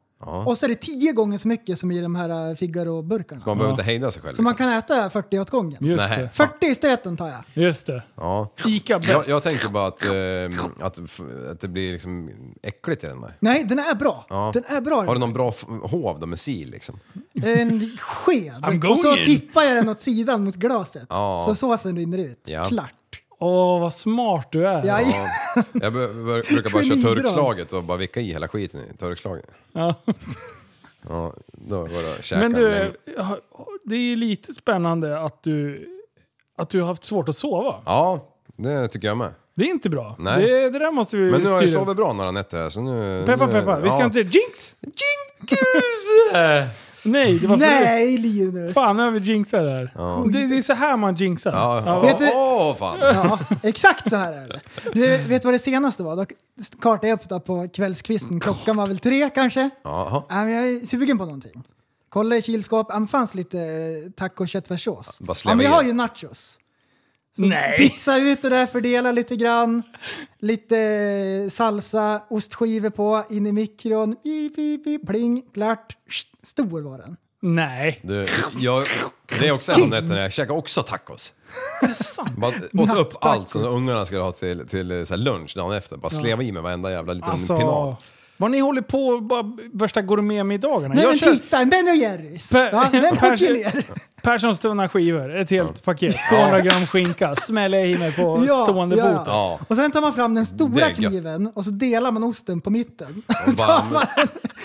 Speaker 6: Och så är det tiggo gånger så mycket som i de här äh, Figaro-burkarna.
Speaker 7: Man behöver inte hejda sig själv.
Speaker 6: Så man
Speaker 7: Liksom.
Speaker 6: kan äta 40 åt gången.
Speaker 5: Just
Speaker 7: Nej.
Speaker 5: det.
Speaker 6: 40 i stöten tar jag.
Speaker 5: Just det.
Speaker 7: Ja.
Speaker 5: Ica
Speaker 7: Jag,
Speaker 5: bäst.
Speaker 7: jag tänker bara att, eh, att, f- att det blir liksom äckligt i den där.
Speaker 6: Nej, den är bra.
Speaker 7: Ja.
Speaker 6: Den är bra.
Speaker 7: Har du någon bra f- hov då med sil liksom?
Speaker 6: En sked.
Speaker 5: going
Speaker 6: Och så
Speaker 5: in.
Speaker 6: tippar jag den åt sidan mot glaset.
Speaker 7: Ja.
Speaker 6: Så såsen rinner ut.
Speaker 7: Ja.
Speaker 6: Klart.
Speaker 5: Åh, vad smart du är.
Speaker 6: Ja,
Speaker 7: Ja. Jag be- be- brukar bara köra
Speaker 6: Genidrag.
Speaker 7: turkslaget och bara vicka i hela skiten i turkslaget.
Speaker 5: Ja.
Speaker 7: Ja, då var det att käka
Speaker 5: Men
Speaker 7: en mängd.
Speaker 5: du, det är lite spännande att du, att du har haft svårt att sova.
Speaker 7: Ja, det tycker jag med.
Speaker 5: Det är inte bra.
Speaker 7: Nej.
Speaker 5: Det, det där måste vi
Speaker 7: Men nu har jag
Speaker 5: styra.
Speaker 7: sovit bra några nätter här så nu...
Speaker 5: Peppa,
Speaker 7: nu,
Speaker 5: peppa. Vi ska
Speaker 7: ja.
Speaker 5: inte... Jinx! Nej, det var för
Speaker 6: Nej, Linus.
Speaker 5: Fan, nu har vi jinxat det här. Det, det är så här man jinxar.
Speaker 7: Ja, ja.
Speaker 6: Vet du-
Speaker 7: Åh fan!
Speaker 6: Ja, exakt så här är det. Du, vet du vad det senaste var? Då kartade jag upp det på kvällskvisten. Klockan var väl tre kanske?
Speaker 7: Jaha.
Speaker 6: Ja, men jag är sugen på någonting. Kolla i kylskåp. Ja, men fanns lite eh, taco och köttfärssås.
Speaker 7: bara
Speaker 6: Ja,
Speaker 7: släva
Speaker 6: men jag
Speaker 7: i
Speaker 6: har
Speaker 7: det.
Speaker 6: ju nachos.
Speaker 5: Nej!
Speaker 6: Pizza ut det där, fördela lite grann. Lite eh, salsa, ostskivor på, in i mikron. Pip, pip, pip, pling, klart. Sst, Stor var den.
Speaker 5: Nej.
Speaker 7: Du, jag, det är också en av nätterna, jag käkar också tacos. Bara åt upp
Speaker 6: Natt-tacos.
Speaker 7: allt som ungarna skulle ha till, till så här lunch dagen efter. Bara sleva i mig varenda jävla liten
Speaker 5: Alltså,
Speaker 7: pinat.
Speaker 5: vad ni håller på och bara värsta gourmetmiddagarna.
Speaker 6: Nej
Speaker 5: Jag
Speaker 6: men
Speaker 5: kör-
Speaker 6: titta, en Ben Jerrys.
Speaker 5: Per-
Speaker 6: Ja, den
Speaker 5: Pers-
Speaker 6: högg ju ner.
Speaker 5: Perssons tunna skivor, ett helt paket. 200 gram skinka, smäller i mig på stående fot.
Speaker 7: Ja.
Speaker 6: Och sen tar man fram den
Speaker 7: Det är
Speaker 6: stora
Speaker 7: gött.
Speaker 6: kniven och så delar man osten på mitten.
Speaker 7: Och bara
Speaker 6: Tar man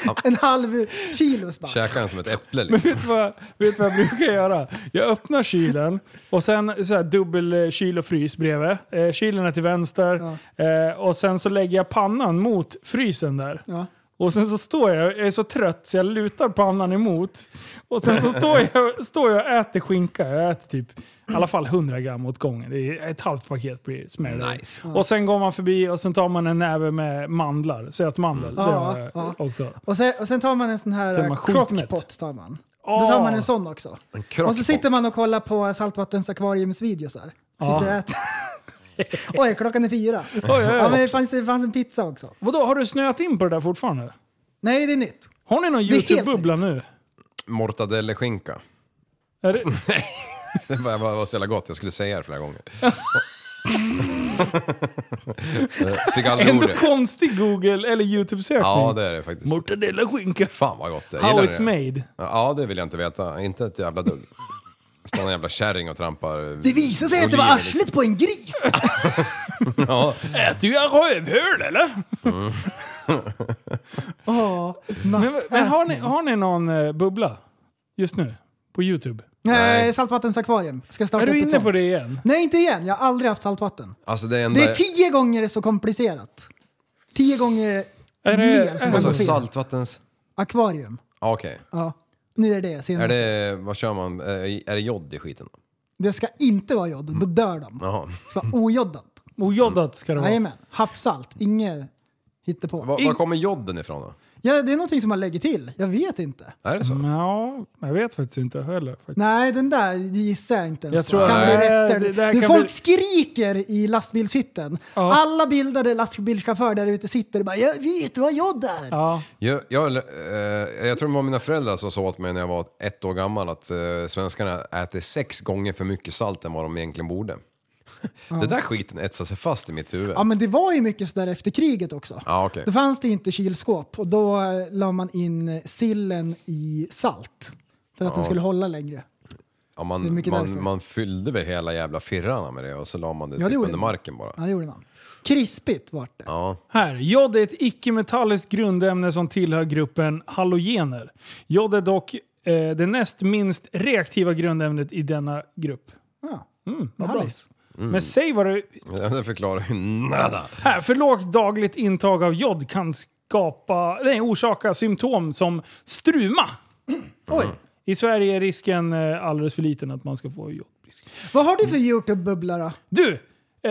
Speaker 6: en, en halv kilos bara.
Speaker 7: käkar den som ett äpple
Speaker 5: Men
Speaker 7: liksom.
Speaker 5: vet du vad, vet du vad jag brukar göra? Jag öppnar kylen och sen så här, dubbel eh, kyl och frys bredvid. Eh, kylen är till vänster eh, och sen så lägger jag pannan mot frysen där.
Speaker 6: Ja.
Speaker 5: Och sen så står jag, jag är så trött så jag lutar pannan emot. Och sen så står jag, står jag och äter skinka. Jag äter typ i alla fall 100 gram åt gången. Det är ett halvt paket blir smäller.
Speaker 8: Nice.
Speaker 5: Och sen går man förbi och sen tar man en näve med mandlar. Sötmandel. Mm. Det
Speaker 6: Ja,
Speaker 5: har jag
Speaker 6: ja.
Speaker 5: också.
Speaker 6: Och sen, och sen tar man en sån här
Speaker 5: Sen är
Speaker 6: eh,
Speaker 5: man skitmätt.
Speaker 6: crockpot. Tar man. Då tar man en sån också. Och
Speaker 5: Alltså,
Speaker 6: så sitter man och kollar på saltvattensakvariumsvideosar. Sitter och äter. Oj, klockan är fyra. Ja, men det fanns, det fanns en pizza också.
Speaker 5: Vadå, har du snöat in på det där fortfarande?
Speaker 6: Nej, det är nytt.
Speaker 5: Har ni någon
Speaker 6: är helt
Speaker 5: YouTube-bubbla nu?
Speaker 7: Mortadelleskinka.
Speaker 5: Är det,
Speaker 7: Det var, var, var så jävla gott, jag skulle säga det flera gånger. Fick aldrig
Speaker 5: ändå
Speaker 7: ordet.
Speaker 5: konstig Google eller YouTube-sökning.
Speaker 7: Ja, det är det faktiskt.
Speaker 5: Mortadella skinka.
Speaker 7: Fan vad gott, jag
Speaker 5: How
Speaker 7: gillar
Speaker 5: it's
Speaker 7: det.
Speaker 5: made.
Speaker 7: Ja, det vill jag inte veta. Inte ett jävla dugg. Står en jävla kärring och trampar...
Speaker 6: Det visade sig att det var
Speaker 7: oliver,
Speaker 6: arslet på en gris!
Speaker 5: Äter jag rövhål eller?
Speaker 6: Mm. Åh, natt.
Speaker 5: Men, men har, ni, har ni någon eh, bubbla just nu? På YouTube?
Speaker 6: Nej,
Speaker 7: Nej.
Speaker 6: saltvattensakvarium. Ska starta
Speaker 5: Är
Speaker 6: upp
Speaker 5: du
Speaker 6: ett
Speaker 5: inne
Speaker 6: sånt.
Speaker 5: på det igen?
Speaker 6: Nej, inte igen. Jag har aldrig haft saltvatten.
Speaker 7: Alltså det enda...
Speaker 6: Det är tio gånger så komplicerat. Tio gånger
Speaker 5: Är det-
Speaker 6: mer
Speaker 5: är
Speaker 6: som
Speaker 5: det-
Speaker 6: kan gå
Speaker 7: Alltså
Speaker 6: fel.
Speaker 7: saltvattens...
Speaker 6: Akvarium.
Speaker 7: Ja, Okej.
Speaker 6: Ja. Nu är det senast.
Speaker 7: Är
Speaker 6: Det...
Speaker 7: det... Vad kör man? Eh, Är det jod i skiten?
Speaker 6: ska inte vara jod, då dör de.
Speaker 7: Jaha.
Speaker 6: Det ska vara ojoddat.
Speaker 5: Ojoddat ska det vara.
Speaker 6: Jajamän. Havssalt, inget hittepå.
Speaker 7: Var, var kommer jodden ifrån då?
Speaker 6: Ja, det är någonting som man lägger till. Jag vet inte.
Speaker 7: Är det så?
Speaker 5: Alltså, Ja, jag vet faktiskt inte heller. Faktiskt.
Speaker 6: Nej, den där gissar jag inte ens
Speaker 5: Jag
Speaker 6: på.
Speaker 5: tror-
Speaker 6: kan
Speaker 7: Nej.
Speaker 6: bli rättare.
Speaker 5: Det- det här
Speaker 6: du,
Speaker 5: kan
Speaker 6: Folk
Speaker 5: bli-
Speaker 6: skriker i lastbilshytten.
Speaker 5: Ja.
Speaker 6: Alla bildade lastbilschaufförer där ute sitter och bara “Jag vet vad jod är!”
Speaker 5: Ja.
Speaker 7: Jag, jag, eh, jag tror det var mina föräldrar som sa åt mig när jag var ett år gammal att eh, svenskarna äter sex gånger för mycket salt än vad de egentligen borde. Det där skiten etsade sig fast i mitt huvud.
Speaker 6: Ja men det var ju mycket sådär efter kriget också.
Speaker 7: Ja, okej.
Speaker 6: Då fanns det inte kylskåp och då eh, la man in sillen i salt. För att den skulle hålla längre. så
Speaker 7: Ja,
Speaker 6: det är
Speaker 7: man,
Speaker 6: mycket därför.
Speaker 7: man, man fyllde väl hela jävla firrarna med det och så la man det
Speaker 6: Ja, det
Speaker 7: typ
Speaker 6: gjorde
Speaker 7: under
Speaker 6: man.
Speaker 7: marken bara.
Speaker 6: Ja det gjorde man. Krispigt vart det.
Speaker 7: Ja.
Speaker 5: Här, jod är ett icke-metalliskt grundämne som tillhör gruppen halogener. Jod är dock eh, det näst minst reaktiva grundämnet i denna grupp. Mm,
Speaker 6: Ja.
Speaker 5: Vad bra.
Speaker 6: Ah, Nice.
Speaker 5: Men säg vad du...
Speaker 7: Det förklarar ju nada.
Speaker 5: Här, för lågt dagligt intag av jod kan skapa, nej, orsaka symptom som struma. Oj. I Sverige är risken eh, alldeles för liten att man ska få jodbrist.
Speaker 6: Vad har du för YouTube-bubbla då?
Speaker 5: Du! eh,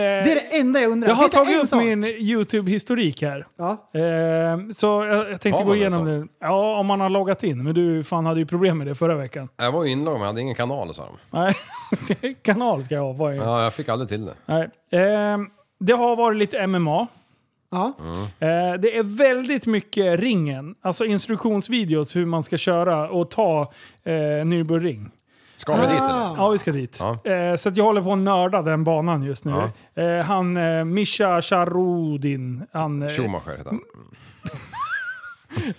Speaker 6: Det är det enda jag undrar.
Speaker 5: jag har
Speaker 6: Finns det
Speaker 5: tagit
Speaker 6: en
Speaker 5: upp
Speaker 6: sak?
Speaker 5: min YouTube-historik här.
Speaker 6: Ja.
Speaker 5: Eh, så jag, jag tänkte
Speaker 7: Har
Speaker 5: gå
Speaker 7: man det
Speaker 5: igenom
Speaker 7: så?
Speaker 5: det. Ja, om man har loggat in. Men du fan hade ju problem med det förra veckan.
Speaker 7: Jag var ju inlogg men jag hade ingen kanal sa de.
Speaker 5: Nej, kanal ska jag ha. Vad är
Speaker 7: Ja, jag fick aldrig till det.
Speaker 5: Nej. Eh, det har varit lite MMA.
Speaker 6: Ja.
Speaker 5: Eh, det är väldigt mycket ringen. Alltså instruktionsvideos hur man ska köra och ta eh, Nürburgring.
Speaker 7: Ska vi dit
Speaker 6: Ah.
Speaker 7: eller?
Speaker 5: Ja, vi ska dit.
Speaker 7: Ah. Ja.
Speaker 5: Eh, så att jag håller på att nörda den banan just nu. Eh, han eh, Mischa Charudin. Han, eh,
Speaker 7: Schumacher heter
Speaker 6: Mm.
Speaker 7: han.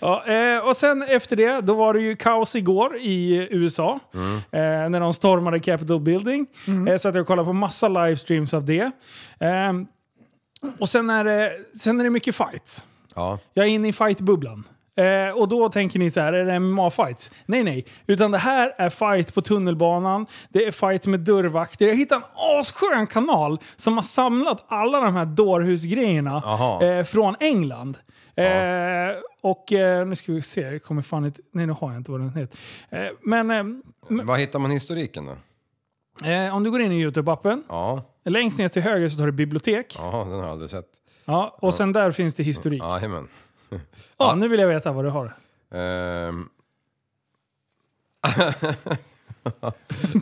Speaker 5: Ja, eh, och sen efter det, då var det ju kaos igår i USA. Eh, när de stormade Capitol Building. Eh, så att jag kollade på massa livestreams av det. Eh, och sen är det, sen är det mycket fights.
Speaker 7: Ja.
Speaker 5: Jag är inne i fight-bubblan. Eh, och då tänker ni så här, är det MMA-fights? Nej, nej. Utan det här är fight på tunnelbanan, det är fight med dörrvakter. Jag hittade en asskön kanal som har samlat alla de här dårhusgrejerna
Speaker 7: Aha.
Speaker 5: eh, från England. Eh, och eh, nu ska vi se, jag kommer fan inte... Nej, nu har jag inte vad den heter. Eh, men
Speaker 6: Mm.
Speaker 7: Vad hittar man historiken då?
Speaker 5: eh, eh, om du går in i YouTube-appen,
Speaker 7: Ja,
Speaker 5: längst ner till höger så tar du bibliotek.
Speaker 7: ja den har jag aldrig sett.
Speaker 5: Ja, och sen där finns det historik. Ja,
Speaker 7: Jajamän.
Speaker 5: nu vill jag veta vad du har.
Speaker 7: Ehm,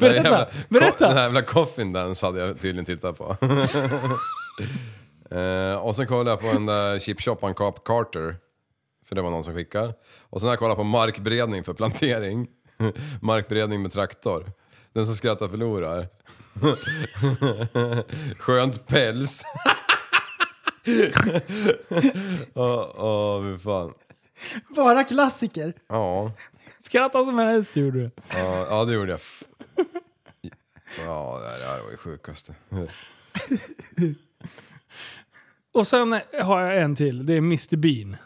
Speaker 5: Berätta!
Speaker 7: jävla-
Speaker 5: berätta!
Speaker 7: Ko- Den här jävla Coffin Dance hade jag tydligen tittat på. Eh, och sen kollade jag på den där Chip Shoppan Cop Carter. För det var någon som skickade. Och sen har jag kollat på markberedning för plantering. markberedning med traktor. Den som skrattar förlorar. Skönt päls. Åh, åh, fy fan.
Speaker 6: Bara klassiker.
Speaker 7: Ja,
Speaker 5: Skratta som en häst gjorde du.
Speaker 7: ja, ja, det gjorde jag. Ja, det här var ju sjukaste.
Speaker 5: Och sen har jag en till, det är Mr Bean.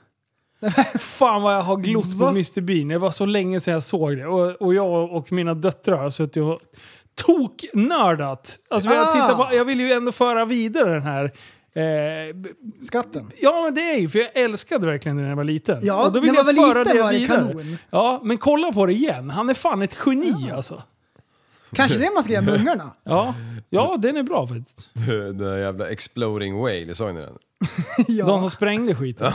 Speaker 5: Fan vad jag har glott på Mr Bean. Det var så länge sedan jag såg det. Och, och jag och mina döttrar har suttit och toknördat. Alltså, vi har
Speaker 6: Ah.
Speaker 5: tittat på, jag vill ju ändå föra vidare den här Eh,
Speaker 6: Skatten.
Speaker 5: Ja, men det är ju, för jag älskade verkligen det när jag var liten.
Speaker 6: Ja,
Speaker 5: och då vill
Speaker 6: när
Speaker 5: jag
Speaker 6: man var
Speaker 5: föra
Speaker 6: liten
Speaker 5: det
Speaker 6: var det
Speaker 5: vidare.
Speaker 6: kanon.
Speaker 5: Ja, men kolla på det igen. Han är fan ett geni alltså.
Speaker 6: Kanske det man ska göra med ungarna?
Speaker 5: Ja. ja, den är bra faktiskt.
Speaker 7: Den där jävla exploding whale, såg ni den?
Speaker 5: De som sprängde skiten.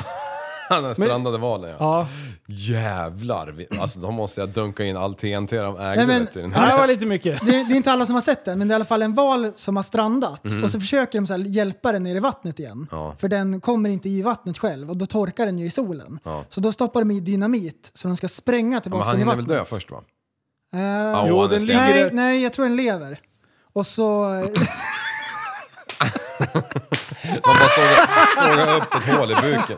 Speaker 7: Den där strandade valen ja.
Speaker 5: Ja.
Speaker 7: Jävlar, vi- alltså då måste jag dunka in all TNT de ägde
Speaker 6: Nej, men-
Speaker 7: vet du, i den
Speaker 5: Det här
Speaker 7: här.
Speaker 5: var lite mycket.
Speaker 6: Det, det är inte alla som har sett den, men det är i alla fall en val som har strandat.
Speaker 7: Mhm.
Speaker 6: Och så försöker de så här hjälpa den ner i vattnet igen. För den kommer inte i vattnet själv och då torkar den ju i solen. Så då stoppar de i dynamit så de ska spränga
Speaker 7: Men
Speaker 6: tillbaka
Speaker 7: han
Speaker 6: den i
Speaker 7: hinner
Speaker 6: vattnet.
Speaker 7: väl dö först va?
Speaker 6: Eh,
Speaker 7: Ja,
Speaker 5: Jo,
Speaker 7: han är
Speaker 5: den
Speaker 7: stenhård.
Speaker 5: ligger
Speaker 6: nej,
Speaker 5: där.
Speaker 6: nej, jag tror den lever. Och så...
Speaker 7: Man bara sågar, sågar upp ett hål i buken.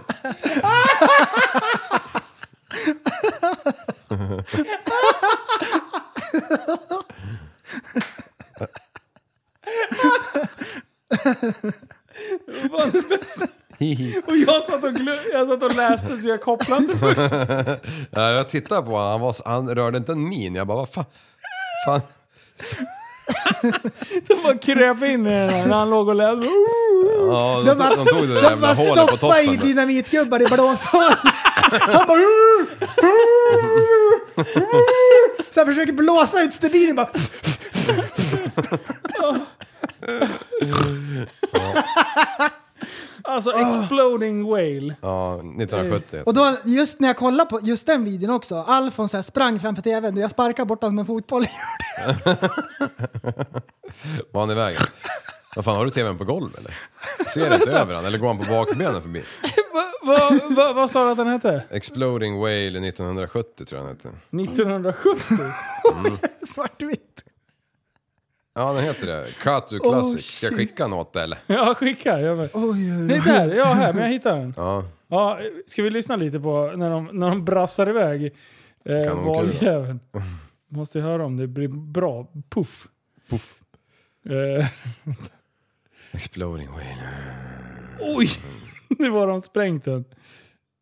Speaker 5: Och jag satt och, glö- jag satt och läste så jag kopplade inte först.
Speaker 7: Ja, jag tittade på honom, han, var, så- han rörde inte en min. Jag bara, vad fan? fan?
Speaker 5: Jag bara kröp in i den här när han låg och läste.
Speaker 7: Ja, de,
Speaker 6: bara-
Speaker 7: tog, de tog det där
Speaker 6: de
Speaker 7: jävla
Speaker 6: bara
Speaker 7: hålet på
Speaker 6: stoppar
Speaker 7: toppen.
Speaker 6: i dynamitgubbar i blåshål. Han bara... Så han försöker blåsa ut stubinen bara...
Speaker 5: Alltså exploding whale.
Speaker 7: Ja, 1970.
Speaker 6: Och då, just när jag kollade på just den videon också, Alfons så här sprang framför tvn och jag sparkade bort honom med fotboll.
Speaker 7: Var han i vägen? Vad fan, har du tvn på golv eller? Ser du inte över han? Eller går han på bakbenen förbi?
Speaker 5: Va- va- va- Vad sa du att den hette?
Speaker 7: Exploding Whale 1970 tror jag den hette.
Speaker 5: 1970?
Speaker 6: Svartvitt.
Speaker 7: Ja, den heter det. Katu Classic. Ska jag skicka något eller?
Speaker 5: Ja, skicka. Jag bara,
Speaker 6: Oj, oj,
Speaker 5: det är
Speaker 6: oj.
Speaker 5: där, ja här, men jag hittade den.
Speaker 7: Ja.
Speaker 5: Ja, ska vi lyssna lite på när de, när de brassar iväg eh,
Speaker 7: Kanonkula.
Speaker 5: valjäveln? Måste ju höra om det blir bra. Puff.
Speaker 7: Puff.
Speaker 5: Eh,
Speaker 7: Exploding Whale.
Speaker 5: oj! Nu var de sprängt den.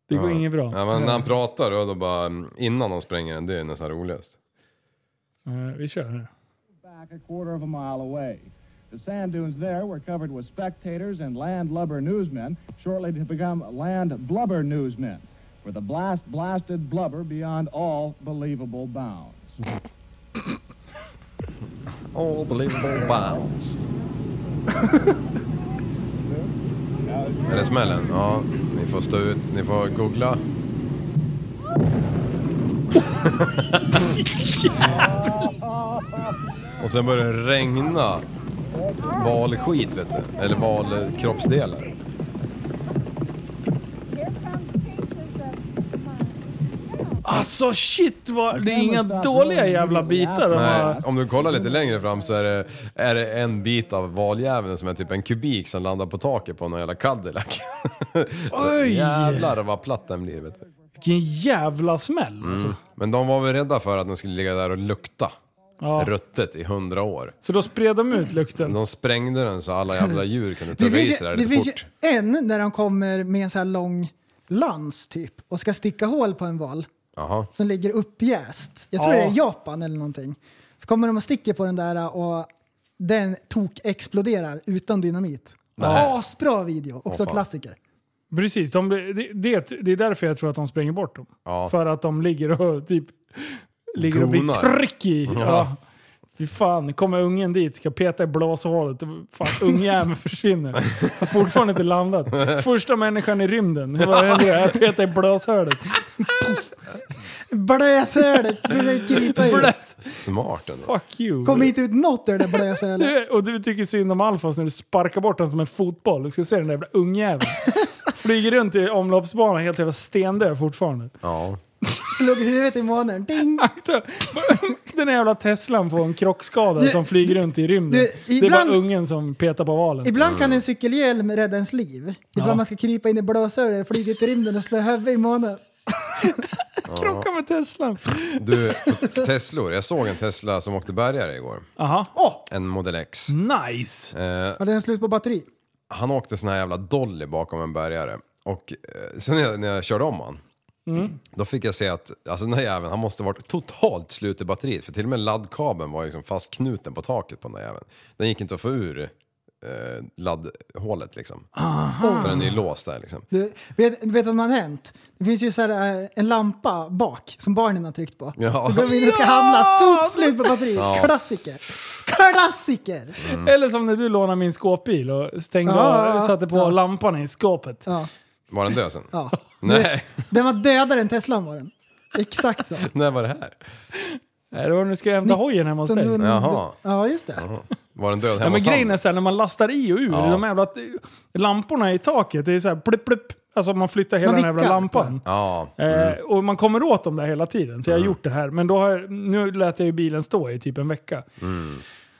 Speaker 5: Det går inget bra.
Speaker 7: Ja, men när han pratar då, då bara mm, innan de spränger den, det är nästan roligast.
Speaker 5: Eh, vi kör nu.
Speaker 9: back a quarter of a mile away. The sand dunes there were covered with spectators and landlubber newsmen, shortly to become land blubber newsmen, with a blast blasted blubber beyond all believable bounds.
Speaker 7: All believable bounds. Är det smällen? Ja, ni får stå ut. Ni får googla. Och sen börjar det regna valskit, vet du. Eller valkroppsdelar.
Speaker 5: Alltså shit, vad, det är inga dåliga jävla bitar. De
Speaker 7: Nej,
Speaker 5: har,
Speaker 7: om du kollar lite längre fram så är det, är det en bit av valjäveln som är typ en kubik som landar på taket på någon jävla Cadillac.
Speaker 5: Oj!
Speaker 7: Jävlar vad platt den blir, vet du.
Speaker 5: vilken jävla smäll
Speaker 7: Mm.
Speaker 5: alltså.
Speaker 7: Men de var väl rädda för att de skulle ligga där och lukta
Speaker 5: Ja.
Speaker 7: ruttet i hundra år.
Speaker 5: Så då spred de ut lukten.
Speaker 7: De sprängde den så alla jävla djur kunde
Speaker 6: Det
Speaker 7: tugga i
Speaker 6: finns,
Speaker 7: sig
Speaker 6: ju,
Speaker 7: där
Speaker 6: det
Speaker 7: lite
Speaker 6: finns ju
Speaker 7: fort.
Speaker 6: en när de kommer med en så här lång lans typ och ska sticka hål på en val
Speaker 7: Jaha.
Speaker 6: som ligger uppjäst. Jag tror
Speaker 5: Ja.
Speaker 6: det är Japan eller någonting. Så kommer de och sticker på den där och den tok exploderar utan dynamit. Asbra video, också
Speaker 7: Åh, fan.
Speaker 6: klassiker.
Speaker 5: Precis, de, blir- det, det, det är därför jag tror att de spränger bort dem.
Speaker 7: Ja.
Speaker 5: För att de ligger och typ ligger och blir
Speaker 7: Donar.
Speaker 5: tryck i. Ja. Fy fan, kommer ungen dit ska peta i blåshålet och fan ungjäveln försvinner. Har fortfarande inte landat. Första människan i rymden. Hur var det då? Jag petar i blåshålet.
Speaker 6: Blösölet, krypa ur.
Speaker 5: Bless.
Speaker 7: Smart ändå.
Speaker 5: Fuck you.
Speaker 6: Kommer inte ut något ur det blösölet.
Speaker 5: Du- Och du tycker synd om Alfons när du sparkar bort honom som en fotboll. Du ska se den där jävla ungjäveln. Flyger runt i omloppsbanan helt jävla stendöd fortfarande.
Speaker 7: Ja.
Speaker 6: Slog huvudet i månen. Ding!
Speaker 5: Akta! Den här jävla Teslan får en krockskada
Speaker 6: Du-
Speaker 5: som flyger
Speaker 6: du-
Speaker 5: runt i rymden.
Speaker 6: du,
Speaker 5: det är
Speaker 6: ibland-
Speaker 5: bara ungen som petar på valen.
Speaker 6: Ibland
Speaker 7: Mm.
Speaker 6: kan en cykelhjälm rädda ens liv. Ifall man ska krypa in i blåsölet, flyga ut i rymden och slå huvudet i månen.
Speaker 5: Krockar med Teslan.
Speaker 7: Du, Teslor. Jag såg en Tesla som åkte bergare igår.
Speaker 5: Aha.
Speaker 7: En Model X.
Speaker 5: nice!
Speaker 7: Eh,
Speaker 6: Hade den slut på batteri?
Speaker 7: han åkte sån här jävla dolly bakom en bergare. Och eh, sen när jag, när jag körde om han, då fick jag se att alltså den här jäveln, han måste varit totalt slut i batteriet. För till och med laddkabeln var liksom fastknuten på taket på den där jäveln. Den gick inte att få ur eh, laddhålet liksom. För den är ju låst där liksom.
Speaker 6: Du, vet, vet vad man har hänt? Det finns ju så här, eh, en lampa bak som barnen har tryckt på.
Speaker 7: Ja.
Speaker 6: Då går vi in och ska handla, sop, slut på batteri. Klassiker! Klassiker!
Speaker 7: Mm.
Speaker 5: Eller som när du lånade min skåpbil och stängde
Speaker 6: Mm. Ja, ja,
Speaker 5: och satte på
Speaker 6: ja.
Speaker 5: lampan i skåpet.
Speaker 6: Ja,
Speaker 7: Var den död sen?
Speaker 6: ja.
Speaker 7: Nej,
Speaker 6: Den var dödare än Teslan var den. Exakt så.
Speaker 7: när var det här?
Speaker 5: Nej, Äh, Det var när du skulle hämta hojen hemma hos dig.
Speaker 6: 1900
Speaker 7: Jaha.
Speaker 6: Ja, just det.
Speaker 7: Var den död hemma
Speaker 5: Ja, men
Speaker 7: hos han?
Speaker 5: grejen är såhär, när man lastar i och ur,
Speaker 7: Ja.
Speaker 5: de jävla eh, lamporna i taket, det är såhär plupp, plupp. Alltså man flyttar hela
Speaker 6: Man
Speaker 5: den jävla
Speaker 6: vickar.
Speaker 5: lampan.
Speaker 7: Ja,
Speaker 5: Eh, och man kommer åt dem där hela tiden, så jag har gjort det här. Men då har jag, nu lät jag ju bilen stå i typ en vecka.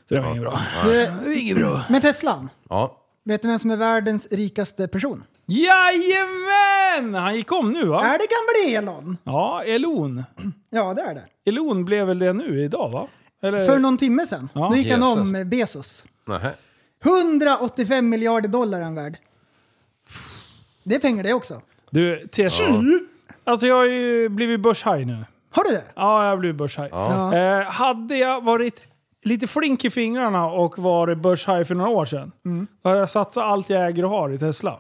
Speaker 5: Så det var inget bra.
Speaker 6: Det inget bra. Men Teslan,
Speaker 7: ja.
Speaker 6: vet du vem som är världens rikaste person?
Speaker 5: Jajamän! Han gick om nu va?
Speaker 6: Är det gamle Elon?
Speaker 5: Ja, Elon.
Speaker 6: Ja, det är det.
Speaker 5: Elon blev väl det nu idag va? Eller?
Speaker 6: För någon timme sedan.
Speaker 5: Ja.
Speaker 6: Då gick han
Speaker 7: Jesus.
Speaker 6: om Bezos.
Speaker 7: Nähä.
Speaker 6: 185 miljarder dollar är han värd. Det är pengar det också.
Speaker 5: Du, Tesla. Alltså jag har ju blivit börshaj nu.
Speaker 6: Har du det?
Speaker 5: Ja, jag har blivit börshaj.
Speaker 6: Ja.
Speaker 5: Eh, hade jag varit lite flink i fingrarna och varit börshaj för några år sedan, då hade jag satsat allt jag äger och har i Tesla.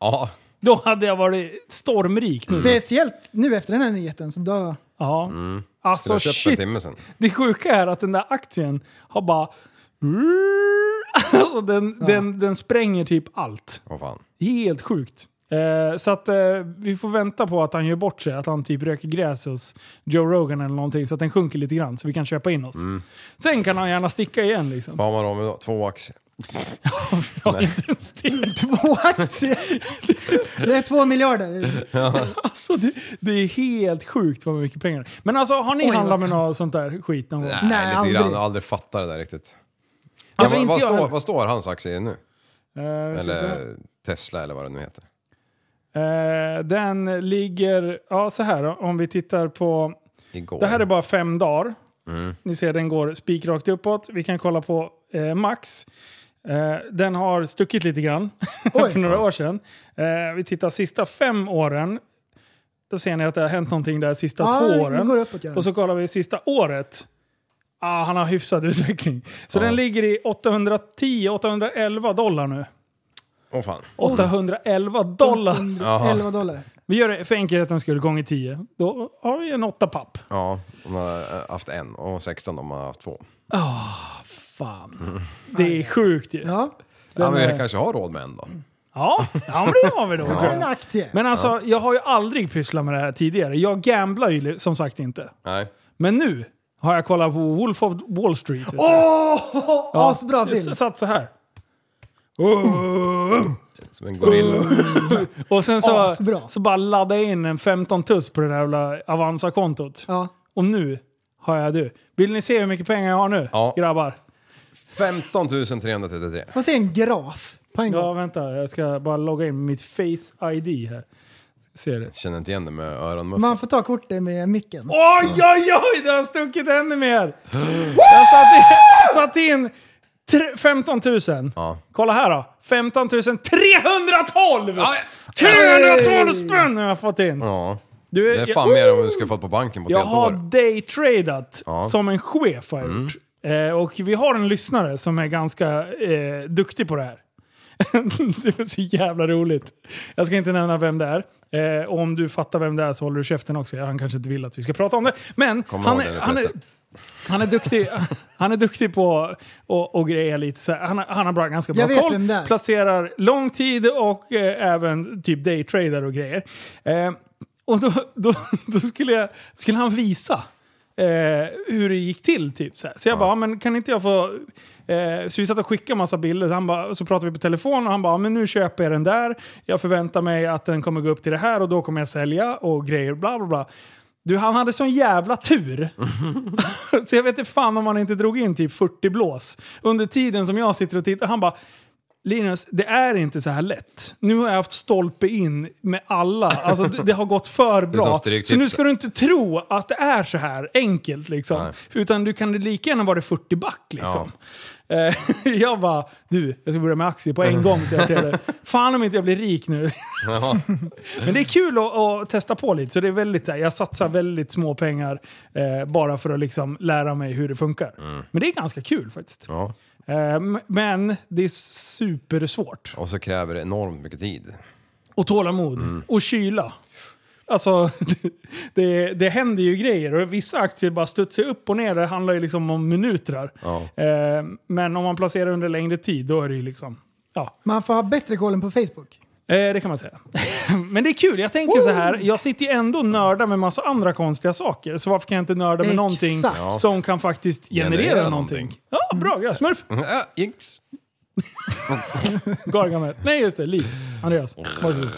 Speaker 7: Ja,
Speaker 5: Då hade jag varit stormrik
Speaker 6: Mm.
Speaker 5: nu.
Speaker 6: Speciellt nu efter den här nyheten. Så då,
Speaker 5: Ja.
Speaker 7: Mm. skulle
Speaker 5: Alltså
Speaker 7: jag köpt en
Speaker 5: shit.
Speaker 7: timme sen.
Speaker 5: Det sjuka är att den där aktien har bara... Alltså den, den, den spränger typ allt.
Speaker 7: Åh fan.
Speaker 5: Helt sjukt. Eh, så att eh, vi får vänta på att han gör bort sig, att han typ röker gräs hos Joe Rogan eller någonting så att den sjunker lite grann så vi kan köpa in oss.
Speaker 7: Mm.
Speaker 5: Sen kan han gärna sticka igen liksom.
Speaker 7: Vad har man av med då? Två aktier?
Speaker 5: Jag har inte ens det.
Speaker 6: två aktier! Det är två miljarder.
Speaker 5: Alltså, det, det är helt sjukt vad mycket pengar Men alltså har ni
Speaker 6: Oj,
Speaker 5: handlat med
Speaker 6: vad-
Speaker 5: något sånt där skit någon gång?
Speaker 7: Nej,
Speaker 6: Nej,
Speaker 7: lite
Speaker 6: aldrig.
Speaker 7: grann. Jag har aldrig fattat det där riktigt.
Speaker 5: Alltså,
Speaker 7: ja, vad,
Speaker 5: inte
Speaker 7: vad,
Speaker 5: jag
Speaker 7: står,
Speaker 5: heller.
Speaker 7: vad står hans aktie i nu?
Speaker 5: Eh, vi ska se.
Speaker 7: Eller Tesla eller vad det nu heter.
Speaker 5: Eh, den ligger, ja så här om vi tittar på, Mm.
Speaker 7: Igår.
Speaker 5: det här är bara fem dagar. Ni ser den går spikrakt uppåt. Vi kan kolla på eh, Max. Eh, den har stuckit lite grann för några år sedan. Eh, vi tittar sista fem åren. Då ser ni att det har hänt någonting där sista
Speaker 6: Ja,
Speaker 5: två
Speaker 6: det
Speaker 5: åren.
Speaker 6: går uppåt, gör det.
Speaker 5: Och så kollar vi sista året. Ah, han har hyfsad utveckling. Så den ligger i 810-811 dollar nu.
Speaker 7: Åh fan.
Speaker 5: 811 dollar!
Speaker 6: 11 dollar.
Speaker 5: Vi gör det för enkelhetens skull gånger 10. Då har vi en åtta papp.
Speaker 7: Ja, de har eh, haft en och 16 de har haft två.
Speaker 5: Fan. Det är sjukt ju. Ja,
Speaker 6: Ja,
Speaker 7: Ja, men
Speaker 5: är-
Speaker 7: jag kanske har råd med en då.
Speaker 5: ja men det har vi då.
Speaker 6: en aktie.
Speaker 5: Men alltså, jag har ju aldrig pysslat med det här tidigare. Jag gamblar ju som sagt inte.
Speaker 7: Nej.
Speaker 5: Men nu har jag kollat på Wolf of Wall Street. vet du.
Speaker 6: Asbra film.
Speaker 5: Jag satt så här.
Speaker 7: Som en gorilla.
Speaker 5: Och sen så,
Speaker 6: Asbra.
Speaker 5: så bara laddade jag in en 15 tuss på det där jävla Avanza-kontot.
Speaker 6: Ja.
Speaker 5: Och nu har jag du. Vill ni se hur mycket pengar jag har nu,
Speaker 7: Ja.
Speaker 5: grabbar?
Speaker 7: 15 333.
Speaker 6: Får se en graf på en
Speaker 5: Ja,
Speaker 6: gång.
Speaker 5: vänta. Jag ska bara logga in mitt Face ID här. Ser det.
Speaker 7: Känner inte igen det med öronmuffen.
Speaker 6: Man får ta kortet med micken.
Speaker 5: Oj, oj, oj! Det har stuckit ännu mer! Jag satt in, jag satt in tre- 15 000.
Speaker 7: Ja.
Speaker 5: Kolla här då. 15 312!
Speaker 7: Ja,
Speaker 5: 312 spänn har jag fått in!
Speaker 7: ja.
Speaker 5: Du,
Speaker 7: Det är
Speaker 5: jag-
Speaker 7: fan mer än vad du skulle fått på banken på ett
Speaker 5: uh! Jag
Speaker 7: helt
Speaker 5: har
Speaker 7: år.
Speaker 5: daytradat
Speaker 7: Ja. Mm.
Speaker 5: som en chef har jag gjort. Eh, och vi har en lyssnare som är ganska eh, duktig på det här. det var så jävla roligt. Jag ska inte nämna vem det är. Eh, och om du fattar vem det är så håller du käften också. Han kanske inte vill att vi ska prata om det. Men
Speaker 7: Kommer
Speaker 5: han
Speaker 7: ihåg
Speaker 5: är,
Speaker 7: det,
Speaker 5: han, är,
Speaker 7: förresten.
Speaker 5: han är duktig Han är duktig på och, och greja lite. Så här. Han, har- han har bra, ganska bra
Speaker 6: Jag vet
Speaker 5: koll.
Speaker 6: vem det är.
Speaker 5: Placerar lång tid och eh, även typ daytrader och grejer. Eh, och då, då, då skulle, jag, skulle han visa eh, hur det gick till. Typ, så, här. så jag bara, "Ja, men kan inte jag få... Eh, så vi satt och skickade massa bilder, så, han bara, så pratade vi på telefon och han bara, men nu köper jag den där. Jag förväntar mig att den kommer gå upp till det här och då kommer jag sälja och grejer bla bla bla. Du, han hade sån jävla tur. så jag vet inte fan om han inte drog in typ 40 blås. Under tiden som jag sitter och tittar, han bara Linus, det är inte så här lätt. Nu har jag haft stolpe in med alla. Alltså, det, det har gått för
Speaker 7: som
Speaker 5: bra.
Speaker 7: stryktips.
Speaker 5: Så nu ska du inte tro att det är så här enkelt. Liksom. Utan du kan lika gärna vara 40 back. Liksom. Eh, jag bara, du, jag ska börja med aktier på en gång. Så jag till det. Fan om inte jag blir rik nu. Men det är kul att, att testa på lite. Så det är väldigt, så här, jag satsar väldigt små pengar eh, bara för att liksom, lära mig hur det funkar. Men det är ganska kul faktiskt.
Speaker 7: Mm. Ja.
Speaker 5: Ehm, Men det är supersvårt.
Speaker 7: Och så kräver det enormt mycket tid.
Speaker 5: Och tålamod.
Speaker 7: Mm.
Speaker 5: Och kyla. Alltså, det, det händer ju grejer och vissa aktier bara studsar upp och ner. Det handlar ju liksom om minuter.
Speaker 7: Ja.
Speaker 5: Eh, men om man placerar under längre tid, då är det ju liksom... Ja,
Speaker 6: Man får ha bättre koll än på Facebook.
Speaker 5: eh, det kan man säga. men det är kul. Jag tänker så här, jag sitter ju ändå och nördar med massa andra konstiga saker. Så varför kan jag inte nörda med
Speaker 6: Exakt.
Speaker 5: någonting
Speaker 6: Ja.
Speaker 5: som kan faktiskt generera,
Speaker 7: Generera
Speaker 5: någonting?
Speaker 7: någonting.
Speaker 5: Ja, bra. Ja, smurf!
Speaker 7: Ja, jinx.
Speaker 5: Gargamel. Nej, just det. Liv. Andreas. Varsågod.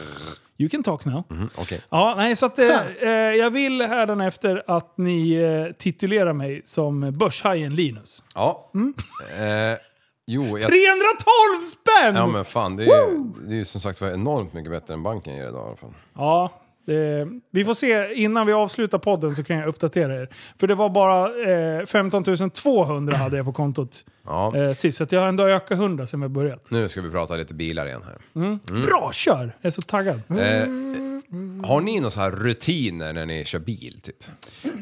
Speaker 5: You can talk now.
Speaker 7: Okej.
Speaker 5: Ja, nej, så att, eh, eh, jag vill efter att ni eh, titulerar mig som Börshajen Linus.
Speaker 7: Ja.
Speaker 5: Mm.
Speaker 7: Eh, jo,
Speaker 5: 312
Speaker 7: jag...
Speaker 5: spänn!
Speaker 7: Ja men fan, det är, ju, det är ju som sagt var enormt mycket bättre än banken ger idag i alla fall.
Speaker 5: Ja, det, vi får se. Innan vi avslutar podden så kan jag uppdatera er. För det var bara eh, 15 200 hade jag på kontot
Speaker 7: Ja,
Speaker 5: eh, sist. Så att jag har ändå ökat 100 sedan vi börjat.
Speaker 7: nu ska vi prata lite bilar igen här. Mm.
Speaker 5: Bra, kör! Jag är så taggad.
Speaker 7: Eh, Har ni några så här rutiner när ni kör bil typ?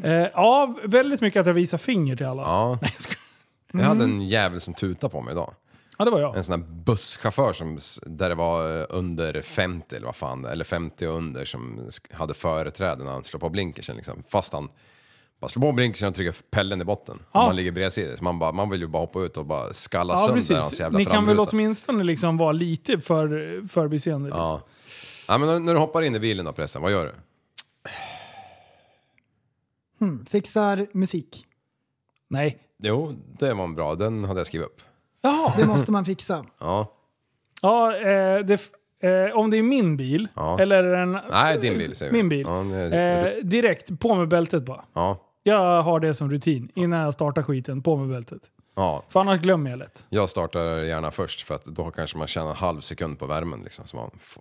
Speaker 5: Eh, ja, väldigt mycket att jag visar finger till alla.
Speaker 7: Ja. Jag hade
Speaker 5: Mm.
Speaker 7: en jävel som tutade på mig idag.
Speaker 5: Ja, det var jag.
Speaker 7: En sån här busschaufför som, s- där det var eh, under 50 eller vad fan det- eller 50 och under som sk- hade företräde när han slår på blinkersen liksom. Fast han bara slår på blinkersen och trycker pellen i botten.
Speaker 5: Ja.
Speaker 7: Man ligger bredsides. Man, bara, man vill ju bara hoppa ut och bara skalla
Speaker 5: Ja,
Speaker 7: sönder hans
Speaker 5: precis.
Speaker 7: jävla
Speaker 5: Ni kan väl
Speaker 7: framruta.
Speaker 5: åtminstone liksom vara lite för förbiseende? liksom.
Speaker 7: Ja. ja men när du hoppar in i bilen då prästen, vad gör du?
Speaker 6: Fixar musik.
Speaker 5: Nej.
Speaker 7: Jo, det var en bra. Den hade jag skrivit upp.
Speaker 6: Det måste man fixa.
Speaker 7: Ja.
Speaker 5: Ja, eh, det, f- eh, om det är min bil,
Speaker 7: Ja.
Speaker 5: eller en...
Speaker 7: Nej, din bil säger vi.
Speaker 5: Min bil.
Speaker 7: Ja, det är-
Speaker 5: eh, direkt, på med bältet bara.
Speaker 7: Ja.
Speaker 5: Jag har det som rutin innan jag startar skiten, på med bältet.
Speaker 7: ja.
Speaker 5: För annars glömmer jag lätt.
Speaker 7: Jag startar gärna först för att då kanske man känner en halv sekund på värmen liksom. Så man f-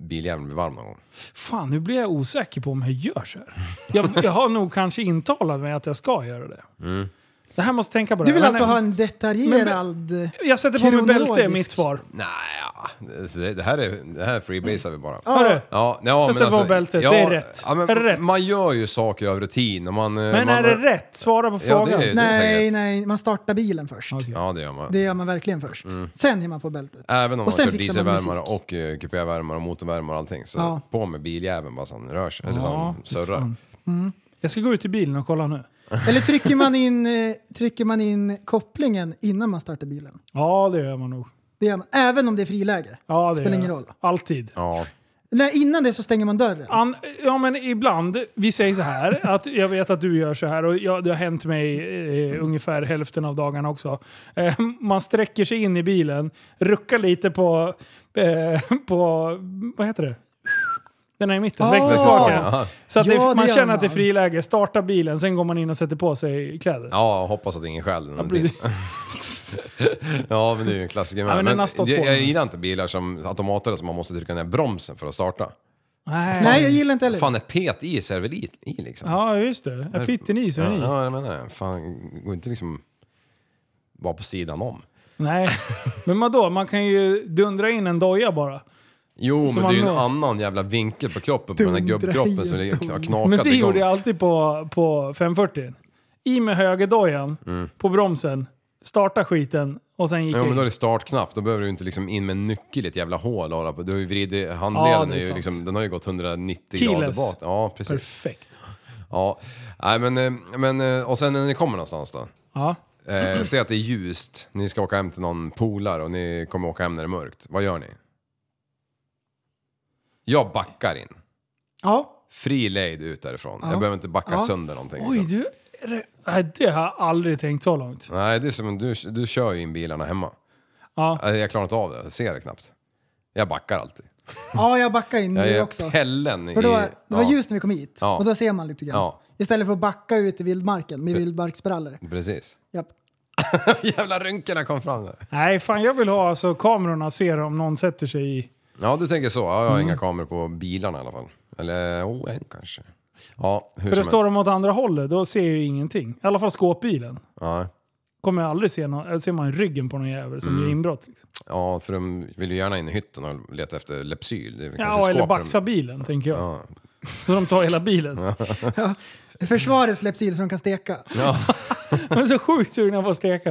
Speaker 7: biljäveln blir varm någon gång.
Speaker 5: Fan, nu blir jag osäker på om jag gör så här. Jag, jag har nog kanske intalat mig att jag ska göra det.
Speaker 7: Mm.
Speaker 5: Det här måste jag tänka på. det.
Speaker 6: Du vill
Speaker 5: Men-
Speaker 6: alltså ha en detaljerad...
Speaker 5: Jag sätter på mig bälte, är
Speaker 6: kronologisk-
Speaker 5: mitt svar.
Speaker 7: Nej, ja. Alltså, det, det här är, det här freebasar vi bara.
Speaker 5: Hörru,
Speaker 7: Ja, nej, ja,
Speaker 5: Jag
Speaker 7: men
Speaker 5: sätter på
Speaker 7: alltså,
Speaker 5: bältet,
Speaker 7: ja,
Speaker 5: det är rätt.
Speaker 7: Ja, men,
Speaker 5: Är det rätt?
Speaker 7: Man gör ju saker av rutin och man...
Speaker 5: men är det rätt? Svara på
Speaker 7: Ja, det
Speaker 5: frågan.
Speaker 7: är, det är
Speaker 6: Nej,
Speaker 7: säkert rätt.
Speaker 6: nej, man startar bilen först.
Speaker 7: Ja, det gör man.
Speaker 6: Det gör man verkligen först.
Speaker 7: Mm.
Speaker 6: Sen ger man på bältet.
Speaker 7: Även om
Speaker 6: Och
Speaker 7: man
Speaker 6: sen
Speaker 7: kör
Speaker 6: fixar man
Speaker 7: dieselvärmare och eh, kupévärmare och motorvärmare och allting. Så
Speaker 6: Ja.
Speaker 7: på med biljäveln bara så han rör sig, eller så
Speaker 5: Ja,
Speaker 7: han surrar.
Speaker 5: fan. Mm. Jag ska gå ut i bilen och kolla nu.
Speaker 6: Eller trycker man, in, eh, trycker man in kopplingen innan man startar bilen?
Speaker 5: Ja, det gör man nog.
Speaker 6: Det gör man, även om det är friläge.
Speaker 5: Ja, det
Speaker 6: Spelar
Speaker 5: gör
Speaker 6: ingen
Speaker 5: jag.
Speaker 6: roll.
Speaker 5: Alltid.
Speaker 7: Ja.
Speaker 6: Nej, innan det så stänger man dörren.
Speaker 5: An, ja men ibland, vi säger så här, att jag vet att du gör så här och jag, det har hänt mig eh, ungefär hälften av dagarna också. Eh, man sträcker sig in i bilen, ruckar lite på, eh, på vad heter det? Den här i mitten,
Speaker 6: Ah!
Speaker 5: växelskakan.
Speaker 7: Ja.
Speaker 5: Så att det,
Speaker 6: Ja, det
Speaker 5: man
Speaker 6: gör
Speaker 5: känner att det är
Speaker 6: man.
Speaker 5: friläge, startar bilen, sen går man in och sätter på sig kläder.
Speaker 7: ja, hoppas att ingen skäller någonting.
Speaker 5: Precis.
Speaker 7: Ja, men det är ju en klassiker.
Speaker 5: Ja, men
Speaker 7: men
Speaker 5: den har stått
Speaker 7: jag,
Speaker 5: på
Speaker 7: jag
Speaker 5: mig.
Speaker 7: gillar inte bilar som automater som man måste trycka ner bromsen för att starta.
Speaker 5: Nej.
Speaker 6: Nej, jag gillar inte heller.
Speaker 7: Fan, är pet i så är det väl i, i liksom?
Speaker 5: Ja just det, Ja, pitten i så är
Speaker 7: ja,
Speaker 5: ni.
Speaker 7: ja, jag menar det. Fan, går inte liksom vara på sidan om.
Speaker 5: Nej, men vadå? Man kan ju dundra in en doja bara.
Speaker 7: Jo, men
Speaker 5: man
Speaker 7: det är ju en
Speaker 5: når.
Speaker 7: annan jävla vinkel på kroppen på den här
Speaker 6: Dundra
Speaker 7: gubbkroppen
Speaker 6: i
Speaker 7: som
Speaker 6: en
Speaker 7: ligger- har
Speaker 5: Men
Speaker 7: knakat
Speaker 5: det gjorde jag
Speaker 7: igång.
Speaker 5: alltid på, på 540. I med högerdojan på bromsen, starta skiten och sen gick
Speaker 7: Mm. Ja,
Speaker 5: jag
Speaker 7: men
Speaker 5: in.
Speaker 7: då är det startknapp. Då behöver du inte liksom in med en nyckel i ett jävla hål. och hålla på. Du har ju vridit
Speaker 5: Ja,
Speaker 7: handleden.
Speaker 5: det är
Speaker 7: är ju
Speaker 5: sant.
Speaker 7: liksom, den har ju gått 190 grader
Speaker 5: Keyless.
Speaker 7: bak. Ja, precis.
Speaker 5: Perfekt.
Speaker 7: Ja. Nej, men, eh, men, eh, och sen när ni kommer någonstans då?
Speaker 5: Ja.
Speaker 7: Eh, säg att det är ljust, ni ska åka hem till någon polare och ni kommer åka hem när det är mörkt. Vad gör ni? Jag backar in.
Speaker 6: Ja,
Speaker 7: Fri lejd ut därifrån. Jag behöver inte backa sönder någonting.
Speaker 5: Oj,
Speaker 7: liksom.
Speaker 5: du, är det, nej, det har jag aldrig tänkt så långt.
Speaker 7: Nej, det är som, du, du kör ju in bilarna hemma.
Speaker 5: Ja.
Speaker 7: Eh, Jag klarar inte av det, jag ser det knappt. Jag backar alltid.
Speaker 6: ja jag backar in
Speaker 7: Jag
Speaker 6: nu
Speaker 7: är
Speaker 6: också.
Speaker 7: pällen
Speaker 6: För då,
Speaker 7: i...
Speaker 6: det var
Speaker 7: ja,
Speaker 6: ljust när vi kom hit
Speaker 7: Ja.
Speaker 6: och då ser man lite grann.
Speaker 7: Ja.
Speaker 6: Istället för att backa ut i vildmarken med vildmarksbrallor.
Speaker 7: Precis.
Speaker 6: Japp.
Speaker 7: Jävla rynkorna kom fram där.
Speaker 5: Nej, fan jag vill ha alltså kamerorna ser om någon sätter sig i...
Speaker 7: Ja, du tänker så. Ja, jag har inga kameror på bilarna i alla fall. Eller, oh, en kanske. Ja, hur
Speaker 5: För då
Speaker 7: som
Speaker 5: står
Speaker 7: helst.
Speaker 5: de åt andra hållet, då ser jag ju ingenting. I alla fall skåpbilen.
Speaker 7: Ja.
Speaker 5: Kommer jag aldrig se någon, eller ser man ryggen på någon jävel
Speaker 7: Mm.
Speaker 5: som gör inbrott. Liksom.
Speaker 7: Ja, för de vill ju gärna in i hytten och leta efter Lepsyl. Det är kanske
Speaker 5: Ja,
Speaker 7: skåp
Speaker 5: eller
Speaker 7: de-
Speaker 5: baxa bilen tänker jag. Så de tar hela bilen.
Speaker 6: Försvaret släpps in så de kan steka.
Speaker 7: Ja.
Speaker 5: De är så sjukt sugna på att steka.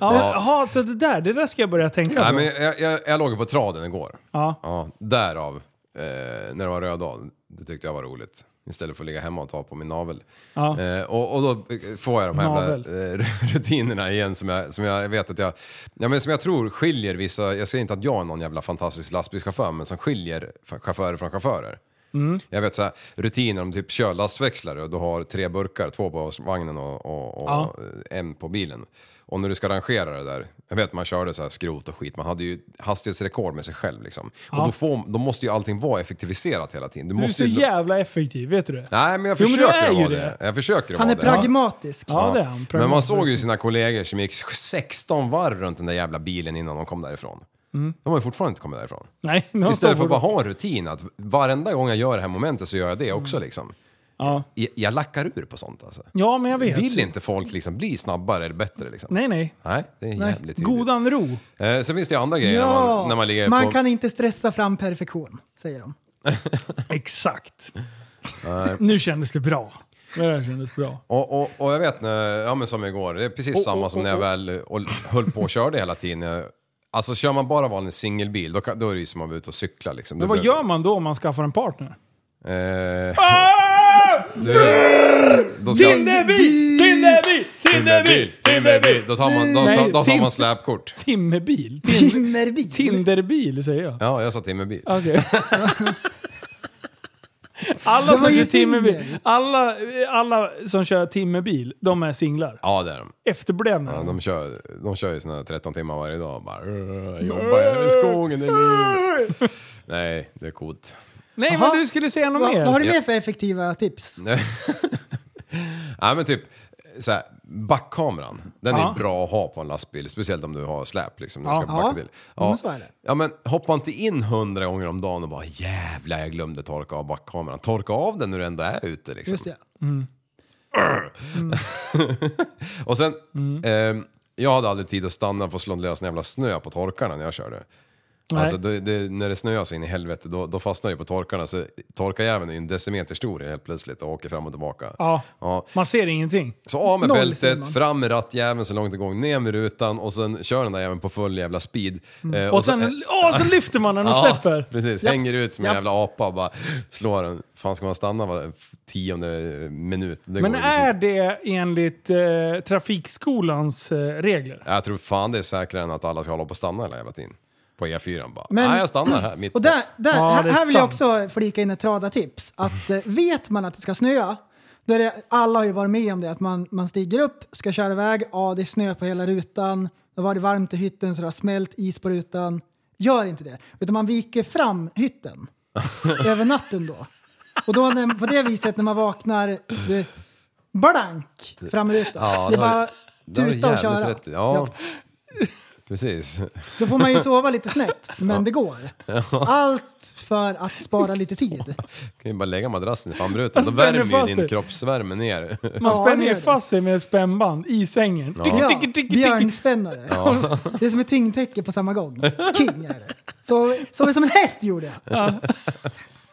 Speaker 5: Ja, men, aha, så det där, det där ska jag börja tänka
Speaker 7: Nej,
Speaker 5: på.
Speaker 7: men jag, jag, jag låg ju på traden igår.
Speaker 5: Ja.
Speaker 7: därav, eh, när det var röd dag, det tyckte jag var roligt. Istället för att ligga hemma och ta på min navel.
Speaker 5: Ja.
Speaker 7: Eh, och, och då eh, får jag de här
Speaker 5: Navel.
Speaker 7: jävla, eh, rutinerna igen som jag, som jag vet att jag... Ja, men som jag tror skiljer vissa, jag säger inte att jag är någon jävla fantastisk lastbilschaufför, men som skiljer fa- chaufförer från chaufförer.
Speaker 5: Mm.
Speaker 7: Jag vet så här, rutiner om typ kör lastväxlare och du har tre burkar, två på vagnen och, och, och
Speaker 5: Ja.
Speaker 7: en på bilen. Och när du ska rangera det där, jag vet man körde så här skrot och skit, man hade ju hastighetsrekord med sig själv liksom. Och då, får, då måste ju allting vara effektiviserat hela tiden. Du,
Speaker 5: Du är
Speaker 7: måste
Speaker 5: så
Speaker 7: ju...
Speaker 5: jävla effektiv, vet du det?
Speaker 7: Nej men jag
Speaker 5: Jo, men du
Speaker 7: försöker
Speaker 5: är ju
Speaker 7: vara
Speaker 5: det.
Speaker 7: det. Jag försöker
Speaker 6: Han är
Speaker 7: vara det. Ja.
Speaker 6: pragmatisk.
Speaker 5: Ja, det är han.
Speaker 7: Men man såg ju sina kollegor som gick 16 varv runt den där jävla bilen innan de kom därifrån. De har ju fortfarande inte kommit därifrån.
Speaker 5: Nej, Mm. de står
Speaker 7: Istället för
Speaker 5: på
Speaker 7: att bara ha en rutin att varenda gång jag gör det här momentet så gör jag det
Speaker 5: Mm.
Speaker 7: också liksom.
Speaker 5: Ja.
Speaker 7: Jag, jag lackar ur på sånt alltså.
Speaker 5: Ja, men jag vet.
Speaker 7: Vill inte folk liksom bli snabbare eller bättre liksom?
Speaker 5: Nej, nej.
Speaker 7: Nej, det är jävligt tydligt.
Speaker 5: Godan ro.
Speaker 7: Eh, sen finns det ju andra grejer när, man, när man ligger
Speaker 6: man
Speaker 7: på...
Speaker 6: kan inte stressa fram perfektion, säger de.
Speaker 5: Exakt. nu kändes det bra. Det där kändes bra.
Speaker 7: Och, och, och jag vet när, ja men som igår, det är precis samma som när jag väl och, höll på och körde hela tiden. Alltså kör man bara vanlig singelbil, då, kan, då är det ju som att vara ute och cykla liksom.
Speaker 5: Men vad gör man då om man skaffar en partner?
Speaker 7: Eh,
Speaker 5: Ah!
Speaker 7: du, då ska,
Speaker 5: Tinderbil! Tinderbil! Tinderbil!
Speaker 7: Timmerbil! Då tar man, då,
Speaker 5: Nej,
Speaker 7: då, då tar
Speaker 5: tim-
Speaker 7: man släpkort.
Speaker 5: Timmerbil? Tin-
Speaker 6: Timmerbil.
Speaker 5: Tinderbil säger jag.
Speaker 7: Ja, jag sa timmerbil.
Speaker 5: Okej. alla,
Speaker 6: Det
Speaker 5: som
Speaker 6: var ju
Speaker 5: kör timmerbil,
Speaker 6: Tinder.
Speaker 5: alla, alla som kör timmerbil, de är singlar.
Speaker 7: Ja, det är de.
Speaker 5: Efterblivna.
Speaker 7: Ja, de, kör, de kör ju såna här 13 timmar varje dag och bara "Rrr, jobbar jag i skogen, det är livet. Nej, det är coolt.
Speaker 5: Nej,
Speaker 6: Aha.
Speaker 5: men du skulle säga något
Speaker 6: Vad,
Speaker 5: mer.
Speaker 6: vad har du
Speaker 7: Ja.
Speaker 6: mer för effektiva tips?
Speaker 7: Nej men typ, så här, backkameran. Den
Speaker 5: Ja.
Speaker 7: är bra att ha på en lastbil, speciellt om du har släp liksom. när Du
Speaker 5: Ja.
Speaker 7: ska
Speaker 6: Ja.
Speaker 7: backa till.
Speaker 6: Ja, men Mm, så är det.
Speaker 7: ja men hoppa inte in hundra gånger om dagen och bara jävlar jag glömde torka av backkameran. Torka av den när du ändå är ute liksom.
Speaker 6: Just det.
Speaker 7: Och sen,
Speaker 5: Mm.
Speaker 7: ehm, jag hade aldrig tid att stanna för att slå lös en jävla snö på torkarna när jag körde.
Speaker 5: Nej.
Speaker 7: Alltså det, det, när det snöar så in i helvete då, då fastnar det på torkarna så torkarjäveln är ju en decimeter stor helt plötsligt och åker fram och tillbaka.
Speaker 5: Ja.
Speaker 7: Ja.
Speaker 5: Man ser ingenting.
Speaker 7: Så av med
Speaker 6: Noll, säger
Speaker 7: bältet,
Speaker 6: man.
Speaker 7: fram med rattjäveln så långt det går, ner med rutan och sen kör den där jäveln på full jävla speed. Eh,
Speaker 5: Mm. Och sen, åh, så lyfter man den och släpper.
Speaker 7: Ja, precis.
Speaker 5: Ja.
Speaker 7: Hänger ut som en
Speaker 5: Ja.
Speaker 7: jävla apa och bara slår den. Fan ska man stanna var tionde eh, minut? Det
Speaker 5: Men
Speaker 7: går ju
Speaker 5: är
Speaker 7: liksom-
Speaker 5: det enligt eh, trafikskolans eh, regler?
Speaker 7: Jag tror fan det är säkrare än att alla ska hålla på och stanna hela jävla tiden. På E4 bara.
Speaker 6: Men-
Speaker 7: Nej jag stannar här mitt
Speaker 6: Och där, där,
Speaker 5: Ja, det
Speaker 6: här,
Speaker 5: är
Speaker 6: här vill jag
Speaker 5: sant.
Speaker 6: också flika in ett radartips. Att eh, vet man att det ska snöa, då är det, alla har ju varit med om det, att man, man stiger upp, ska köra iväg, ja det är snö på hela rutan, då var det varmt i hytten så det har smält is på rutan. Gör inte det, utan man viker fram hytten över natten då. Och då när, på det viset när man vaknar, du, blank framruta.
Speaker 7: Ja,
Speaker 6: det är
Speaker 7: då har-
Speaker 6: bara
Speaker 7: då har du
Speaker 6: tuta och
Speaker 7: jävligt
Speaker 6: köra.
Speaker 7: rätt i. Ja. Precis.
Speaker 6: Då får man ju sova lite snett, men det går. Allt för att spara lite tid.
Speaker 7: kan ju bara lägga madrassen i framrutan, då
Speaker 5: Jag spänner
Speaker 7: värmer
Speaker 5: fast
Speaker 7: ju
Speaker 5: dig.
Speaker 7: din kroppsvärme ner.
Speaker 5: Man
Speaker 6: Ja,
Speaker 5: spänner
Speaker 6: det
Speaker 5: ju
Speaker 6: gör det.
Speaker 5: fast sig med spännband i sängen. Tick,
Speaker 6: Ja,
Speaker 5: tick, tick, tick, tick.
Speaker 6: björnspännare. Det är som ett tyngdtäcke på samma gång. King är det. Så, så som en häst gjorde jag.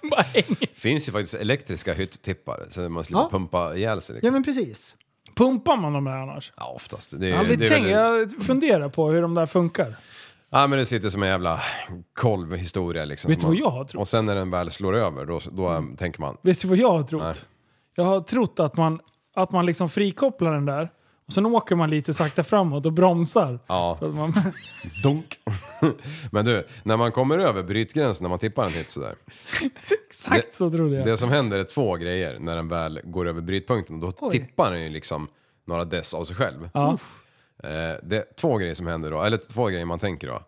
Speaker 5: Bara hänger.
Speaker 7: finns ju faktiskt elektriska hytttippar, så man slipper
Speaker 6: Ja.
Speaker 7: pumpa ihjäl sig.
Speaker 6: Ja
Speaker 7: Liksom.
Speaker 6: men precis.
Speaker 5: Pumpar man dem där annars?
Speaker 7: Ja, oftast. Det
Speaker 5: Jag
Speaker 7: är,
Speaker 5: har
Speaker 7: det
Speaker 5: aldrig
Speaker 7: är väl
Speaker 5: tänkt, jag funderar på hur de där funkar.
Speaker 7: ja, men det sitter som en jävla kolvhistoria liksom.
Speaker 5: Vet du
Speaker 7: Som
Speaker 5: vad
Speaker 7: man-
Speaker 5: jag har trott?
Speaker 7: Och sen när den väl slår över, då, då äm, tänker man...
Speaker 5: Vet du vad jag har trott?
Speaker 7: Nej.
Speaker 5: Jag har trott att man, att man liksom frikopplar den där och sen åker man lite sakta framåt och bromsar.
Speaker 7: Ja,
Speaker 5: Så att man,
Speaker 7: dunk. men du, när man kommer över brytgränsen när man tippar en hytt sådär.
Speaker 5: exakt så trodde jag.
Speaker 7: Det som händer är två grejer när den väl går över brytpunkten. Då tippar den ju liksom några dess av sig själv.
Speaker 5: ja.
Speaker 7: Eh, det är två grejer som händer då, eller två grejer man tänker då.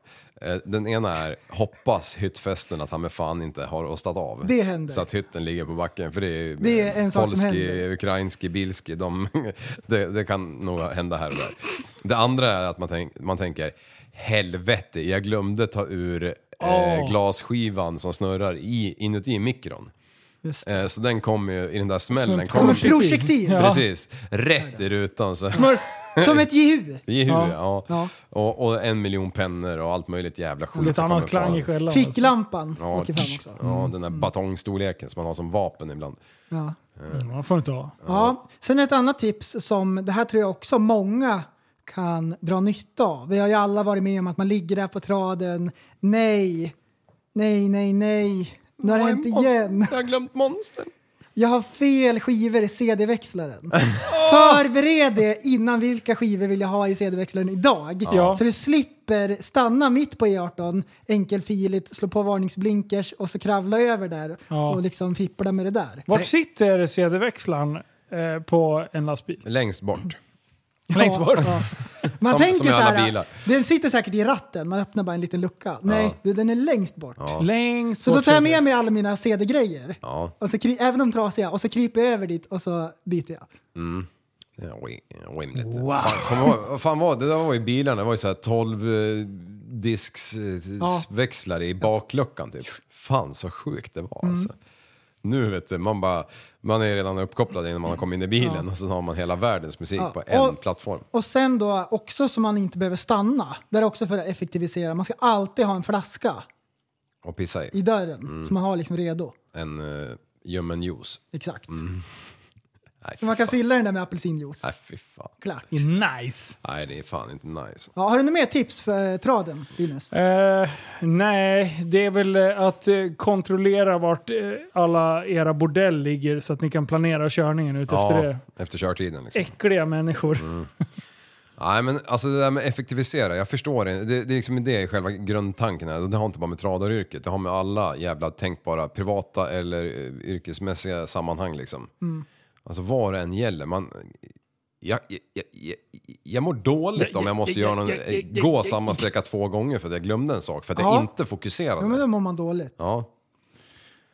Speaker 7: Eh, den ena är, hoppas hyttfesten att han med fan inte har ostat av.
Speaker 6: Det händer.
Speaker 7: Så att hytten ligger på backen, för det är ju
Speaker 6: Det är en sak som händer.
Speaker 7: ukrainski, bilski, de, det, det kan nog hända här och där. Det andra är att man, tänk, man tänker, helvete, jag glömde ta ur eh, glasskivan som snurrar i, inuti mikron. Eh, så den kommer ju i den där smällen.
Speaker 5: en
Speaker 7: kommer
Speaker 6: Som en
Speaker 7: den-
Speaker 6: projektil.
Speaker 5: Ja.
Speaker 7: Precis, rätt i rutan. Så.
Speaker 5: Smurf,
Speaker 6: Som ett jehu.
Speaker 7: Jehu,
Speaker 5: Ja.
Speaker 7: ja. ja.
Speaker 6: Ja.
Speaker 7: Och, och en miljon pennor och allt möjligt jävla skit.
Speaker 5: Lite
Speaker 7: som
Speaker 5: annan
Speaker 7: kommer
Speaker 5: klang i
Speaker 7: farandes.
Speaker 5: skällan. alltså.
Speaker 6: Ficklampan
Speaker 7: Ja,
Speaker 6: åker fram också.
Speaker 7: ja, den där batongstorleken som man har som vapen ibland.
Speaker 6: Ja.
Speaker 5: Mm, man får inte ha.
Speaker 6: Ja. Sen ett annat tips som, det här tror jag också många kan dra nytta av. Vi har ju alla varit med om att man ligger där på traden. Nej, nej, nej, nej. Nu har det hänt igen.
Speaker 7: Jag har glömt monstern.
Speaker 6: Jag har fel skivor i CD-växlaren. Förbered dig innan vilka skivor vill jag ha i CD-växlaren idag.
Speaker 5: Ja.
Speaker 6: Så du slipper stanna mitt på E18, enkelfiligt, slå på varningsblinkers och så kravla över där
Speaker 5: Ja.
Speaker 6: och liksom fippla med det där.
Speaker 5: Vart sitter CD-växlaren eh, på en lastbil?
Speaker 7: Längst bort.
Speaker 5: Längst bort.
Speaker 6: Man
Speaker 7: Som-
Speaker 6: tänker
Speaker 7: som i
Speaker 6: så
Speaker 7: alla
Speaker 6: här,
Speaker 7: bilar.
Speaker 6: den sitter säkert i ratten, man öppnar bara en liten lucka. Nej, du, den är längst bort.
Speaker 5: Längst
Speaker 6: Så
Speaker 5: bort.
Speaker 6: då tar jag
Speaker 5: sitter-
Speaker 6: med mig alla mina CD-grejer,
Speaker 7: Ja.
Speaker 6: och så kry- även de trasiga, och så kryper jag över dit och så byter jag.
Speaker 7: Ja, wi- Rimligt. Wow. Eh, Fan, kom ihåg, vad fan var det? Det där var ju bilarna. Det var ju så här 12 eh, disks eh,
Speaker 6: Ja.
Speaker 7: växlare i bakluckan typ. Fan så sjukt det var alltså. Nu vet du, man bara, man är redan uppkopplad innan man har kommit in i bilen och sen har man hela världens musik
Speaker 6: Ja,
Speaker 7: på en
Speaker 6: och-
Speaker 7: plattform.
Speaker 6: Och sen då också så man inte behöver stanna, där är också för att effektivisera, man ska alltid ha en flaska
Speaker 7: Och pissa i.
Speaker 6: i dörren
Speaker 7: Mm.
Speaker 6: som man har liksom redo.
Speaker 7: En uh, ljummen juice.
Speaker 6: Exakt.
Speaker 7: Nej
Speaker 6: Så
Speaker 7: fy,
Speaker 6: man kan
Speaker 7: fan.
Speaker 6: fylla den där med apelsinjuice.
Speaker 7: Mm. Nej fy fan.
Speaker 6: Klart.
Speaker 5: Nice.
Speaker 7: Nej det är fan inte nice.
Speaker 6: Ja, har du några mer tips för eh, traden, Linus?
Speaker 5: Eh, nej, det är väl eh, att eh, kontrollera vart eh, alla era bordell ligger så att ni kan planera körningen ut efter det.
Speaker 7: efter körtiden liksom.
Speaker 5: Äckliga människor.
Speaker 7: Mm. Nej men alltså det där med effektivisera, jag förstår det. Det, det är liksom det är själva grundtanken här. Det har inte bara med tradaryrket, det har med alla jävla tänkbara privata eller eh, yrkesmässiga sammanhang liksom.
Speaker 6: Mm.
Speaker 7: Alltså vad det än gäller, man... Jag, jag, jag, jag, jag mår dåligt om jag måste göra någon, eh, gå samma sträcka två gånger för att jag glömde en sak, för att jag
Speaker 6: Ja.
Speaker 7: inte fokuserade.
Speaker 6: Ja, men då mår man dåligt.
Speaker 7: Ja,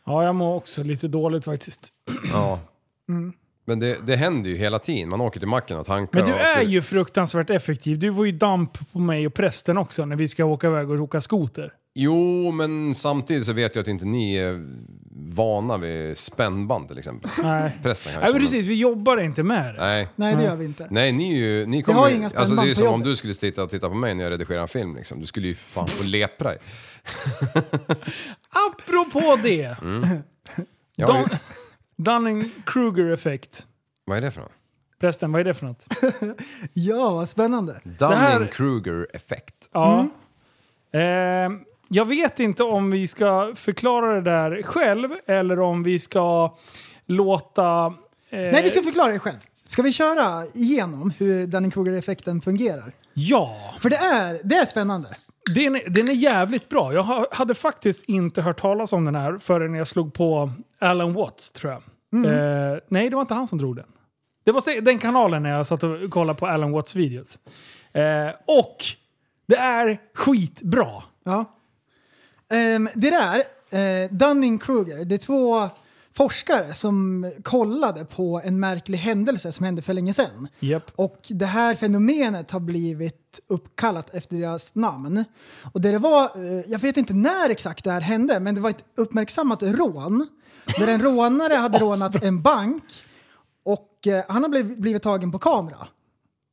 Speaker 5: Ja, jag mår också lite dåligt faktiskt.
Speaker 7: ja.
Speaker 6: Mm.
Speaker 7: Men det, det händer ju hela tiden, man åker till macken och tankar
Speaker 5: Men du
Speaker 7: och
Speaker 5: är
Speaker 7: ska-
Speaker 5: ju fruktansvärt effektiv. Du var ju damp på mig och prästen också när vi ska åka iväg och åka skoter.
Speaker 7: Jo, men samtidigt så vet jag att inte ni är vana vid spännband till exempel.
Speaker 5: Nej.
Speaker 7: Prästen kanske.
Speaker 5: Nej, men
Speaker 7: men-
Speaker 5: precis. Vi jobbar inte med det.
Speaker 7: Nej.
Speaker 6: Nej, det gör vi inte.
Speaker 7: Mm. Nej, ni är ju... Ni kommer
Speaker 6: har
Speaker 7: ju,
Speaker 6: inga
Speaker 7: alltså, det är
Speaker 6: spännband
Speaker 7: ju
Speaker 6: på
Speaker 7: som om
Speaker 6: jobbet.
Speaker 7: du skulle sitta och titta på mig när jag redigerar en film liksom. Du skulle ju för fan få lepra i.
Speaker 5: Apropå det!
Speaker 7: Jag har ju,
Speaker 5: Dan- Dunning-Kruger-effekt.
Speaker 7: vad är det för något?
Speaker 5: Prästen, vad är det för något?
Speaker 6: Ja, vad spännande.
Speaker 5: här-
Speaker 7: Dunning-Kruger-effekt.
Speaker 5: Ja. Eh, jag vet inte om vi ska förklara det där själv eller om vi ska låta... eh,
Speaker 6: Nej, vi ska förklara det själv. Ska vi köra igenom hur Dunning-Kruger-effekten fungerar?
Speaker 5: Ja,
Speaker 6: För det är, det är spännande.
Speaker 5: den är, den är jävligt bra. Jag har- hade faktiskt inte hört talas om den här förrän jag slog på Alan Watts, tror jag. Eh, nej, det var inte han som drog den. Det var se- den kanalen när jag satt och kollade på Alan Watts videos. Eh, och det är skitbra.
Speaker 6: Ja. Ehm, det där, eh, Dunning-Kruger, det är två forskare som kollade på en märklig händelse som hände för länge sedan.
Speaker 5: Japp.
Speaker 6: Och det här fenomenet har blivit uppkallat efter deras namn. Och det, det var, eh, jag vet inte när exakt det här hände, men det var ett uppmärksammat rån. Där en rånare hade rånat en bank och eh, han har blivit, blivit tagen på kamera.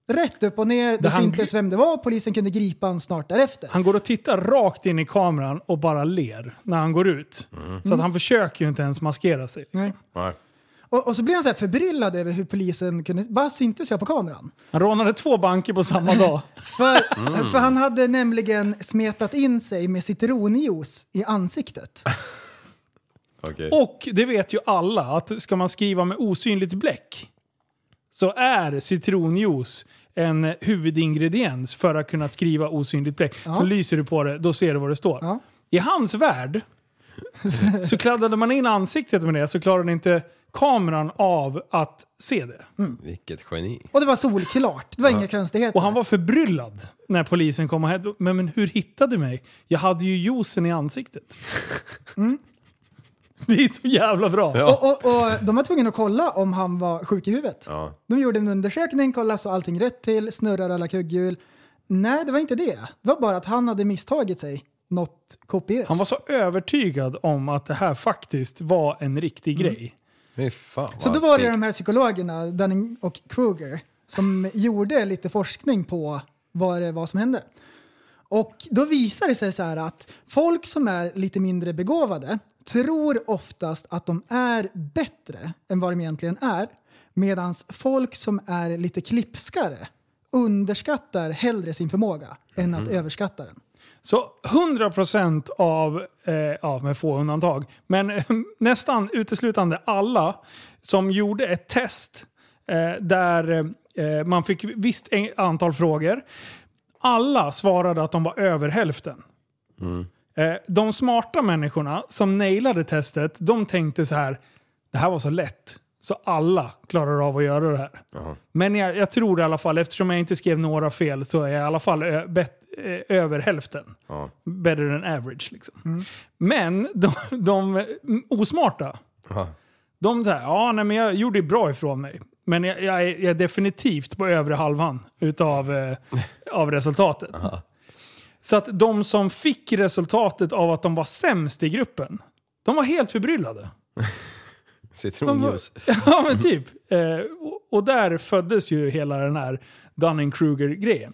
Speaker 6: Rätt upp och ner, det
Speaker 5: han
Speaker 6: syntes
Speaker 5: gri-
Speaker 6: vem det var, polisen kunde gripa honom snart därefter.
Speaker 5: Han går och tittar rakt in i kameran och bara ler när han går ut. Så att han försöker ju inte ens maskera sig. Liksom.
Speaker 6: Nej.
Speaker 7: Nej.
Speaker 6: Och, och så blev han så här förbryllad över hur polisen kunde... Bara syntes jag på kameran.
Speaker 5: Han rånade två banker på samma dag.
Speaker 6: För, för han hade nämligen smetat in sig med citronjuice i ansiktet.
Speaker 7: Okej.
Speaker 5: Och det vet ju alla att ska man skriva med osynligt bläck så är citronjuice en huvudingrediens för att kunna skriva osynligt bläck. Så lyser du på det, då ser du vad det står.
Speaker 6: Ja.
Speaker 5: I hans värld så kladdade man in ansiktet med det så klarade inte kameran av att se det.
Speaker 7: Vilket geni.
Speaker 6: Och det var solklart. Det var inga konstigheter.
Speaker 5: Och han var förbryllad när polisen kom och hette men, men hur hittade du mig? Jag hade ju juicen i ansiktet. Mm. Det är så jävla bra.
Speaker 6: och, och, och de var tvungna att kolla om han var sjuk i huvudet.
Speaker 7: Ja.
Speaker 6: De gjorde en undersökning, kollade så allting rätt till, snurrade alla kugghjul. Nej, det var inte det. Det var bara att han hade misstagit sig något kopiöst.
Speaker 5: Han var så övertygad om att det här faktiskt var en riktig grej.
Speaker 7: Fy fan
Speaker 6: Så
Speaker 7: vad
Speaker 6: då var det
Speaker 7: sick.
Speaker 6: de här psykologerna, Dunning och Kruger, som gjorde lite forskning på vad det var som hände. Och då visar det sig så här att folk som är lite mindre begåvade tror oftast att de är bättre än vad de egentligen är. Medan folk som är lite klipskare underskattar hellre sin förmåga än att överskatta den.
Speaker 5: Så 100% av, eh, ja med få undantag, men eh, nästan uteslutande alla som gjorde ett test eh, där eh, man fick visst en- antal frågor. Alla svarade att de var över hälften. Eh, de smarta människorna som nailade testet, de tänkte så här, det här var så lätt. Så alla klarar av att göra det här. Men jag, jag tror i alla fall, eftersom jag inte skrev några fel, så är jag i alla fall ö, bet, eh, över hälften. Better than average. Liksom. Men de, de mm, osmarta, de säger ja nej, men jag gjorde ju bra ifrån mig. Men jag, jag, är, jag är definitivt på övre halvan utav, eh, av resultatet. Så att de som fick resultatet av att de var sämst i gruppen, de var helt förbryllade.
Speaker 7: Citronjuice.
Speaker 5: Ja men typ. Eh, och, och där föddes ju hela den här Dunning-Kruger-grejen.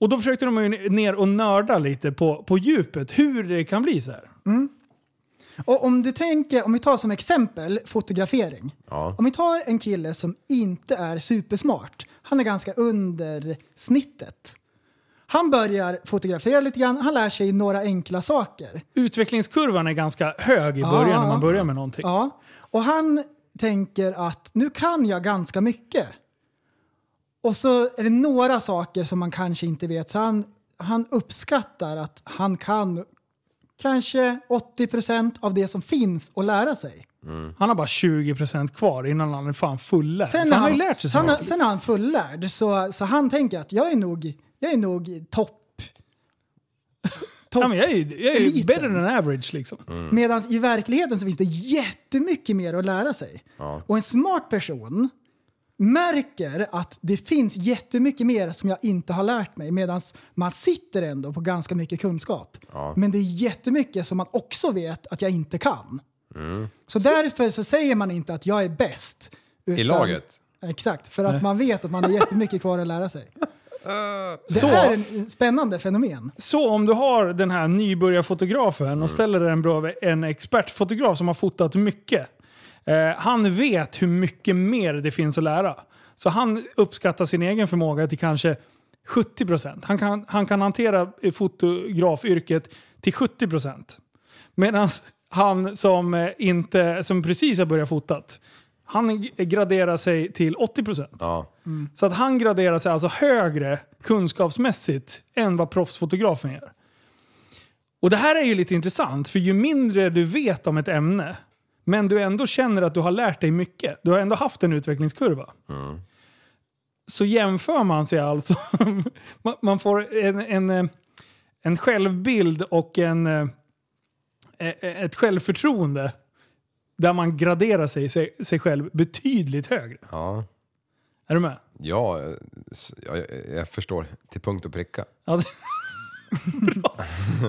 Speaker 5: Och då försökte de ju ner och nörda lite på, på djupet hur det kan bli så här. Mm.
Speaker 6: Och om du tänker, om vi tar som exempel fotografering.
Speaker 7: Ja.
Speaker 6: Om vi tar en kille som inte är supersmart, han är ganska under snittet. Han börjar fotografera lite grann, han lär sig några enkla saker.
Speaker 5: Utvecklingskurvan är ganska hög i början när man börjar med någonting.
Speaker 6: Ja. Och han tänker att nu kan jag ganska mycket. Och så är det några saker som man kanske inte vet. Så han, han uppskattar att han kan kanske 80% av det som finns att lära sig.
Speaker 5: Han har bara 20% kvar innan han är fan fullärd.
Speaker 6: Sen,
Speaker 5: För
Speaker 6: när
Speaker 5: han har
Speaker 6: han,
Speaker 5: ju lärt sig så
Speaker 6: sen,
Speaker 5: mycket.
Speaker 6: har- sen är han fullärd, så, så han tänker att jag är nog, jag är nog topp.
Speaker 5: ja, men jag är ju jag är ju
Speaker 6: Eliten.
Speaker 5: better than average liksom.
Speaker 7: Mm.
Speaker 6: Medan i verkligheten så finns det jättemycket mer att lära sig. Och en smart person märker att det finns jättemycket mer som jag inte har lärt mig. Medan man sitter ändå på ganska mycket kunskap. Men det är jättemycket som man också vet att jag inte kan.
Speaker 7: Mm.
Speaker 6: Så, därför så säger man inte att jag är bäst.
Speaker 7: I
Speaker 6: utan-
Speaker 7: laget.
Speaker 6: Exakt, för att man vet att man har jättemycket kvar att lära sig. Det här är en spännande fenomen.
Speaker 5: Så om du har den här nybörjarfotografen och ställer den bredvid en expertfotograf som har fotat mycket. Eh, han vet hur mycket mer det finns att lära. Så han uppskattar sin egen förmåga till kanske 70%. Han kan, han kan hantera eh, fotografyrket till 70%. Medan han som, eh, inte, som precis har börjat fotat, han g- graderar sig till 80%.
Speaker 7: Ja.
Speaker 5: Så att han graderar sig alltså högre kunskapsmässigt än vad proffsfotografen gör. Och det här är ju lite intressant, för ju mindre du vet om ett ämne, men du ändå känner att du har lärt dig mycket, du har ändå haft en utvecklingskurva. Så jämför man sig alltså, man- man får en, en, eh, en självbild och en, eh, eh, ett självförtroende där man graderar sig, sig, sig själv betydligt högre.
Speaker 7: Ja.
Speaker 5: Är du med?
Speaker 7: Ja, eh, s- ja, jag, jag förstår. Till punkt och pricka.
Speaker 5: Ja, det-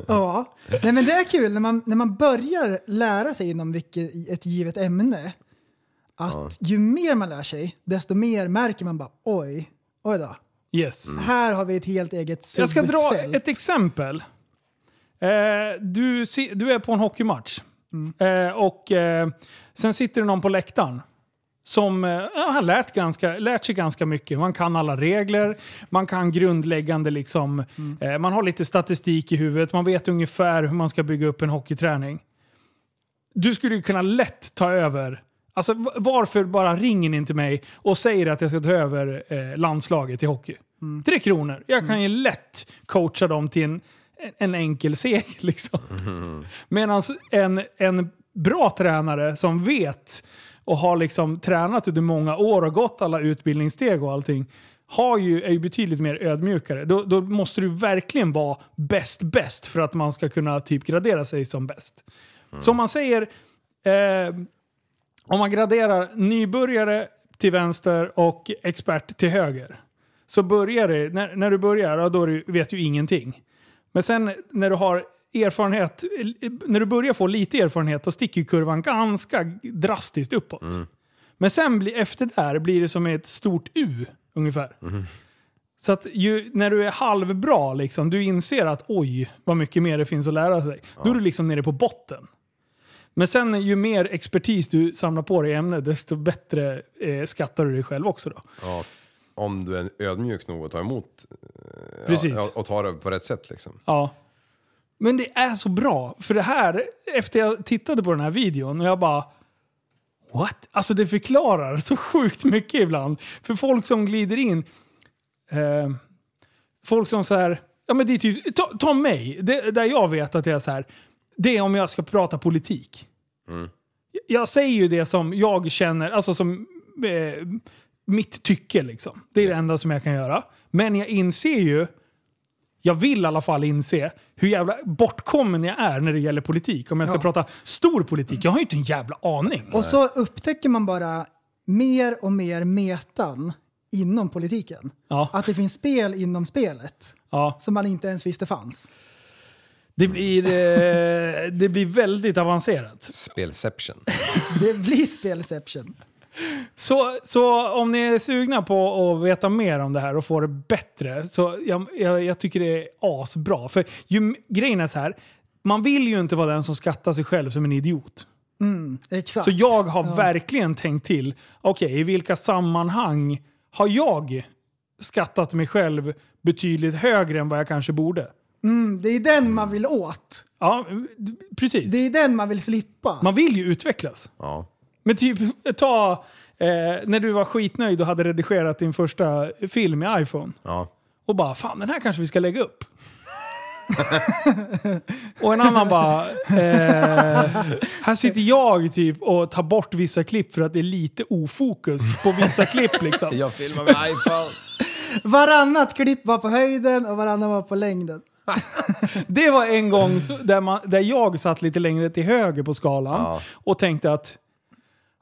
Speaker 6: Ja, Nej, men det är kul när man, när man börjar lära sig inom vilket, ett givet ämne. Att ju mer man lär sig, desto mer märker man bara oj, oj då.
Speaker 5: Yes.
Speaker 6: Här har vi ett helt eget
Speaker 5: Jag ska dra
Speaker 6: subfält.
Speaker 5: ett exempel. Eh, du, si- du är på en hockeymatch. Eh, och eh, sen sitter det någon på läktaren. Som eh, ja, har lärt, ganska, lärt sig ganska mycket. Man kan alla regler, man kan grundläggande liksom. Eh, man har lite statistik i huvudet, man vet ungefär hur man ska bygga upp en hockeyträning. Du skulle ju kunna lätt ta över. Alltså v- varför bara ringer ni inte mig och säger att jag ska ta över eh, landslaget i hockey? Tre kronor. Jag kan ju lätt coacha dem till en, en enkel seger liksom. Medan en, en bra tränare som vet och har liksom tränat under många år och gått alla utbildningssteg och allting har ju, är ju betydligt mer ödmjukare. Då, då måste du verkligen vara bäst bäst för att man ska kunna typ gradera sig som bäst. Så om man säger, eh, om man graderar nybörjare till vänster och expert till höger. Så börjar det, när, när du börjar, ja, då är du, vet du ingenting. Men sen när du har erfarenhet, när du börjar få lite erfarenhet, då sticker ju kurvan ganska drastiskt uppåt. Men sen blir, efter där blir det som ett stort U. ungefär. Så att ju, när du är halvbra, liksom, du inser att oj, vad mycket mer det finns att lära sig. Då är du liksom nere på botten. Men sen ju mer expertis du samlar på dig i ämnet, desto bättre eh, skattar du dig själv också. Då.
Speaker 7: Ja, om du är ödmjuk nog att ta emot eh,
Speaker 5: Precis.
Speaker 7: Ja, och ta det på rätt sätt liksom.
Speaker 5: Ja. Men det är så bra. För det här, efter jag tittade på den här videon och jag bara... What? Alltså det förklarar så sjukt mycket ibland. För folk som glider in... Eh, folk som så här... Ja men det är typ, ta, ta mig, det, där jag vet att det är så här. Det är om jag ska prata politik.
Speaker 6: Mm.
Speaker 5: Jag säger ju det som jag känner, alltså som eh, mitt tycke liksom. Det är det enda som jag kan göra. Men jag inser ju jag vill i alla fall inse hur jävla bortkommen jag är när det gäller politik. Om jag ska
Speaker 6: Ja.
Speaker 5: prata stor politik, jag har ju inte en jävla aning.
Speaker 6: Och så upptäcker man bara mer och mer metan inom politiken.
Speaker 5: Ja.
Speaker 6: Att det finns spel inom spelet
Speaker 5: Ja,
Speaker 6: som man inte ens visste fanns.
Speaker 5: det, blir, eh, det blir väldigt avancerat.
Speaker 7: Spelception.
Speaker 6: Det blir spelception.
Speaker 5: Så, så om ni är sugna på att veta mer om det här och få det bättre, så jag, jag, jag tycker det är asbra. För ju, grejen är så här, man vill ju inte vara den som skattar sig själv som en idiot.
Speaker 6: Exakt.
Speaker 5: Så jag har verkligen tänkt till. Okej, i vilka sammanhang har jag skattat mig själv betydligt högre än vad jag kanske borde?
Speaker 6: Det är den man vill åt.
Speaker 5: Ja, d- precis.
Speaker 6: Det är den man vill slippa.
Speaker 5: Man vill ju utvecklas.
Speaker 7: Ja.
Speaker 5: Men typ, ta eh, när du var skitnöjd och hade redigerat din första film i iPhone.
Speaker 7: Ja.
Speaker 5: Och bara, fan den här kanske vi ska lägga upp. och en annan bara, eh, här sitter jag typ och tar bort vissa klipp för att det är lite ofokus på vissa klipp liksom.
Speaker 7: Jag filmar med iPhone.
Speaker 6: Varannat klipp var på höjden och varannat var på längden.
Speaker 5: Det var en gång
Speaker 6: Mm.
Speaker 5: så- där, man, där jag satt lite längre till höger på skalan och tänkte att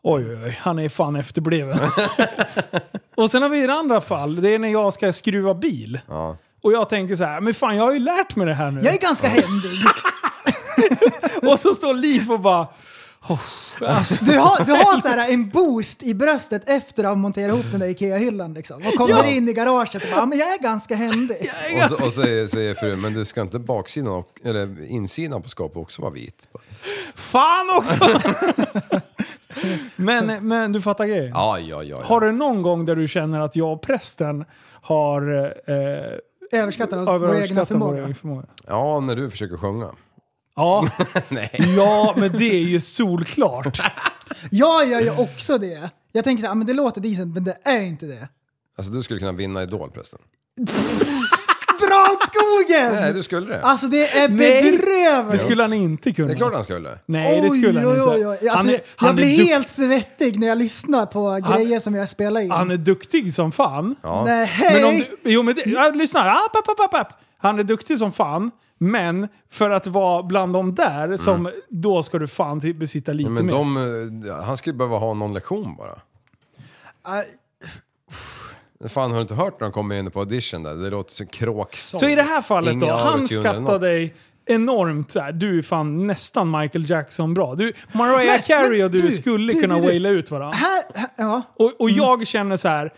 Speaker 5: oj, oj, oj, han är fan efterbliven. och sen har vi ett andra fall, det är när jag ska skruva bil. Och jag tänker så här, men fan jag har ju lärt mig det här nu.
Speaker 6: Jag är ganska händig.
Speaker 5: Och så står Liv och bara... "Oh, alltså,
Speaker 6: Du har, du har så här en boost i bröstet efter att ha monterat ihop den där IKEA-hyllan liksom. Och kommer in i garaget och bara, "Ja, men jag är ganska händig.
Speaker 7: Och så, och så säger, säger frun, men du ska inte baksidan och, eller insidan på skåpet också vara vit?
Speaker 5: fan också! men, men du fattar grejen.
Speaker 7: Ja, ja, ja. ja.
Speaker 5: Har du någon gång där du känner att jag och prästen har eh,
Speaker 6: Överskattar oss, vår egna
Speaker 5: överskattat vår
Speaker 6: förmåga.
Speaker 5: egen förmåga?
Speaker 7: Ja, när du försöker sjunga.
Speaker 5: Ja. ja, men det är ju solklart.
Speaker 6: Jag gör ju också det. Jag tänker att men det låter decent, men det är inte det.
Speaker 7: Alltså du skulle kunna vinna Idol förresten.
Speaker 5: Mm.
Speaker 6: Dra åt skogen!
Speaker 7: Nej, du skulle det.
Speaker 6: Alltså det är
Speaker 5: Nej,
Speaker 6: bedrövligt!
Speaker 5: Det skulle han inte kunna.
Speaker 7: Det är klart han skulle.
Speaker 5: Nej, det skulle han
Speaker 6: Oj,
Speaker 5: inte.
Speaker 6: oj, oj. Alltså,
Speaker 5: han är,
Speaker 6: jag-
Speaker 5: han
Speaker 6: jag blir
Speaker 5: är dukt-
Speaker 6: helt svettig när jag lyssnar på grejer som jag spelar in.
Speaker 5: han är duktig som fan.
Speaker 6: Nej,
Speaker 5: Men om
Speaker 6: hej!
Speaker 5: du, jo men det, ja, lyssna. App, app, app, app, app. Han är duktig som fan, men för att vara bland de
Speaker 6: Mm.
Speaker 5: där, som, då ska du fan till- besitta lite
Speaker 7: Men
Speaker 5: mer.
Speaker 7: de, eh, han skulle behöva ha någon lektion bara.
Speaker 6: Ah,
Speaker 7: Fan, har du inte hört när de kommer in på audition där? Det låter som kråksång.
Speaker 5: Så i det här fallet
Speaker 7: Inga
Speaker 5: då, han
Speaker 7: autotune eller
Speaker 5: skattar
Speaker 7: något.
Speaker 5: dig enormt. Så här, du är fan nästan Michael Jackson bra. Du, Mariah Carey och du,
Speaker 6: du,
Speaker 5: skulle
Speaker 6: du,
Speaker 5: kunna
Speaker 6: du, du.
Speaker 5: waila ut varandra.
Speaker 6: Här, här, ja.
Speaker 5: Och, och jag känner så här.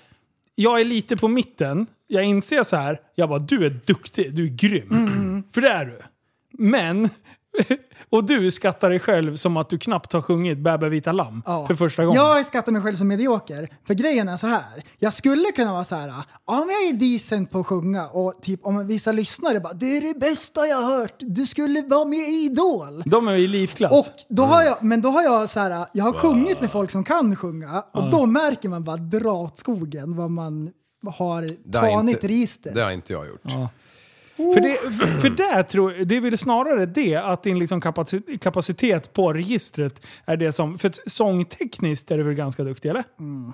Speaker 5: Jag är lite på mitten. Jag inser så här. Jag bara, du är duktig. Du är grym.
Speaker 6: Mm.
Speaker 5: För det är du. Men... Och du skattar dig själv som att du knappt har sjungit Bä, bä, vita lamm
Speaker 6: Ja.
Speaker 5: för första gången.
Speaker 6: Jag skattar mig själv som medioker. För grejen är så här. Jag skulle kunna vara så här. Ja, men jag är decent på att sjunga och typ om vissa lyssnare bara det är det bästa jag har hört. Du skulle vara med i Idol.
Speaker 5: De är i livklass.
Speaker 6: Och då har jag, men då har jag så här, jag har sjungit med folk som kan sjunga och då märker man bara dra åt skogen vad man har
Speaker 7: Det har
Speaker 6: tanigt
Speaker 7: inte-
Speaker 6: register.
Speaker 7: Det har inte jag gjort.
Speaker 5: För det, för, för det, tror, det är väl snarare det, att din liksom kapaci- kapacitet på registret är det som... För att sångtekniskt är du väl ganska duktig, eller?
Speaker 6: Mm.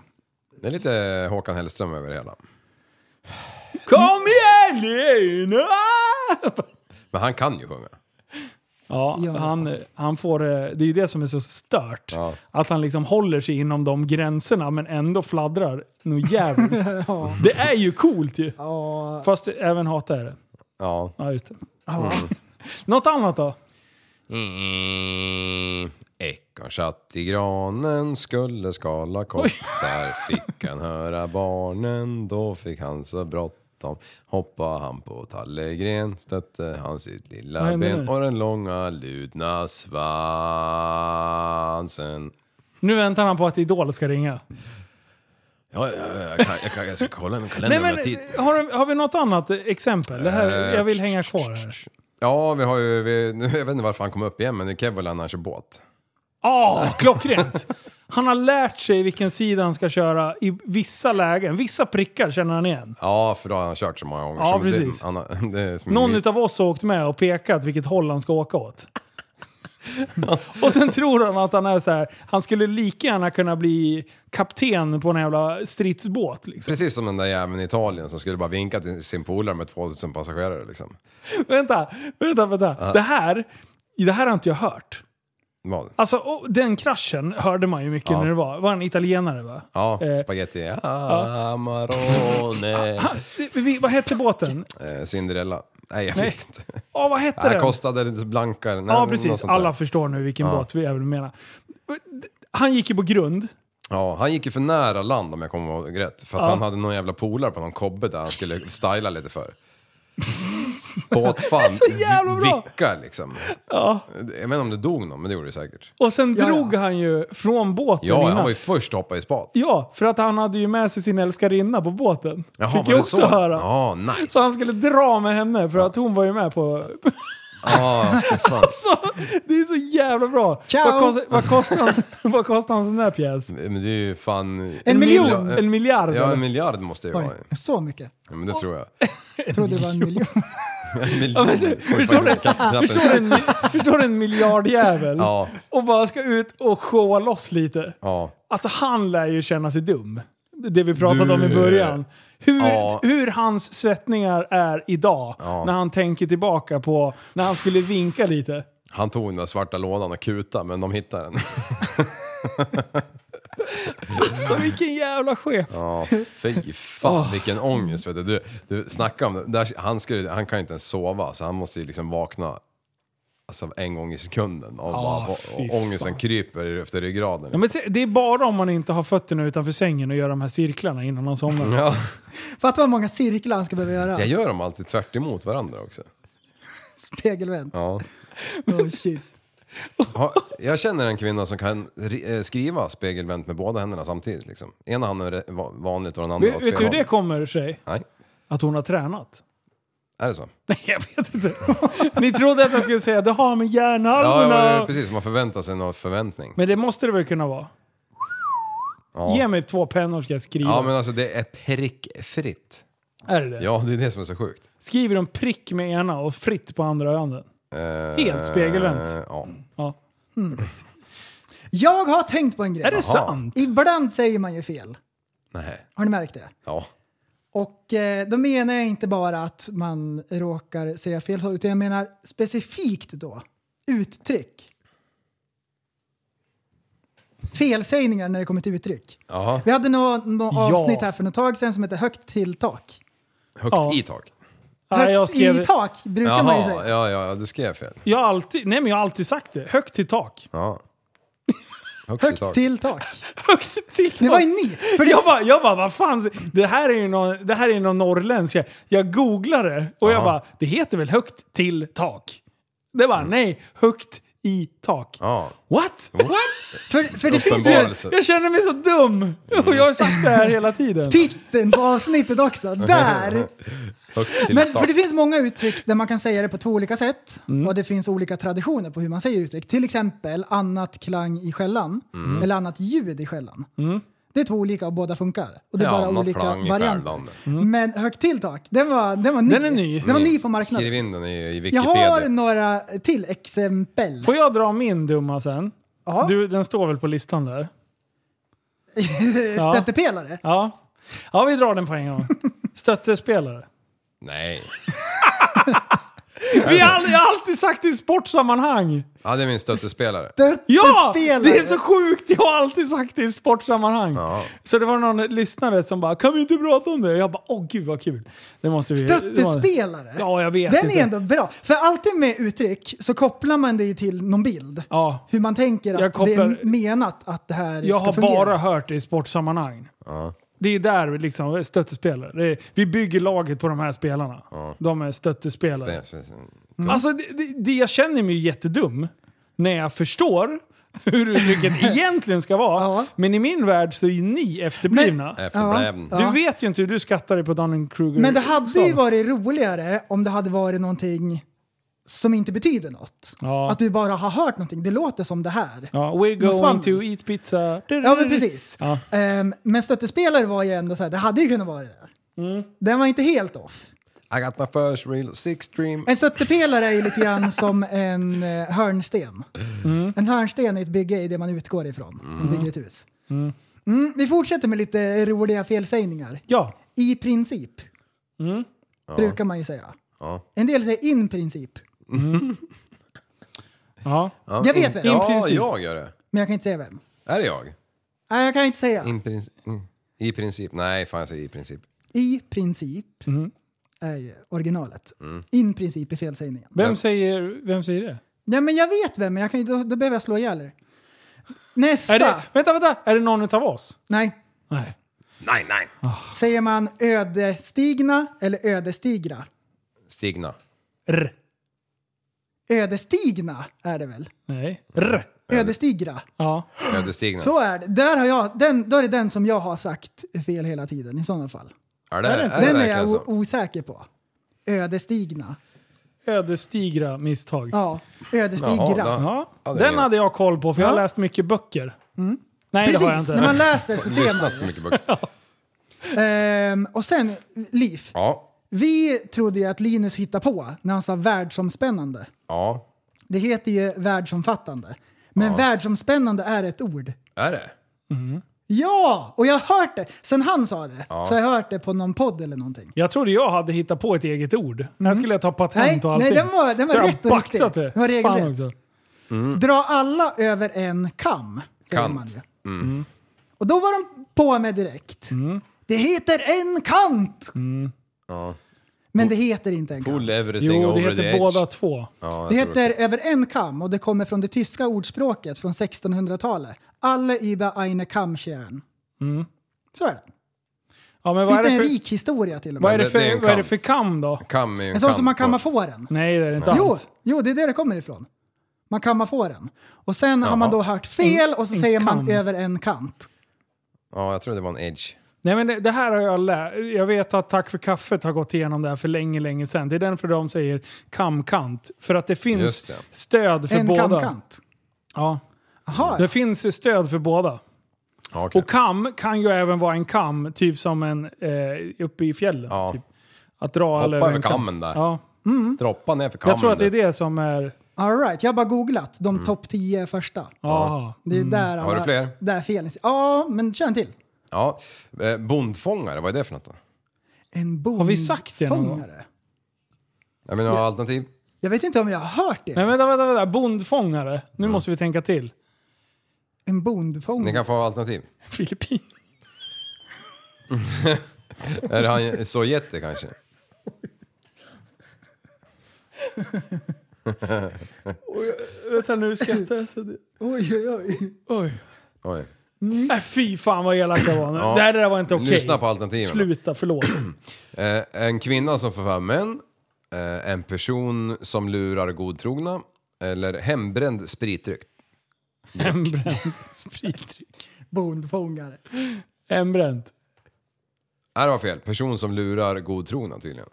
Speaker 7: Det är lite Håkan Hellström över det hela.
Speaker 5: Kom igen Lena!
Speaker 7: Men han kan ju sjunga.
Speaker 5: Ja,
Speaker 6: Ja.
Speaker 5: Han, han får, eh, det är ju det som är så stört.
Speaker 7: Ja.
Speaker 5: Att han liksom håller sig inom de gränserna men ändå fladdrar nog jävligt.
Speaker 6: Ja.
Speaker 5: Det är ju coolt ju!
Speaker 6: Ja.
Speaker 5: Fast även hatar jag det.
Speaker 7: Ja. Mm.
Speaker 5: Ja, just det. Något annat då?
Speaker 7: Ekorrsatt Mm, i granen skulle skala kossar. Fick han höra barnen, då fick han så bråttom. Hoppa han på tallegren, stötte han sitt
Speaker 5: Vad
Speaker 7: lilla
Speaker 5: hände
Speaker 7: ben
Speaker 5: nu?
Speaker 7: och den långa ludna svansen.
Speaker 5: Nu väntar han på att Idol ska ringa.
Speaker 7: Ja, ja, ja, jag, kan, jag, kan, jag ska kolla min kalender
Speaker 5: Nej,
Speaker 7: om jag
Speaker 5: men,
Speaker 7: har tid. Eh,
Speaker 5: har, har vi något annat exempel? Det här, jag vill hänga kvar här.
Speaker 7: Ja, vi har ju, vi, nu- jag vet inte varför han kom upp igen, men det är Kevlar han kör båt.
Speaker 5: Ah, klockrent! Han har lärt sig vilken sida han ska köra i vissa lägen. Vissa prickar känner han igen.
Speaker 7: Ja, för då har han kört så många gånger.
Speaker 5: Ja,
Speaker 7: så
Speaker 5: precis.
Speaker 7: Det, han, har- det är som en
Speaker 5: Någon
Speaker 7: myt.
Speaker 5: utav oss har åkt med och pekat vilket håll han ska åka åt. och sen tror han att han är så här. han skulle lika gärna kunna bli kapten på en jävla stridsbåt. Liksom.
Speaker 7: Precis som den där jäveln i Italien som skulle bara vinka till sin polare med 2000 passagerare liksom.
Speaker 5: Vänta, vänta, vänta. Det, här, det här har inte jag hört.
Speaker 7: Vad?
Speaker 5: Alltså och den kraschen hörde man ju mycket när det var. Var en italienare va?
Speaker 7: Ja,
Speaker 5: Eh, Ah,
Speaker 7: spaghetti amarone.
Speaker 5: Ha, vi- vi, vad hette båten?
Speaker 7: Eh, Cinderella. Nej, jag
Speaker 5: ah. Nej.
Speaker 7: vet inte.
Speaker 5: Ja, vad hette
Speaker 7: Det här
Speaker 5: den?
Speaker 7: kostade lite blanka. eller-
Speaker 5: ja,
Speaker 7: nej, något
Speaker 5: precis.
Speaker 7: sånt där.
Speaker 5: Alla förstår nu vilken båt vi även menar. Han gick ju på grund.
Speaker 7: Ja, han gick ju för nära land om jag kommer ihåg rätt. För att han hade någon jävla polare på någon kobbe där han skulle styla lite för. Båtfan
Speaker 5: Så jävla bra!
Speaker 7: vickar liksom. Jag vet inte om det dog någon, men det gjorde det säkert.
Speaker 5: Och sen drog han ju från båten
Speaker 7: Ja,
Speaker 5: innan.
Speaker 7: han var ju först att hoppa i spat.
Speaker 5: Ja, för att han hade ju med sig sin älskarinna på båten.
Speaker 7: Jaha,
Speaker 5: Fick
Speaker 7: var
Speaker 5: jag
Speaker 7: det
Speaker 5: också
Speaker 7: så?
Speaker 5: höra.
Speaker 7: Ja, nice.
Speaker 5: Så han skulle dra med henne för att hon var ju med på...
Speaker 7: Ja, fan.
Speaker 5: Så, det är så jävla bra!
Speaker 6: Ciao.
Speaker 5: Vad kostar, vad, kostar hans, vad kostar hans sån där pjäs?
Speaker 7: Men det är ju fan...
Speaker 6: En miljon?
Speaker 7: Ja,
Speaker 5: En miljard?
Speaker 7: Ja,
Speaker 5: eller?
Speaker 7: en miljard måste det ju
Speaker 6: Oj,
Speaker 7: vara.
Speaker 6: så mycket?
Speaker 7: Ja, men det tror jag.
Speaker 6: Jag trodde det var en miljon.
Speaker 7: En
Speaker 5: Ja,
Speaker 7: miljon.
Speaker 5: men se, förstår, du, förstår, du en, mi- förstår du en miljardjävel?
Speaker 7: Ja.
Speaker 5: Och bara ska ut och showa loss lite.
Speaker 7: Ja.
Speaker 5: Alltså han lär ju känna sig dum. Det vi pratade om i början. Hur,
Speaker 7: Ja.
Speaker 5: hur hans svettningar är idag när han tänker tillbaka på när han skulle vinka lite.
Speaker 7: Han tog den där svarta lådan och kuta men de hittade den.
Speaker 5: Så vilken jävla chef.
Speaker 7: Ja, fy fan vilken ångest. Vet du. Du, du snacka om det. Där, han, skulle, han kan inte ens sova så han måste ju liksom vakna alltså, en gång i sekunden. Och, bara, och,
Speaker 5: fy
Speaker 7: och ångesten kryper efter ryggraden.
Speaker 5: Ja, men se, det är bara om man inte har fötterna utanför sängen och gör de här cirklarna innan man somnar.
Speaker 7: Ja,
Speaker 6: Fattar vad många cirklar han ska behöva göra.
Speaker 7: jag gör dem alltid tvärt emot varandra också.
Speaker 6: Spegelvänt.
Speaker 7: Ja.
Speaker 6: Oh, shit.
Speaker 7: Ha, jag känner en kvinna som kan ri- eh, skriva spegelvänt med båda händerna samtidigt. Liksom. Ena handen är re- va- vanligt och den andra
Speaker 5: Vet, vet du hur det kommer sig?
Speaker 7: Nej,
Speaker 5: Att hon har tränat.
Speaker 7: är det så?
Speaker 5: Nej, jag vet inte. Ni trodde att jag skulle säga det har med
Speaker 7: Ja,
Speaker 5: hjärnhalvorna...
Speaker 7: ja, precis. Man förväntar sig någon förväntning.
Speaker 5: Men det måste det väl kunna vara? Ge mig två pennor ska jag skriva.
Speaker 7: Ja, men alltså det är prickfritt.
Speaker 5: Är det det?
Speaker 7: Ja, det är det som är så sjukt.
Speaker 5: Skriver de prick med ena och fritt på andra handen? Helt
Speaker 7: Eh,
Speaker 5: spegelvänt.
Speaker 7: ja.
Speaker 5: Ja.
Speaker 6: Jag har tänkt på en grej.
Speaker 5: Är det sant?
Speaker 6: Ibland säger man ju fel.
Speaker 7: Nej.
Speaker 6: Har ni märkt det?
Speaker 7: Ja.
Speaker 6: Och eh, då menar jag inte bara att man råkar säga fel så, utan jag menar specifikt då uttryck. Felsägningar när det kommer till uttryck.
Speaker 7: Jaha.
Speaker 6: Vi hade något nå
Speaker 5: Ja.
Speaker 6: avsnitt här för något tag sedan som hette Högt till tak.
Speaker 7: Högt
Speaker 5: Ja.
Speaker 7: i tak.
Speaker 5: Nej,
Speaker 6: Högt
Speaker 5: jag, skrev,
Speaker 6: i tak brukar man ju säga.
Speaker 7: Jaha, ja, ja, du skrev fel.
Speaker 5: jag, har alltid, nej, men jag har alltid sagt det. Högt till tak.
Speaker 7: Ja. Högt, i
Speaker 6: Högt
Speaker 7: tak.
Speaker 6: till tak.
Speaker 5: Högt till tak.
Speaker 6: Det var ju ny.
Speaker 5: För jag bara, jag bara, vad fan, det här är ju någon, det här är någon norrländsk. grej. Jag googlade det och jag
Speaker 7: Aha.
Speaker 5: bara, det heter väl högt till tak? Det var nej, högt i tak.
Speaker 7: Ja.
Speaker 5: What?
Speaker 6: För, för det finns ju
Speaker 7: Uppenbarelse.
Speaker 5: Jag känner mig så dum! Och jag har sagt det här hela tiden.
Speaker 6: titeln på avsnittet också. Där!
Speaker 7: Högt till
Speaker 6: Men
Speaker 7: tak.
Speaker 6: för det finns många uttryck där man kan säga det på två olika sätt
Speaker 5: Mm.
Speaker 6: och det finns olika traditioner på hur man säger uttryck. Till exempel annat klang i skällan
Speaker 5: Mm.
Speaker 6: eller annat ljud i skällan. Det är två olika och båda funkar. Och det är
Speaker 7: Ja,
Speaker 6: bara
Speaker 7: annat
Speaker 6: olika
Speaker 7: klang i
Speaker 6: varianter.
Speaker 7: skällan.
Speaker 6: Men högt till tak, den var, den var ny.
Speaker 5: Mm. Den är ny. Mm.
Speaker 6: Den var ny på marknaden.
Speaker 7: Skriv in den i, i
Speaker 6: Jag
Speaker 7: Wikipedia.
Speaker 6: har några till exempel.
Speaker 5: Får jag dra min dumma sen?
Speaker 6: Ja.
Speaker 5: Du, den står väl på listan där?
Speaker 6: Stöttepelare.
Speaker 5: Ja. Ja, vi drar den på en gång. Stöttespelare.
Speaker 7: Nej.
Speaker 5: Vi har aldrig, jag har alltid sagt det i sportsammanhang.
Speaker 7: Ja, det är min stöttespelare.
Speaker 5: Ja! Det
Speaker 6: spelar
Speaker 5: är
Speaker 6: ju.
Speaker 5: så sjukt! Jag har alltid sagt det i sportsammanhang.
Speaker 7: Ja.
Speaker 5: Så det var någon lyssnare som bara “Kan vi inte prata om det?” Och jag bara “Åh gud vad kul!” Det måste vi...
Speaker 6: Stöttespelare?
Speaker 5: Ja, jag vet
Speaker 6: Den
Speaker 5: inte.
Speaker 6: är ändå bra. För alltid med uttryck så kopplar man det ju till någon bild.
Speaker 5: Ja.
Speaker 6: Hur man tänker att
Speaker 5: Jag kopplar-
Speaker 6: det är menat att det här
Speaker 5: Jag
Speaker 6: ska
Speaker 5: har
Speaker 6: fungera.
Speaker 5: bara hört det i sportsammanhang. Det är där vi liksom, stöttespelare. Det är, vi bygger laget på de här spelarna. De är stöttespelare.
Speaker 6: Mm.
Speaker 5: Alltså, det, det, det, jag känner mig ju jättedum när jag förstår hur uttrycket egentligen ska vara.
Speaker 6: Ja.
Speaker 5: Men i min värld så är ju ni efterblivna.
Speaker 7: Efterbläden.
Speaker 5: Du vet ju inte hur du skattar dig på Dunning-Kruger.
Speaker 6: Men det hade ju varit roligare om det hade varit någonting som inte betyder något.
Speaker 5: Ja.
Speaker 6: Att du bara har hört någonting. Det låter som det här.
Speaker 5: Ja, we're
Speaker 6: Någon
Speaker 5: going
Speaker 6: svammel.
Speaker 5: to eat pizza.
Speaker 6: Ja, men precis.
Speaker 5: Ja.
Speaker 6: Ehm, men stöttespelare var ju ändå så här, det hade ju kunnat vara det där.
Speaker 5: Mm.
Speaker 6: Den var inte helt off.
Speaker 7: I got my first real six dream.
Speaker 6: En stöttepelare är ju lite grann som en eh, hörnsten.
Speaker 5: Mm.
Speaker 6: En hörnsten i ett bygge är det man utgår ifrån. när Man bygger ett hus. Mm, vi fortsätter med lite roliga felsägningar.
Speaker 5: Ja.
Speaker 6: I princip.
Speaker 5: Mm.
Speaker 6: Brukar man ju säga. En del säger in princip.
Speaker 5: ja.
Speaker 7: Ja,
Speaker 6: Jag vet
Speaker 7: in-
Speaker 6: vem.
Speaker 5: In
Speaker 7: Ja,
Speaker 5: princip.
Speaker 7: jag gör det.
Speaker 6: Men jag kan inte säga vem.
Speaker 7: Är det jag?
Speaker 6: Nej, jag kan inte säga.
Speaker 7: In princip. I princip. Nej, fan jag säger i princip.
Speaker 6: I princip
Speaker 5: Mm.
Speaker 6: är ju originalet.
Speaker 7: Mm.
Speaker 6: In princip är felsägningen.
Speaker 5: Vem, säger, vem säger det?
Speaker 6: Nej, men jag vet vem, men jag kan, inte- då, då behöver jag slå ihjäl er. Nästa!
Speaker 5: Är det. Vänta, vänta! Är det någon utav oss?
Speaker 6: Nej.
Speaker 5: Nej.
Speaker 7: Nej, nej.
Speaker 6: Säger man ödestigna eller ödestigra?
Speaker 7: Stigna.
Speaker 5: R.
Speaker 6: Ödestigna är det väl?
Speaker 5: Nej. R.
Speaker 6: Ödestigra.
Speaker 5: Ja.
Speaker 7: Ödestigna.
Speaker 6: Så är det. Där har jag, den, då är det den som jag har sagt fel hela tiden i sådana fall.
Speaker 7: Är det, är det
Speaker 6: den är
Speaker 7: verkligen
Speaker 6: jag o-
Speaker 7: så?
Speaker 6: osäker på. Ödestigna.
Speaker 5: Ödesdigra misstag. Ja.
Speaker 6: Ja, ödestigra.
Speaker 7: Jaha, då- Ja, det är
Speaker 5: Den
Speaker 7: det.
Speaker 5: hade jag koll på för jag har
Speaker 6: Ja. Mm.
Speaker 5: läst mycket böcker. Nej, det har jag
Speaker 6: Precis,
Speaker 5: inte.
Speaker 6: när man läser så ser man.
Speaker 7: Lyssnat på mycket böcker.
Speaker 6: Ehm, och sen, Liv.
Speaker 7: Ja.
Speaker 6: Vi trodde ju att Linus hittade på när han sa världsomspännande.
Speaker 7: Ja.
Speaker 6: Det heter ju världsomfattande. Men världsomspännande är ett ord.
Speaker 7: Är det?
Speaker 6: Ja! Och jag har hört det. Sen han sa det så har jag hört det på någon podd eller någonting.
Speaker 5: Jag trodde jag hade hittat på ett eget ord. Här skulle jag ta patent
Speaker 6: Mm. Nej,
Speaker 5: och
Speaker 6: nej,
Speaker 5: allting.
Speaker 6: den var- den var
Speaker 5: så jag har
Speaker 6: rätt och riktig.
Speaker 5: baxat Det.
Speaker 6: Den var regelrätt.
Speaker 5: Fan också.
Speaker 6: Dra alla över en kam, säger
Speaker 7: Kant.
Speaker 6: man ju.
Speaker 5: Mm.
Speaker 6: Mm. Och då var de på med direkt. Det heter en kant!
Speaker 5: Mm.
Speaker 6: Men det heter inte en kant.
Speaker 7: Pull everything
Speaker 5: Jo, det
Speaker 7: over the
Speaker 5: heter
Speaker 7: edge.
Speaker 5: båda två.
Speaker 7: Ja,
Speaker 6: Det
Speaker 7: jag tror
Speaker 6: heter över en kam och det kommer från det tyska ordspråket från 1600-talet. Alle über eine Kamm scheren.
Speaker 5: Mm.
Speaker 6: Så är det.
Speaker 5: Ja, men vad
Speaker 6: Finns
Speaker 5: är
Speaker 6: det
Speaker 5: det
Speaker 6: en
Speaker 5: för,
Speaker 6: rik historia till och
Speaker 5: vad
Speaker 6: med?
Speaker 5: är det
Speaker 7: Men det- det är
Speaker 5: för,
Speaker 7: en
Speaker 5: vad är det
Speaker 7: kant.
Speaker 5: för kam då?
Speaker 7: Kam är ju
Speaker 6: En sån som man
Speaker 7: kant
Speaker 6: kammar
Speaker 7: på-
Speaker 6: fåren.
Speaker 5: Nej, det är det inte
Speaker 6: Jo,
Speaker 5: alls.
Speaker 6: jo, det är där det kommer ifrån. Man kammar fåren. Och sen har man då hört fel och så
Speaker 5: en
Speaker 6: säger man
Speaker 5: kam.
Speaker 6: över en kant.
Speaker 7: Ja, jag tror det var en edge.
Speaker 5: Nej, men det, det här har jag lärt. Jag vet att Tack för kaffet har gått igenom det här för länge, länge sedan. Det är därför de säger kamkant. För att det finns
Speaker 7: Just det.
Speaker 5: stöd för
Speaker 6: En
Speaker 5: båda.
Speaker 6: kamkant.
Speaker 5: Ja.
Speaker 6: Jaha,
Speaker 5: Det finns stöd för båda.
Speaker 7: Ja, okej.
Speaker 5: Och kam kan ju även vara en kam, typ som en eh, uppe i fjällen.
Speaker 7: Ja.
Speaker 5: Typ. Att dra alla
Speaker 7: Hoppa
Speaker 5: över
Speaker 7: över
Speaker 5: en kam.
Speaker 7: kammen där.
Speaker 5: Ja.
Speaker 7: Droppa ner för kammen.
Speaker 5: Jag tror att det är
Speaker 7: där.
Speaker 5: det som är...
Speaker 6: all right. Jag har bara googlat de
Speaker 5: Mm.
Speaker 6: topp 10 första.
Speaker 5: Ja.
Speaker 6: Det är där
Speaker 7: Har du
Speaker 6: alla-
Speaker 7: fler?
Speaker 6: Där felen Ja, men kör en till.
Speaker 7: Ja. eh, Bondfångare, vad är det för något då?
Speaker 6: En bondfångare.
Speaker 5: vi sagt det någon gång?
Speaker 7: Jag menar, alternativ?
Speaker 6: Jag vet inte om jag har hört det.
Speaker 5: Nej,
Speaker 6: ens.
Speaker 5: vänta, vänta, vänta. Bondfångare. Nu
Speaker 7: Mm.
Speaker 5: måste vi tänka till.
Speaker 6: En
Speaker 7: Ni
Speaker 6: bondfångare.
Speaker 7: kan få alternativ.
Speaker 5: Filippin.
Speaker 7: Är det han Sovjete kanske?
Speaker 5: Vänta nu, skrattar jag så det-
Speaker 6: Oj, oj, oj.
Speaker 5: Oj.
Speaker 7: Oj.
Speaker 5: Nej, fy fan vad elak jag var nu. Det här det där var inte okej.
Speaker 7: Lyssna på alternativen.
Speaker 5: Sluta, förlåt.
Speaker 7: Eh, en kvinna som förför män. Eh, en person som lurar godtrogna. Eller hembränd spritdryck.
Speaker 5: Hembränd spritdryck.
Speaker 6: Bondfångare.
Speaker 5: Hembränd.
Speaker 7: Nej, det var fel. Person som lurar godtrogna tydligen.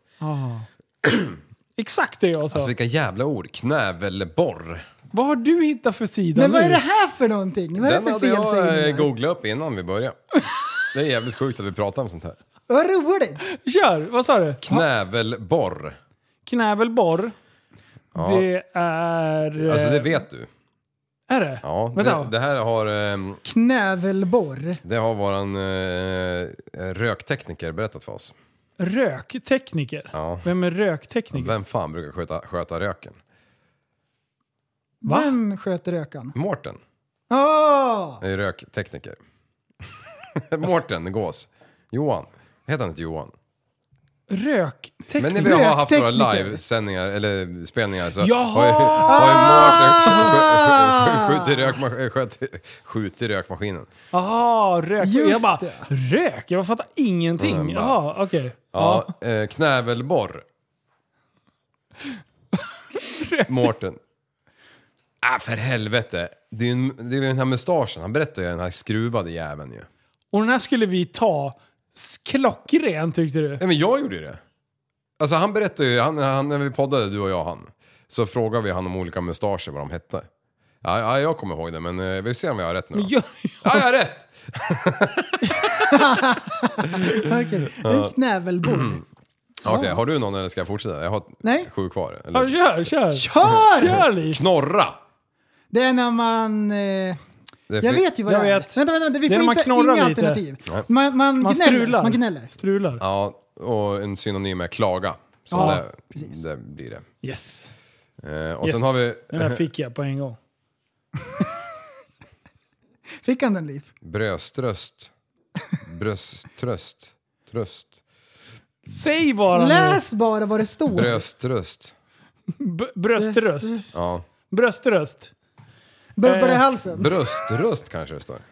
Speaker 5: Exakt det jag sa.
Speaker 7: Alltså vilka jävla ord. Knävelborr.
Speaker 5: vad har du hittat för sida
Speaker 6: Men
Speaker 5: nu?
Speaker 6: vad är det här för någonting? Vad är
Speaker 7: Den
Speaker 6: det för
Speaker 7: hade jag eh,
Speaker 6: felsägningar?
Speaker 7: googlat upp innan vi började. Det är jävligt sjukt att vi pratar om sånt här.
Speaker 6: Vad roligt!
Speaker 5: Kör! Vad sa du?
Speaker 7: Knävelborr.
Speaker 5: Knävelborr. Det är... eh,
Speaker 7: Alltså
Speaker 6: Eh,
Speaker 7: det vet du.
Speaker 5: Är det?
Speaker 7: Ja,
Speaker 5: Vänta.
Speaker 7: det, det här har, ehm,
Speaker 6: Knävelborr.
Speaker 7: det har våran eh, röktekniker berättat för oss.
Speaker 5: Röktekniker?
Speaker 7: Ja.
Speaker 5: Vem är röktekniker?
Speaker 7: Vem fan brukar sköta, sköta röken?
Speaker 5: Va?
Speaker 6: Vem sköter rökan?
Speaker 7: Mårten
Speaker 6: Åh!
Speaker 7: är röktekniker. Mårten Gås. Johan. Heter han inte Johan?
Speaker 5: Röktekniker?
Speaker 7: Men när vi har haft våra
Speaker 6: Röktekniker.
Speaker 7: livesändningar eller spelningar så
Speaker 5: Jaha!
Speaker 7: har ju, har ju Mårten skjutit rökma- sköt- skjutit rökmaskinen.
Speaker 5: Jaha, Ah, rök.
Speaker 6: Just
Speaker 5: jag bara,
Speaker 6: det.
Speaker 5: rök? Jag fattar ingenting.
Speaker 7: Mm, bara-
Speaker 5: Jaha, okej.
Speaker 7: Ja, eh, knävelborr. Mårten. Ah, för helvete. Det är ju en- det är ju den här mustaschen. Han berättar ju den här skruvade jäveln ju.
Speaker 5: Och den här skulle vi ta s- klockren tyckte du?
Speaker 7: Nej men jag gjorde ju det. Alltså han berättade ju, han, han, när vi poddade du och jag han, så frågade vi han om olika mustascher vad de hette. Ja, ja jag kommer ihåg det men eh, vi ser om jag har rätt nu då.
Speaker 5: Jag,
Speaker 7: Ja, jag har rätt!
Speaker 6: Okej, en knävelborr.
Speaker 5: Mm.
Speaker 7: Okej, har du någon eller ska jag fortsätta? Jag har
Speaker 6: Nej.
Speaker 7: sju kvar. Eller?
Speaker 5: ja, kör, kör.
Speaker 6: Kör!
Speaker 5: Kör Liv!
Speaker 7: Knorra!
Speaker 6: Det är när man... Eh,
Speaker 7: Det är
Speaker 6: jag
Speaker 7: fri-
Speaker 6: vet ju vad
Speaker 5: Jag
Speaker 6: det är.
Speaker 5: vet.
Speaker 6: Vänta, vänta, vänta, vi
Speaker 5: Det är när
Speaker 6: får
Speaker 5: man
Speaker 6: inte,
Speaker 5: knorrar
Speaker 6: inga
Speaker 5: lite.
Speaker 6: alternativ. Man, man,
Speaker 5: Man
Speaker 6: gnäller.
Speaker 5: strular.
Speaker 6: Man gnäller.
Speaker 5: Strular.
Speaker 7: Ja, och en synonym är klaga. Så
Speaker 5: Ja,
Speaker 7: det, det blir det.
Speaker 5: Yes.
Speaker 7: Eh, och
Speaker 5: yes.
Speaker 7: sen har vi
Speaker 5: Den där fick jag på en gång.
Speaker 6: Fick han den, Liv?
Speaker 7: bröströst. Bröströst. Tröst.
Speaker 5: Säg bara nu.
Speaker 6: Läs bara vad det står.
Speaker 7: Bröströst.
Speaker 5: B- bröströst.
Speaker 6: Bröst.
Speaker 7: Ja.
Speaker 5: Bröströst.
Speaker 6: Bubblar i halsen.
Speaker 7: Bröströst kanske det står.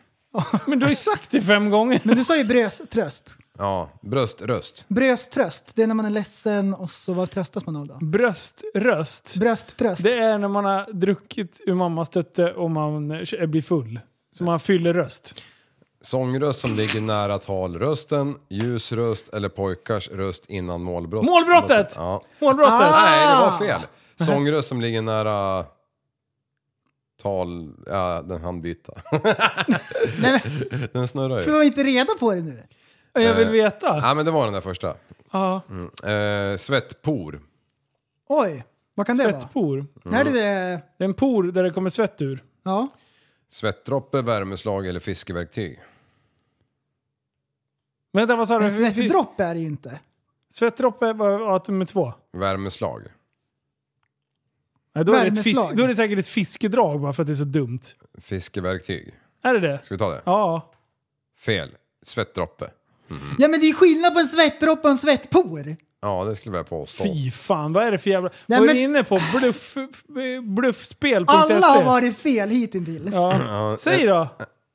Speaker 5: Men du har ju sagt det fem gånger.
Speaker 6: Men du sa ju bröströst.
Speaker 7: Ja, bröströst.
Speaker 6: Bröströst, det är när man är ledsen och så vad tröstas man av då?
Speaker 5: Bröströst.
Speaker 6: Bröströst.
Speaker 5: Det är när man har druckit ur mammas tutte och man eh, blir full. Så man fyller röst.
Speaker 7: Sångröst som ligger nära talrösten, ljus röst eller pojkars röst innan målbrott.
Speaker 5: Målbrottet!
Speaker 7: Ja.
Speaker 5: Målbrottet!
Speaker 7: Nej, det var fel. Sångröst som ligger nära tal... Ja, den hann byta.
Speaker 6: Nej,
Speaker 7: Den snurrar
Speaker 6: men,
Speaker 7: ju.
Speaker 6: var inte reda på det nu.
Speaker 5: Jag vill veta.
Speaker 7: Ja, men det var den där första.
Speaker 5: Ja.
Speaker 7: Eh, svettpor.
Speaker 6: Oj, vad kan det vara?
Speaker 5: Svettpor.
Speaker 6: Nej, det är det.
Speaker 5: Det är en por där det kommer svett ur.
Speaker 6: Ja.
Speaker 7: Svettdroppe, värmeslag eller fiskeverktyg.
Speaker 5: Vänta, vad sa du?
Speaker 6: En svettdroppe är det ju inte.
Speaker 5: Svettdroppe var att nummer två.
Speaker 7: Värmeslag.
Speaker 5: Nej, då, är det ett
Speaker 6: Värmeslag.
Speaker 5: fisk, då är det säkert ett fiskedrag bara för att det är så dumt.
Speaker 7: Fiskeverktyg.
Speaker 5: Är det det?
Speaker 7: Ska vi ta det?
Speaker 5: Ja.
Speaker 7: Fel. Svettdroppe.
Speaker 6: Ja, men det är skillnad på en svettdroppe och en svettpor.
Speaker 7: Ja, det skulle jag påstå.
Speaker 5: Fy fan, vad är det för jävla...
Speaker 6: Nej,
Speaker 5: vad är
Speaker 6: men-
Speaker 5: du inne på? Bluff, bluffspel.se?
Speaker 6: Alla har varit fel hittills.
Speaker 5: E. Ja. Säg då!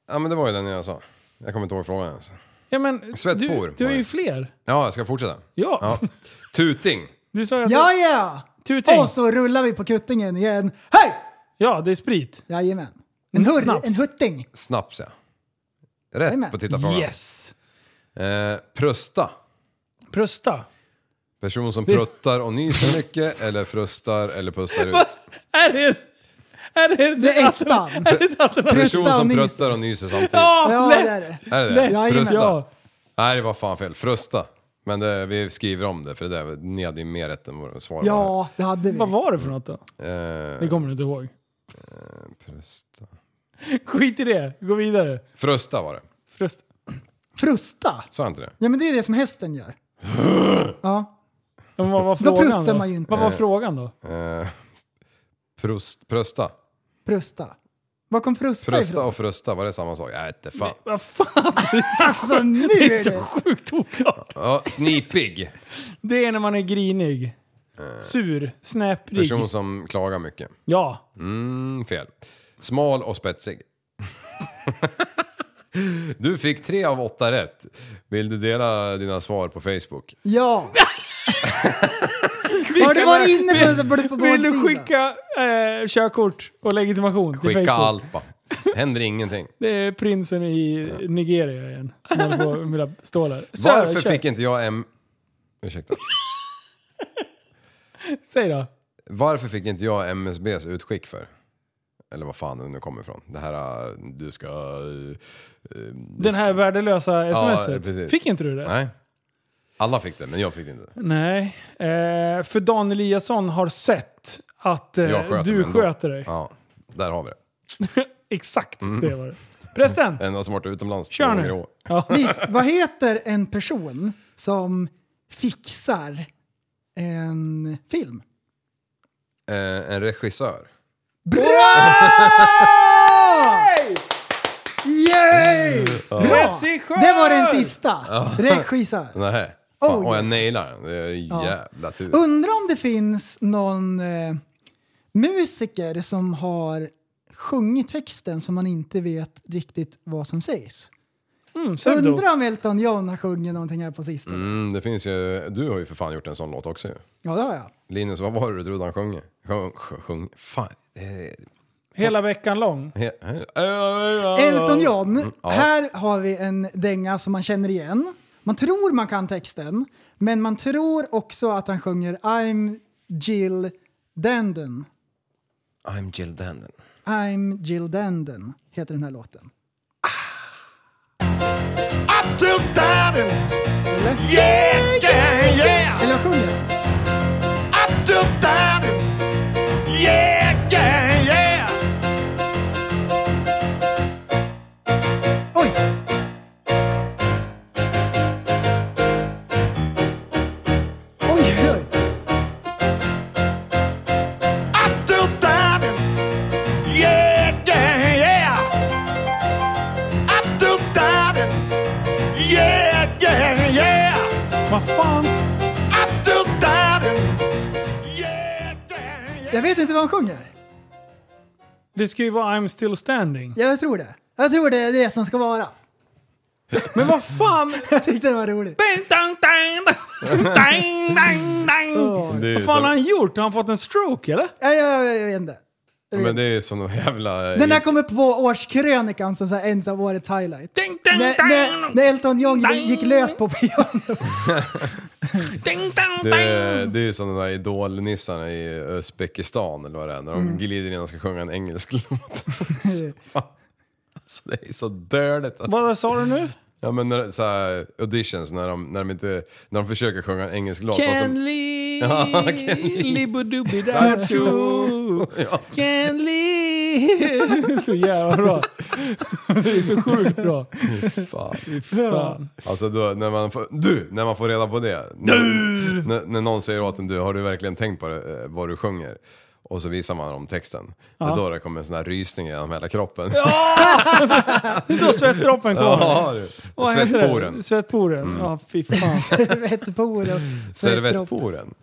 Speaker 7: Ja, men det var ju den jag sa. Jag kommer inte ihåg frågan ens.
Speaker 5: Ja, men,
Speaker 7: Svettpor.
Speaker 5: Du, du har ju fler.
Speaker 7: Ja, jag ska fortsätta.
Speaker 5: Ja.
Speaker 7: Ja. Tuting.
Speaker 5: Du sa ju att...
Speaker 6: Ja, ja!
Speaker 5: Tuting.
Speaker 6: Och så rullar vi på kuttingen igen. Hej!
Speaker 5: Ja, det är sprit.
Speaker 6: Jajamän. En, hurr,
Speaker 5: Snaps.
Speaker 6: en hutting.
Speaker 7: Snaps, ja. Rätt
Speaker 6: Jajamän.
Speaker 7: på tittarfrågan.
Speaker 5: Yes!
Speaker 7: Eh, prusta.
Speaker 5: Prusta.
Speaker 7: Person som pruttar och nyser mycket eller frustar eller pustar ut.
Speaker 5: Är det... Är det...
Speaker 6: Det är ettan.
Speaker 5: Är det ett alternativ?
Speaker 7: Person
Speaker 6: Prutta och
Speaker 7: som
Speaker 6: nyser.
Speaker 7: pruttar och nyser samtidigt.
Speaker 5: Ja,
Speaker 6: Ja,
Speaker 5: lätt!
Speaker 6: det är det.
Speaker 7: Är det
Speaker 5: Lätt.
Speaker 7: det?
Speaker 6: Jajamän.
Speaker 7: Frusta.
Speaker 5: Ja.
Speaker 7: Nej, det var fan fel. Frusta. Men det, vi skriver om det, för det där, ni hade ju mer rätt än vad svar var.
Speaker 6: Ja, det hade vi.
Speaker 5: Vad var det för något då? Det
Speaker 7: Eh,
Speaker 5: kommer du inte ihåg.
Speaker 7: prusta.
Speaker 5: Skit i det, gå vidare.
Speaker 7: Frusta var det.
Speaker 5: Frust.
Speaker 6: Frusta.
Speaker 7: Sa jag inte det?
Speaker 6: Ja, men det är det som hästen gör. Ja.
Speaker 5: Ja, Men vad var
Speaker 6: Då
Speaker 5: frågan då?
Speaker 6: pruttar man ju inte.
Speaker 5: Vad var frågan då?
Speaker 7: Eh, prust, prusta.
Speaker 6: Prusta. Var kom frusta,
Speaker 7: Prusta
Speaker 6: ifrån?
Speaker 7: och frusta, var det samma sak? Jag inte fan.
Speaker 5: Vad fan?
Speaker 6: Alltså nu
Speaker 5: Det
Speaker 6: är
Speaker 5: är så
Speaker 6: det...
Speaker 5: sjukt oklart.
Speaker 7: Ja, snipig.
Speaker 5: Det är när man är grinig.
Speaker 7: Eh.
Speaker 5: Sur, snäprig.
Speaker 7: Person som klagar mycket.
Speaker 5: Ja.
Speaker 7: Mm, fel. Smal och spetsig. Du fick tre av åtta rätt. Vill du dela dina svar på Facebook?
Speaker 6: Ja. Har du varit inne på en sån bluff och
Speaker 5: Vill du
Speaker 6: båtsida?
Speaker 5: skicka eh, körkort och legitimation till
Speaker 7: Skicka
Speaker 5: Facebook?
Speaker 7: allt bara. Händer ingenting.
Speaker 5: Det är prinsen i Nigeria igen. Som håller på med mina stålar. Så,
Speaker 7: Eh. Varför
Speaker 5: kör.
Speaker 7: fick inte jag M... Ursäkta.
Speaker 5: Säg då.
Speaker 7: Varför fick inte jag MSBs utskick för? Eller vad fan det nu kommer ifrån. Det här, äh, du ska... äh, äh,
Speaker 5: Den här värdelösa smset.
Speaker 7: precis.
Speaker 5: fick inte du det?
Speaker 7: Nej. Alla fick det, men jag fick det inte.
Speaker 5: Nej. Eh, för Dan Eliasson har sett att eh,
Speaker 7: Jag sköter mig
Speaker 5: du
Speaker 7: ändå.
Speaker 5: sköter dig.
Speaker 7: Ja, där har vi det.
Speaker 5: Exakt det var det. Prästen!
Speaker 7: Den som varit utomlands
Speaker 5: Kör
Speaker 7: två gånger i
Speaker 5: nu!
Speaker 7: år.
Speaker 5: Ja.
Speaker 6: Liv, vad heter en person som fixar en film.
Speaker 7: Eh, en regissör.
Speaker 6: Yay! Bra!
Speaker 5: Regissör!
Speaker 6: Det var den sista. Regissör.
Speaker 7: Nej. Fan,
Speaker 6: Oh,
Speaker 7: och jag nailar den. Det är jävla tur.
Speaker 6: Undrar om det finns någon eh, musiker som har sjungit texten som man inte vet riktigt vad som sägs.
Speaker 5: Pseudo.
Speaker 6: Undrar om Elton John har sjungit någonting här på sistone.
Speaker 7: Mm, det finns ju, du har ju för fan gjort en sån låt också ju.
Speaker 6: Ja, det har jag.
Speaker 7: Linus, vad var det du trodde han sjöng? Sjung, sjung, fan. Eh,
Speaker 5: Hela veckan lång.
Speaker 7: he- eh, he-
Speaker 6: Elton John.
Speaker 7: ja.
Speaker 6: Här har vi en dänga som man känner igen. Man tror man kan texten, men man tror också att han sjunger I'm Jill Danden.
Speaker 7: I'm Jill Danden.
Speaker 6: I'm Jill Danden heter den här låten.
Speaker 5: Ah!
Speaker 6: Eller jag sjunger den. Oj! Oj, oj, oj.
Speaker 5: Vad fan?
Speaker 6: Jag vet inte vad han sjunger.
Speaker 5: Det ska ju vara I'm still standing.
Speaker 6: Jag tror det. Jag tror det är det som ska vara.
Speaker 5: Men vad fan?
Speaker 6: Jag tyckte det var roligt.
Speaker 5: Ding, dang, dang, dang, dang, dang, dang.
Speaker 7: Det är
Speaker 5: Vad fan
Speaker 7: som-
Speaker 5: har han gjort? Har han fått en stroke eller?
Speaker 6: Jag, jag, jag, jag vet inte.
Speaker 7: Men det är ju som de jävla...
Speaker 6: Den där kommer på årskrönikan som så här en av årets highlight.
Speaker 5: Ding, ding,
Speaker 6: När, när,
Speaker 5: dang,
Speaker 6: när Elton John
Speaker 5: Dang.
Speaker 6: gick lös på pianot.
Speaker 5: ding, dang,
Speaker 7: Det är,
Speaker 5: dang.
Speaker 7: det är ju som de där idolnissarna i Uzbekistan eller vad det är, när de
Speaker 6: Mm.
Speaker 7: glider in och ska sjunga en engelsk låt. Fan. Alltså, det är så dödligt. Alltså.
Speaker 5: Vad sa du nu?
Speaker 7: Ja men när, så här, auditions, när de, när, de inte, när de försöker sjunga en engelsk låt. och sen-
Speaker 5: Can live,
Speaker 7: That's
Speaker 5: libidubidatu. Can live. Så jävla bra. Det är så sjukt bra.
Speaker 7: Fan.
Speaker 5: Fan.
Speaker 7: Alltså då, när man får, du! När man får reda på det. Du! När, när någon säger åt en du, har du verkligen tänkt på det, eh, vad du sjunger? Och så visar man dem texten. Det är då det kommer en sån här rysning genom hela kroppen. Ja,
Speaker 5: Då svettdroppen kommer.
Speaker 7: du.
Speaker 5: Vad heter det?
Speaker 7: Svettporen. Mm.
Speaker 5: Svettporen. Ja, fy fan.
Speaker 6: Servettporen.
Speaker 7: Servettporen.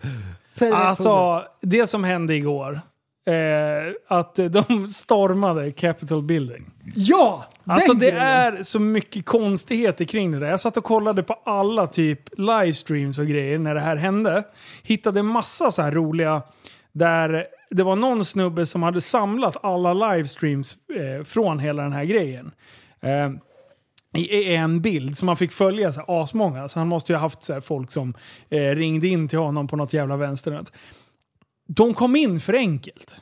Speaker 6: Servettporen.
Speaker 5: Alltså, det som hände igår. Eh, att eh, de stormade Capitol Building.
Speaker 6: Ja! den
Speaker 5: Alltså det
Speaker 6: grejen.
Speaker 5: är så mycket konstigheter kring det där. Jag satt och kollade på alla typ livestreams och grejer när det här hände. Hittade massa så här roliga där det var någon snubbe som hade samlat alla livestreams eh, från hela den här grejen. Eh, i i en bild som man fick följa så här, asmånga. Så han måste ju ha haft så här, folk som eh, ringde in till honom på något jävla vänsternät. De kom in för enkelt.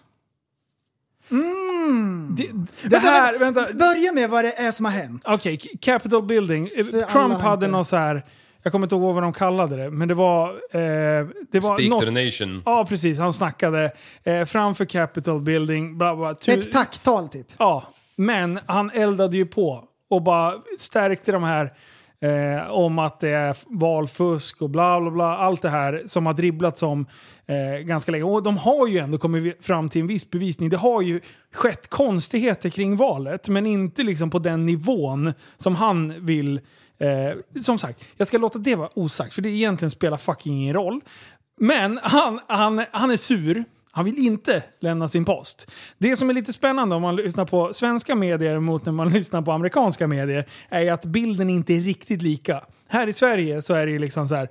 Speaker 6: Mm.
Speaker 5: Det, det här, vänta,
Speaker 6: Börja med vad det är som har hänt.
Speaker 5: Okej, K- Capitol Building. Eh,
Speaker 6: alla
Speaker 5: Trump hade
Speaker 6: inte.
Speaker 5: någon så här... Jag kommer inte ihåg vad de kallade det, men det var... Eh, det var
Speaker 8: Speak
Speaker 5: något,
Speaker 8: to the nation.
Speaker 5: Ja, precis. Han snackade eh, framför Capitol Building. Bla, bla, tu-
Speaker 6: Ett tacktal typ.
Speaker 5: Ja, men han eldade ju på och bara stärkte de här eh, om att det är valfusk och bla bla bla. Allt det här som har dribblats om eh, ganska länge. Och de har ju ändå kommit fram till en viss bevisning. Det har ju skett konstigheter kring valet, men inte liksom på den nivån som han vill. Eh, som sagt, jag ska låta det vara osagt, för det egentligen spelar fucking ingen roll. Men han, han, han är sur. Han vill inte lämna sin post. Det som är lite spännande om man lyssnar på svenska medier mot när man lyssnar på amerikanska medier är att bilden inte är riktigt lika. Här i Sverige så är det ju liksom så här.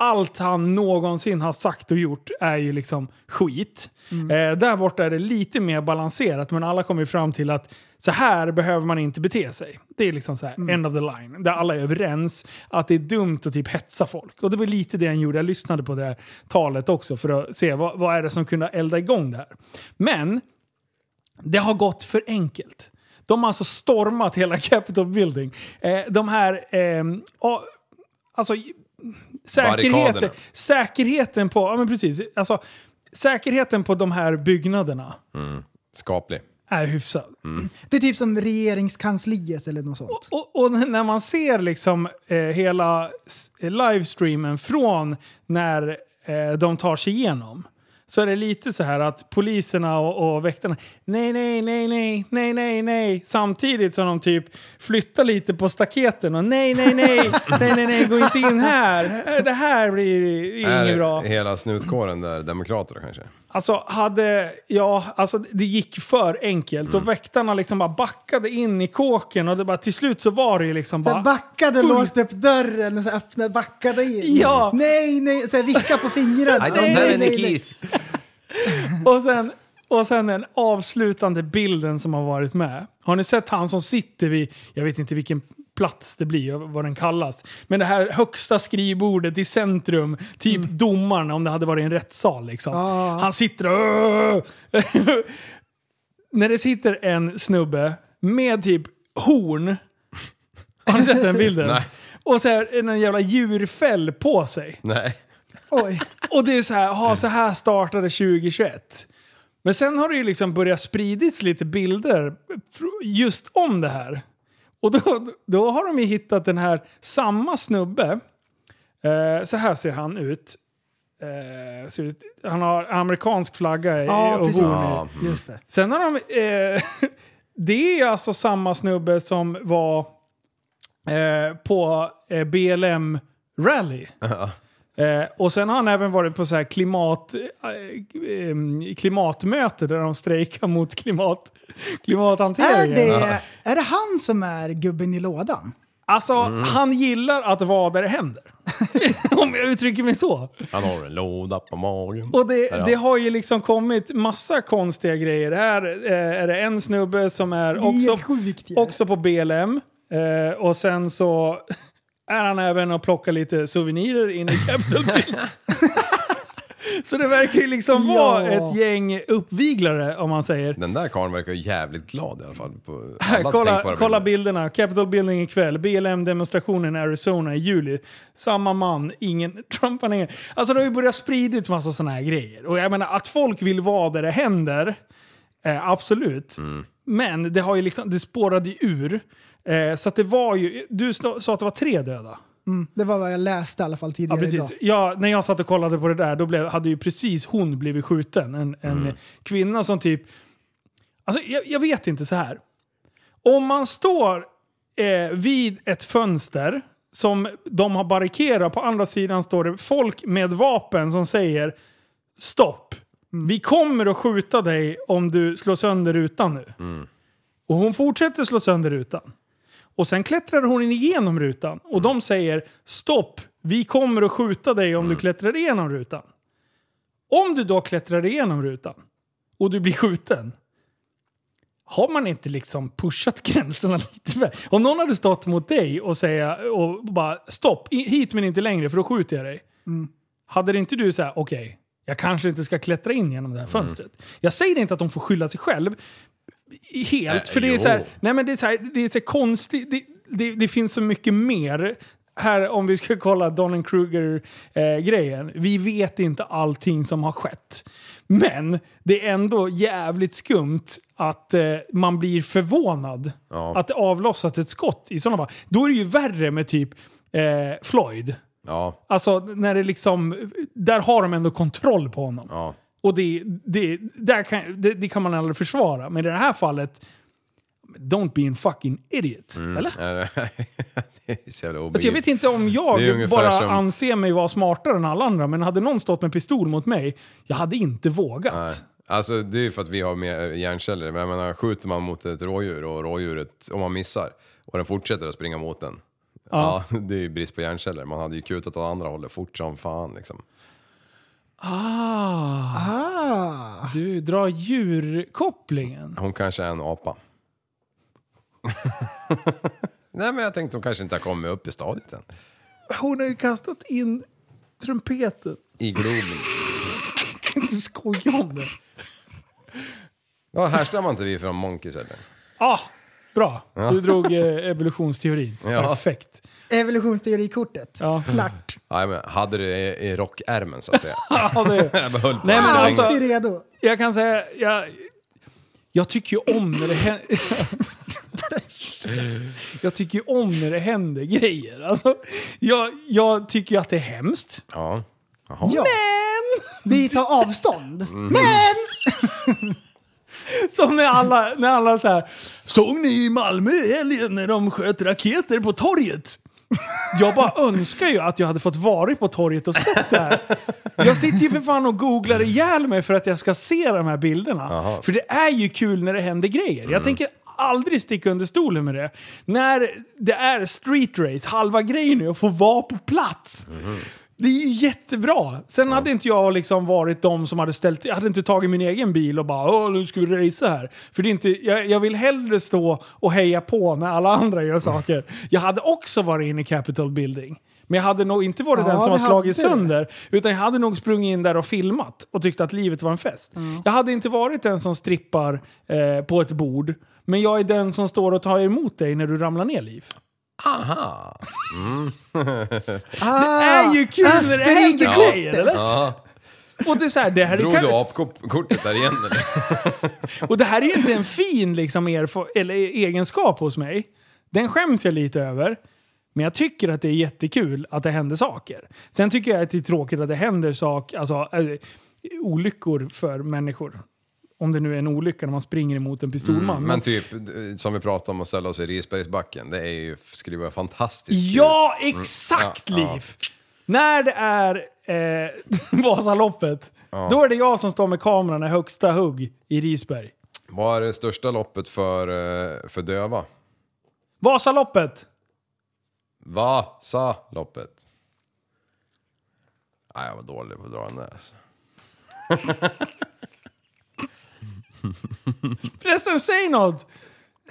Speaker 5: Allt han någonsin har sagt och gjort är ju liksom skit. Eh, där borta är det lite mer balanserat men alla kommer ju fram till att så här behöver man inte bete sig. Det är liksom så här, end of the line. Där alla är överens att det är dumt att typ hetsa folk. Och det var lite det han gjorde. Jag lyssnade på det här talet också för att se vad, vad är det som kunde elda igång det här. Men det har gått för enkelt. De har alltså stormat hela Capitol Building. Eh, de här... ehm, a- alltså, säkerheten,
Speaker 7: Barrikaderna.
Speaker 5: säkerheten på... Ja, men precis. Alltså, säkerheten på de här byggnaderna
Speaker 7: Skaplig.
Speaker 5: är hyfsad.
Speaker 6: Det är typ som regeringskansliet eller något sånt.
Speaker 5: Och, och när man ser liksom eh, hela s- eh, livestreamen från när eh, de tar sig igenom så är det lite så här att poliserna och, och väktarna nej, nej, nej, nej, nej, nej, nej samtidigt som de typ flyttar lite på staketen och nej, nej, nej, nej, nej, nej, gå inte in här. Eh, Det här blir
Speaker 7: Är
Speaker 5: inget bra.
Speaker 7: hela snutkåren där demokrater kanske?
Speaker 5: Alltså, hade, ja, alltså det gick för enkelt och väktarna liksom bara backade in i kåken och det bara, till slut så var det ju liksom
Speaker 6: Så jag
Speaker 5: bara...
Speaker 6: backade,
Speaker 5: Full-
Speaker 6: låste upp dörren och så öppnade, backade in.
Speaker 5: Ja.
Speaker 6: Nej, nej, så jag vickade på fingrarna.
Speaker 10: I don't have any keys.
Speaker 5: Och sen, och sen den avslutande bilden som har varit med. Har ni sett han som sitter vid, jag vet inte vilken plats det blir, vad den kallas. Men det här högsta skrivbordet i centrum, typ domaren om det hade varit en rättssal liksom. Han sitter och... När det sitter en snubbe med typ horn. Har ni sett den bilden?
Speaker 7: Nej.
Speaker 5: Och så här, en jävla djurfäll på sig.
Speaker 7: Nej.
Speaker 6: Oj.
Speaker 5: Och det är så här, aha, så här startade 2021. Men sen har det ju liksom börjat spridits lite bilder fr- just om det här. Och då, då har de ju hittat den här samma snubbe. Eh, så här ser han ut. Eh, ser ut- han har amerikansk flagga i-
Speaker 6: Ja,
Speaker 5: och
Speaker 6: precis.
Speaker 5: horn.
Speaker 6: Just det.
Speaker 5: Sen har de... Eh, det är alltså samma snubbe som var eh, på eh, BLM Rally. Eh, och sen har han även varit på så här klimat, eh, eh, klimatmöte där de strejkar mot klimat,
Speaker 6: Är
Speaker 5: klimathanteringen.
Speaker 6: det, är det han som är gubben i lådan?
Speaker 5: Alltså, han gillar att vara där det händer. Om jag uttrycker mig så.
Speaker 8: Han har en låda på magen.
Speaker 7: Mm.
Speaker 5: Och det,
Speaker 8: Ja.
Speaker 5: det har ju liksom kommit massa konstiga grejer. Här eh, är det en snubbe som är
Speaker 6: är
Speaker 5: också,
Speaker 6: helt sjukt ju.
Speaker 5: också på BLM. Eh, och sen så är han även och plockar lite souvenirer in i Capitol Bill. så det verkar ju liksom
Speaker 6: Ja.
Speaker 5: vara ett gäng uppviglare om man säger.
Speaker 7: Den där karln verkar ju jävligt glad i alla fall. På
Speaker 5: Här,
Speaker 7: alla
Speaker 5: kolla,
Speaker 7: tänkbara
Speaker 5: kolla
Speaker 7: bilder.
Speaker 5: bilderna. Capitol Building ikväll. BLM-demonstrationen i Arizona i juli. Samma man, ingen Trump han är ingen. Alltså det har ju börjat spridits massa sådana här grejer. Och jag menar att folk vill vara där det händer, eh, absolut.
Speaker 7: Mm.
Speaker 5: Men det har ju liksom, det spårade ju ur. Eh, så att det var ju, du sta- sa att det var tre döda.
Speaker 6: Det var vad jag läste i alla fall
Speaker 5: Ja,
Speaker 6: tidigare
Speaker 5: precis.
Speaker 6: idag.
Speaker 5: Ja, när jag satt och kollade på det där, då blev, hade ju precis hon blivit skjuten. En, en
Speaker 6: Mm.
Speaker 5: kvinna som typ... Alltså, jag, jag vet inte så här. Om man står eh, vid ett fönster som de har barrikerat, på andra sidan står det folk med vapen som säger stopp. Vi kommer att skjuta dig om du slår sönder rutan nu.
Speaker 6: Mm.
Speaker 5: Och hon fortsätter slå sönder rutan. Och sen klättrar hon in igenom rutan och de säger stopp, vi kommer att skjuta dig om du klättrar igenom rutan. Om du då klättrar igenom rutan och du blir skjuten. Har man inte liksom pushat gränserna lite väl? Om någon hade stått mot dig och säga och bara stopp, i- hit men inte längre för då skjuter jag dig. Hade det inte du så här, okej, jag kanske inte ska klättra in genom
Speaker 8: Mm.
Speaker 5: det här fönstret. Jag säger inte att de får skylla sig själv, i- helt.
Speaker 8: Äh,
Speaker 5: för det är,
Speaker 8: jo.
Speaker 5: så här, nej men det är så här, det är så här konstigt. Det, det, det finns så mycket mer. Här om vi ska kolla Donning Kruger-grejen. vi vet inte allting som har skett. Men det är ändå jävligt skumt att eh, man blir förvånad att det avlossats ett skott i sådana fall. Då är det ju värre med typ eh, Floyd.
Speaker 7: Ja,
Speaker 5: Alltså när det liksom... Där har de ändå kontroll på honom.
Speaker 7: ja.
Speaker 5: Och det, det, där kan, det, det kan man aldrig försvara. Men i det här fallet, don't be an fucking idiot. Eller?
Speaker 7: Nej, nej. det är
Speaker 5: Alltså
Speaker 7: så jävla
Speaker 5: jag
Speaker 7: obegripligt.
Speaker 5: vet inte om
Speaker 7: Det är
Speaker 5: jag
Speaker 7: ungefär
Speaker 5: bara
Speaker 7: som-
Speaker 5: anser mig vara smartare än alla andra, men hade någon stått med pistol mot mig, jag hade inte vågat.
Speaker 7: Alltså det är ju för att vi har mer hjärnceller. Men jag menar, skjuter man mot ett rådjur och rådjuret, om man missar, och den fortsätter att springa mot den. Ja. det är ju brist på hjärnceller. Man hade ju kutat åt andra hållet fort som fan liksom.
Speaker 5: Ah,
Speaker 6: Ah,
Speaker 5: du drar djurkopplingen.
Speaker 7: Hon kanske är en apa. Nej men jag tänkte hon kanske inte har kommit upp i stadiet än.
Speaker 5: Hon har ju kastat in trumpeten.
Speaker 7: I Globen.
Speaker 5: Jag kan inte skoja om det.
Speaker 7: Ja, härstammar inte vi från monkeys eller?
Speaker 5: Ah, bra. Du drog eh, evolutionsteorin.
Speaker 7: Ja.
Speaker 5: Perfekt.
Speaker 6: evolutionsteorikortet.
Speaker 5: Ja. Mm.
Speaker 6: Klart.
Speaker 7: Nej men hade det i, i rockärmen så att säga.
Speaker 5: Ja, det.
Speaker 7: Jag bara höll på
Speaker 5: Nej, men
Speaker 7: det länge.
Speaker 5: alltså-
Speaker 6: Alltid redo.
Speaker 5: jag kan säga, jag, Jag tycker ju om när det händer... jag tycker ju om när det händer grejer. Alltså, jag, jag tycker ju att det är hemskt.
Speaker 7: Ja.
Speaker 6: Ja. Vi tar avstånd.
Speaker 5: Mm.
Speaker 6: Men!
Speaker 5: Som när alla, när alla så här. Såg ni i Malmö i helgen när de sköt raketer på torget? Jag bara önskar ju att jag hade fått vara på torget och sett det här. Jag sitter ju för fan och googlar ihjäl mig för att jag ska se de här bilderna. För det är ju kul när det händer grejer.
Speaker 6: Mm.
Speaker 5: Jag tänker aldrig sticka under stolen med det. När det är street race, halva grejen är att få vara på plats.
Speaker 6: Mhm.
Speaker 5: Det är ju jättebra. Sen hade inte jag liksom varit de som hade ställt... Jag hade inte tagit min egen bil och bara Åh, nu ska vi racea här. För det är inte, jag, jag vill hellre stå och heja på när alla andra gör saker. Jag hade också varit inne i Capital Building. Men jag hade nog inte varit
Speaker 6: Ja,
Speaker 5: den som
Speaker 6: det
Speaker 5: har slagit
Speaker 6: hade du.
Speaker 5: sönder. Utan jag hade nog sprungit in där och filmat och tyckt att livet var en fest. Jag hade inte varit den som strippar eh, på ett bord. Men jag är den som står och tar emot dig när du ramlar ner, Liv.
Speaker 6: Ah,
Speaker 5: är ju kul när det händer
Speaker 6: Österrike-
Speaker 5: grejer, eller? Och det är så här, det här är
Speaker 7: Drog
Speaker 5: kanske-
Speaker 7: du apkortet där igen eller?
Speaker 5: Och det här är ju inte en fin liksom, erfo- eller egenskap hos mig. Den skäms jag lite över. Men jag tycker att det är jättekul att det händer saker. Sen tycker jag att det är tråkigt att det händer saker, alltså eh, olyckor för människor. Om det nu är en olycka när man springer emot en pistolman.
Speaker 7: Men typ, eh, som vi pratade om att ställa oss i Risbergsbacken, det är ju, skulle vara fantastiskt kul.
Speaker 5: Ja, exakt
Speaker 7: Mm. Ja,
Speaker 5: Liv! När det är eh, Vasaloppet, då är det jag som står med kameran i högsta hugg i Risberg.
Speaker 7: Vad är det största loppet för, eh, för döva?
Speaker 5: Vasaloppet!
Speaker 7: Vasaloppet. Nej, jag var dålig på att dra den där.
Speaker 5: Förresten, säg något!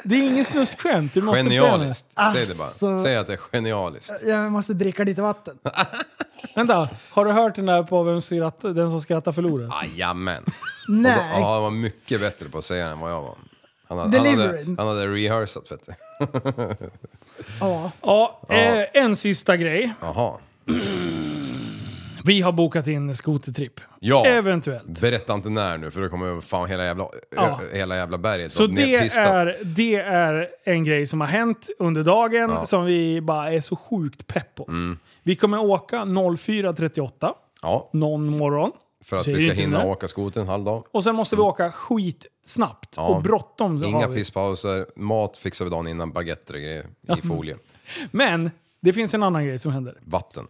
Speaker 5: Det är inget snuskskämt. Du måste säga
Speaker 7: Genialiskt.
Speaker 5: det.
Speaker 7: Säg det bara.
Speaker 6: Alltså.
Speaker 7: Säg att det är genialiskt.
Speaker 6: Ah! Jag måste dricka lite vatten.
Speaker 5: Vänta, har du hört den där på Vem skrattar, den som skrattar förlorar?
Speaker 7: Jajamän.
Speaker 6: Nej.
Speaker 7: Ja, han var mycket bättre på att säga än vad jag var. Han hade, han hade,
Speaker 6: Delivering.
Speaker 7: han hade rehearsat vet du.
Speaker 6: Ja.
Speaker 5: Ja, Eh, en sista grej.
Speaker 7: Jaha.
Speaker 5: Vi har bokat in skotertripp.
Speaker 7: Ja.
Speaker 5: Eventuellt.
Speaker 7: Berätta inte när nu för då kommer fan hela jävla,
Speaker 5: Ja.
Speaker 7: ö- hela jävla berget
Speaker 5: Så
Speaker 7: vara
Speaker 5: det
Speaker 7: nedpistat.
Speaker 5: är, det är en grej som har hänt under dagen som vi bara är så sjukt pepp på.
Speaker 7: Mm.
Speaker 5: Vi kommer åka 04.38
Speaker 7: Ja,
Speaker 5: någon morgon.
Speaker 7: för att
Speaker 5: Säger
Speaker 7: vi ska
Speaker 5: inte
Speaker 7: hinna
Speaker 5: när.
Speaker 7: åka skoter en halv dag.
Speaker 5: Och sen måste vi åka skitsnabbt
Speaker 7: Mm. Ja.
Speaker 5: och bråttom
Speaker 7: Inga
Speaker 5: har vi.
Speaker 7: pisspauser, mat fixar vi dagen innan, baguetter och grejer i folie.
Speaker 5: Men det finns en annan grej som händer.
Speaker 7: Vatten.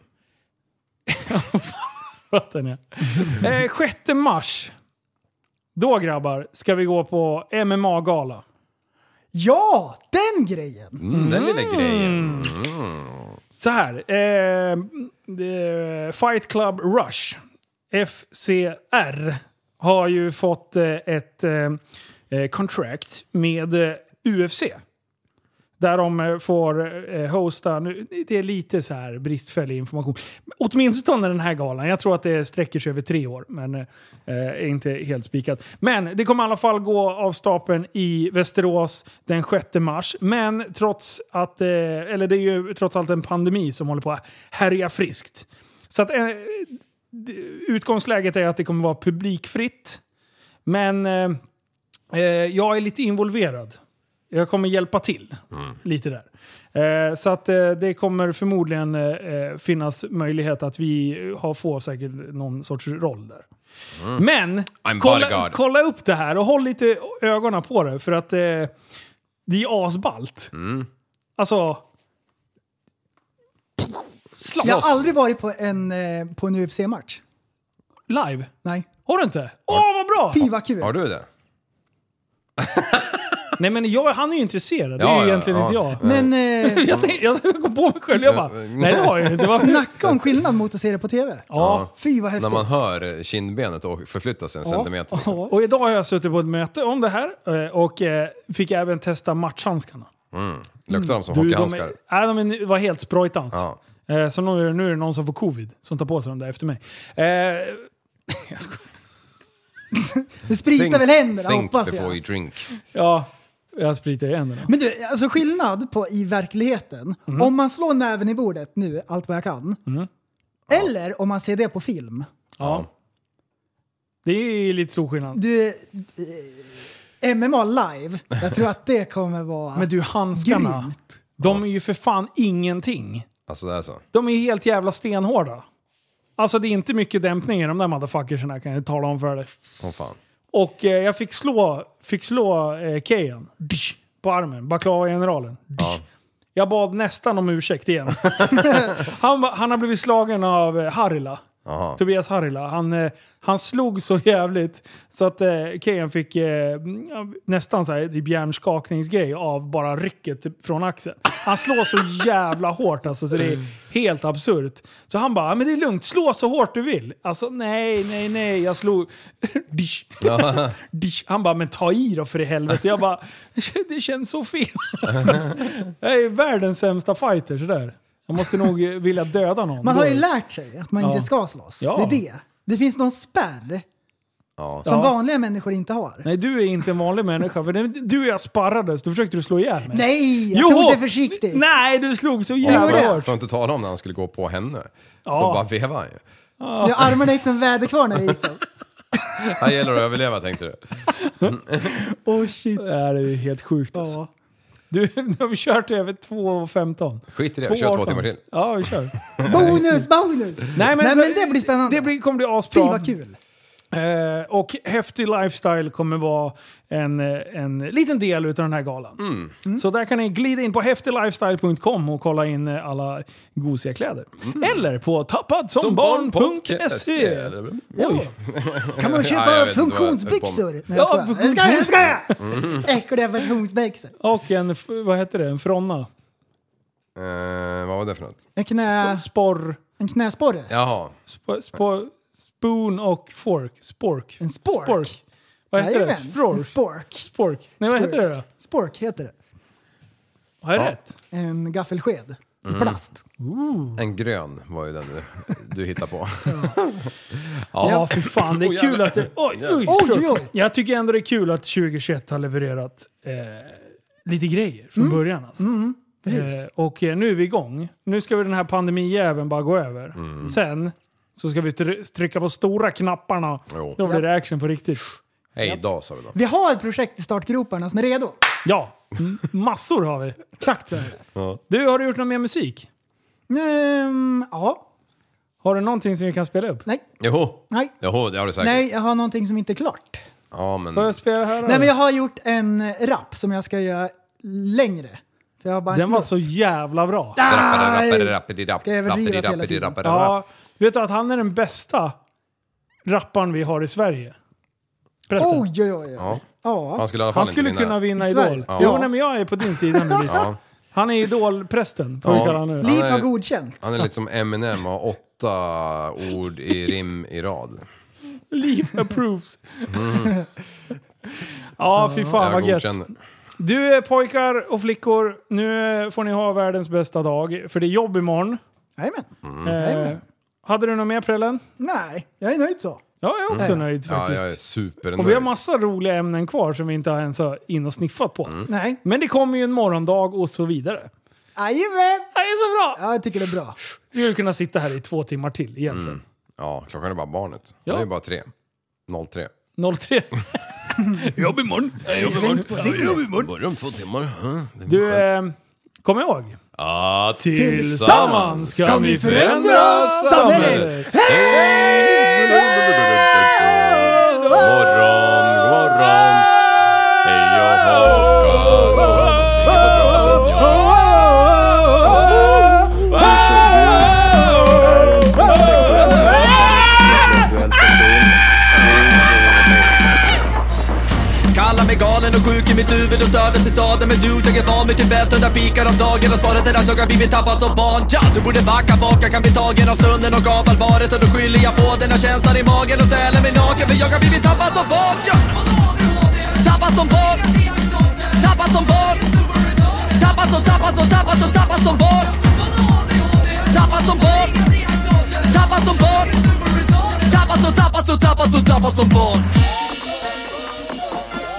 Speaker 5: Vatten, ja. eh, 6 mars. Då grabbar ska vi gå på MMA-gala.
Speaker 6: ja, den grejen!
Speaker 7: Mm. Den lilla grejen.
Speaker 5: Så här. Eh, eh, Fight Club Rush, FCR, har ju fått eh, ett eh, eh, contract med eh, UFC. Där de eh, får eh, hosta, nu, det är lite så här bristfällig information. Åtminstone den här galan. Jag tror att det sträcker sig över tre år, men eh, är inte helt spikat. Men det kommer i alla fall gå av stapeln i Västerås den 6 mars. Men trots att, eh, eller det är ju trots allt en pandemi som håller på att härja friskt. Så att, eh, d- utgångsläget är att det kommer vara publikfritt. Men eh, eh, jag är lite involverad. Jag kommer hjälpa till
Speaker 7: Mm.
Speaker 5: lite där. Eh, så att eh, det kommer förmodligen eh, eh, finnas möjlighet att vi har, får säkert någon sorts roll där. Men
Speaker 7: Mm. I'm
Speaker 5: kolla,
Speaker 7: bodyguard.
Speaker 5: kolla upp det här och håll lite ögonen på det för att eh, det är asballt.
Speaker 7: Mm.
Speaker 5: Alltså... Slåss
Speaker 6: Jag har aldrig varit på en, eh, på en UFC-match.
Speaker 5: live.
Speaker 6: Nej.
Speaker 5: Har du inte? Åh, vad bra!
Speaker 6: Fy vad kul!
Speaker 7: Har du det?
Speaker 5: Nej men jag, han är ju intresserad, det
Speaker 7: Ja,
Speaker 5: är ju
Speaker 7: ja,
Speaker 5: egentligen
Speaker 7: ja.
Speaker 5: inte jag.
Speaker 6: Men eh,
Speaker 5: Jag tänkte, jag skulle gå på mig själv, jag bara nej det har jag ju inte. Vad-
Speaker 6: snacka om skillnad mot att se det på TV.
Speaker 5: Ja.
Speaker 6: Fy vad
Speaker 7: När
Speaker 6: häftigt.
Speaker 7: man hör kindbenet och förflyttas en centimeter. Liksom.
Speaker 5: Och idag har jag suttit på ett möte om det här eh, och eh, fick även testa matchhandskarna.
Speaker 7: Luktar de som
Speaker 5: de,
Speaker 7: hockeyhandskar?
Speaker 5: är, nej, de är, ny- var helt sprojtans.
Speaker 7: Ja.
Speaker 5: Eh, så nu, är det- nu är det någon som får covid som tar på sig dem där efter mig. Eh, jag skojar.
Speaker 6: Du spritar väl händerna
Speaker 7: think
Speaker 6: hoppas
Speaker 7: before
Speaker 6: jag.
Speaker 7: you drink.
Speaker 5: ja, jag spritar i händerna.
Speaker 6: Men du, alltså skillnad på i verkligheten.
Speaker 7: Mm.
Speaker 6: Om man slår näven i bordet nu, allt vad jag kan. Eller om man ser det på film.
Speaker 5: Ja. Det är ju lite stor skillnad.
Speaker 6: Du, eh, MMA live, jag tror att det kommer vara...
Speaker 5: Men du, handskarna.
Speaker 6: Grymt.
Speaker 5: De är ju för fan ingenting.
Speaker 7: Alltså det är så.
Speaker 5: De är ju helt jävla stenhårda. Alltså det är inte mycket dämpning i de där motherfuckersen kan jag tala om för dig.
Speaker 7: Åh fan.
Speaker 5: Och eh, jag fick slå, fick slå eh, Keyan Dysch, på armen, Baklava-generalen. Dysch. Jag bad nästan om ursäkt igen. han, ba- han har blivit slagen av eh, Harila.
Speaker 7: Jaha.
Speaker 5: Tobias Harila. Han, eh, han slog så jävligt så att eh, Keyan fick eh, nästan så här, typ hjärnskakningsgrej av bara rycket typ från axeln. Han slår så jävla hårt alltså, så det är helt absurt. Så han bara, men det är lugnt, slå så hårt du vill. Alltså nej, nej, nej, jag slog... Dish. Dish. Han bara, men ta i då för i helvete. Jag bara, det känns så fel. Alltså, jag är världens sämsta fighter sådär. Jag måste nog eh, vilja döda någon.
Speaker 6: Man har ju
Speaker 5: Då-
Speaker 6: lärt sig att man
Speaker 5: Ja.
Speaker 6: inte ska slåss.
Speaker 5: Ja.
Speaker 6: Det är det. Det finns någon spärr
Speaker 7: Ja.
Speaker 6: som
Speaker 5: Ja.
Speaker 6: vanliga människor inte har.
Speaker 5: Nej, du är inte en vanlig människa. För när du och jag sparrades, då försökte du slå ihjäl mig.
Speaker 6: Nej, jag tog det försiktigt.
Speaker 5: Nej, du slog så jävla hårt.
Speaker 7: För att inte tala om när han skulle gå på henne.
Speaker 5: Ja.
Speaker 7: Då bara vevade han ju.
Speaker 6: Ja, armarna gick som väderkvarnar i
Speaker 7: Här gäller det att överleva tänkte du.
Speaker 6: Åh oh, shit.
Speaker 5: Det här är ju helt sjukt alltså.
Speaker 6: Ja.
Speaker 5: Du, nu har vi kört över 2.15.
Speaker 7: Skit i det, kör två
Speaker 5: 2.18.
Speaker 7: timmar till.
Speaker 5: Ja, vi kör.
Speaker 6: Bonus, bonus!
Speaker 5: Nej men,
Speaker 6: Nej,
Speaker 5: så-
Speaker 6: men det blir spännande.
Speaker 5: Det blir, kommer bli
Speaker 6: Fy
Speaker 5: asbra.
Speaker 6: vad kul.
Speaker 5: Eh, och Häftig Lifestyle kommer vara en, eh, en liten del utav den här galan. Mm. Så där kan ni glida in på häftiglifestyle.com och kolla in eh, alla gosiga kläder. Eller på E.
Speaker 7: E,
Speaker 5: tappadsombarn.se.
Speaker 6: Oj. Kan man köpa
Speaker 7: Ja, jag vet inte vad jag-
Speaker 6: funktionsbyxor? Nej,
Speaker 5: Ja,
Speaker 6: jag skojar. Jag skojar, jag skojar! Äckliga funktionsbyxor.
Speaker 5: Och en, f- vad heter det, en fronna.
Speaker 7: Eh, vad var det för något?
Speaker 6: En, knä,
Speaker 5: Sporr.
Speaker 6: en knäsporre.
Speaker 7: Jaha.
Speaker 5: Sp- sp- spoon och fork. Spork.
Speaker 6: En spork.
Speaker 5: spork. Vad heter det?
Speaker 6: Jajamän, En
Speaker 5: Spork.
Speaker 6: spork.
Speaker 5: Spork. Nej, vad
Speaker 6: Spork.
Speaker 5: heter det då?
Speaker 6: Spork heter det.
Speaker 5: Har jag rätt?
Speaker 6: En gaffelsked
Speaker 7: Mm.
Speaker 6: i plast.
Speaker 7: En grön var ju den du, du hittade på.
Speaker 5: Ja, för fan. Det är
Speaker 7: Oj,
Speaker 5: kul
Speaker 7: jävlar.
Speaker 5: att... det- Oj, oj,
Speaker 6: Oh, Oj,
Speaker 5: förlåt.
Speaker 6: oj.
Speaker 5: Jag tycker ändå det är kul att 2021 har levererat eh, lite grejer från
Speaker 6: Mm.
Speaker 5: början. Alltså.
Speaker 6: precis.
Speaker 5: Eh, och eh, nu är vi igång. Nu ska vi den här pandemijäveln bara gå över.
Speaker 6: Mm.
Speaker 5: Sen så ska vi tr- trycka på stora knapparna.
Speaker 7: Jo.
Speaker 5: Då blir det action på riktigt.
Speaker 7: Hej då sa vi då.
Speaker 6: Vi har ett projekt i startgroparna som är redo.
Speaker 5: Ja, m- massor har vi.
Speaker 6: Exakt så är det.
Speaker 5: Du, har du gjort någon mer musik?
Speaker 6: Ehm, ja.
Speaker 5: Har du någonting som vi kan spela upp?
Speaker 6: Nej.
Speaker 7: Joho.
Speaker 6: Nej.
Speaker 7: Joho, det har du säkert.
Speaker 6: Nej, jag har någonting som inte är klart.
Speaker 7: Ja, men...
Speaker 5: Får jag spela här? då?
Speaker 6: Nej, men jag har gjort en rap som jag ska göra längre. För jag har bara en
Speaker 5: Den var
Speaker 6: snutt.
Speaker 5: så jävla bra.
Speaker 7: Rappadirappadidapp,
Speaker 6: Ska jag överdrivas hela tiden?
Speaker 5: Ja,
Speaker 7: rappadirappadidappadidapp.
Speaker 5: vet du att han är den bästa rapparen vi har i Sverige? Förresten,
Speaker 6: Oj, oj, oj.
Speaker 7: Ja.
Speaker 6: oj. Ja.
Speaker 7: Han skulle i alla fall
Speaker 5: han
Speaker 7: inte
Speaker 5: skulle
Speaker 7: vinna.
Speaker 5: kunna vinna
Speaker 6: I Sverige?
Speaker 5: Idol.
Speaker 6: Ja.
Speaker 5: Jo, nej, men jag är på din sida nu.
Speaker 7: Ja.
Speaker 5: Han är idolprästen, får vi
Speaker 7: Ja.
Speaker 5: kalla honom nu.
Speaker 6: Liv
Speaker 7: Han är-
Speaker 6: har godkänt.
Speaker 7: Han är lite som Eminem och har åtta ord i rim i rad.
Speaker 5: Liv approves.
Speaker 7: Mm.
Speaker 5: Ja, fy fan vad gött. Du eh, pojkar och flickor, nu eh, får ni ha världens bästa dag. För det är jobb imorgon.
Speaker 6: Jajamän.
Speaker 5: Eh, hade du något mer Prellen?
Speaker 6: Nej, jag är nöjd så.
Speaker 5: Ja, jag är också nöjd
Speaker 7: Mm. Ja,
Speaker 5: faktiskt.
Speaker 7: jag är supernöjd.
Speaker 5: Och vi har massa roliga ämnen kvar som vi inte har ens har in och sniffat på.
Speaker 7: Mm.
Speaker 6: Nej.
Speaker 5: Men det kommer ju en morgondag och så vidare.
Speaker 6: Jajamän!
Speaker 5: Det är så bra!
Speaker 6: Ja, jag tycker det är bra.
Speaker 5: Vi skulle kunna sitta här i två timmar till egentligen.
Speaker 7: Ja, klockan är bara barnet.
Speaker 5: Ja.
Speaker 7: Det är bara tre. 03.
Speaker 5: 03.
Speaker 8: Jobb imorgon. Jobb imorgon. Jobb imorgon. Bara om två timmar.
Speaker 5: Du, eh, kom ihåg.
Speaker 8: Ja,
Speaker 5: Tillsammans kan vi
Speaker 8: förändra
Speaker 7: Alltså!
Speaker 5: samhället!
Speaker 8: God morgon, god morgon. Hej och Håkan.
Speaker 1: intellektuell person.
Speaker 2: Kallar mig galen och sjuk i mitt huvud och stördes i staden Men du, jag är van vid Tibet och där fikar om dagen Och svaret är att jag har blivit tappad som barn ja, Du borde backa bak, jag kan bli tagen av stunden och av allvaret Och då skyller jag på den här känslan i magen och ställer mig naken För jag har blivit tappad som barn ja. Tappad som barn Tappad som barn Tappad som, tappad som, tappad som, tappad som barn Tappad som barn Tappad som barn Tappad som, tappad som, tappad som, tappad som barn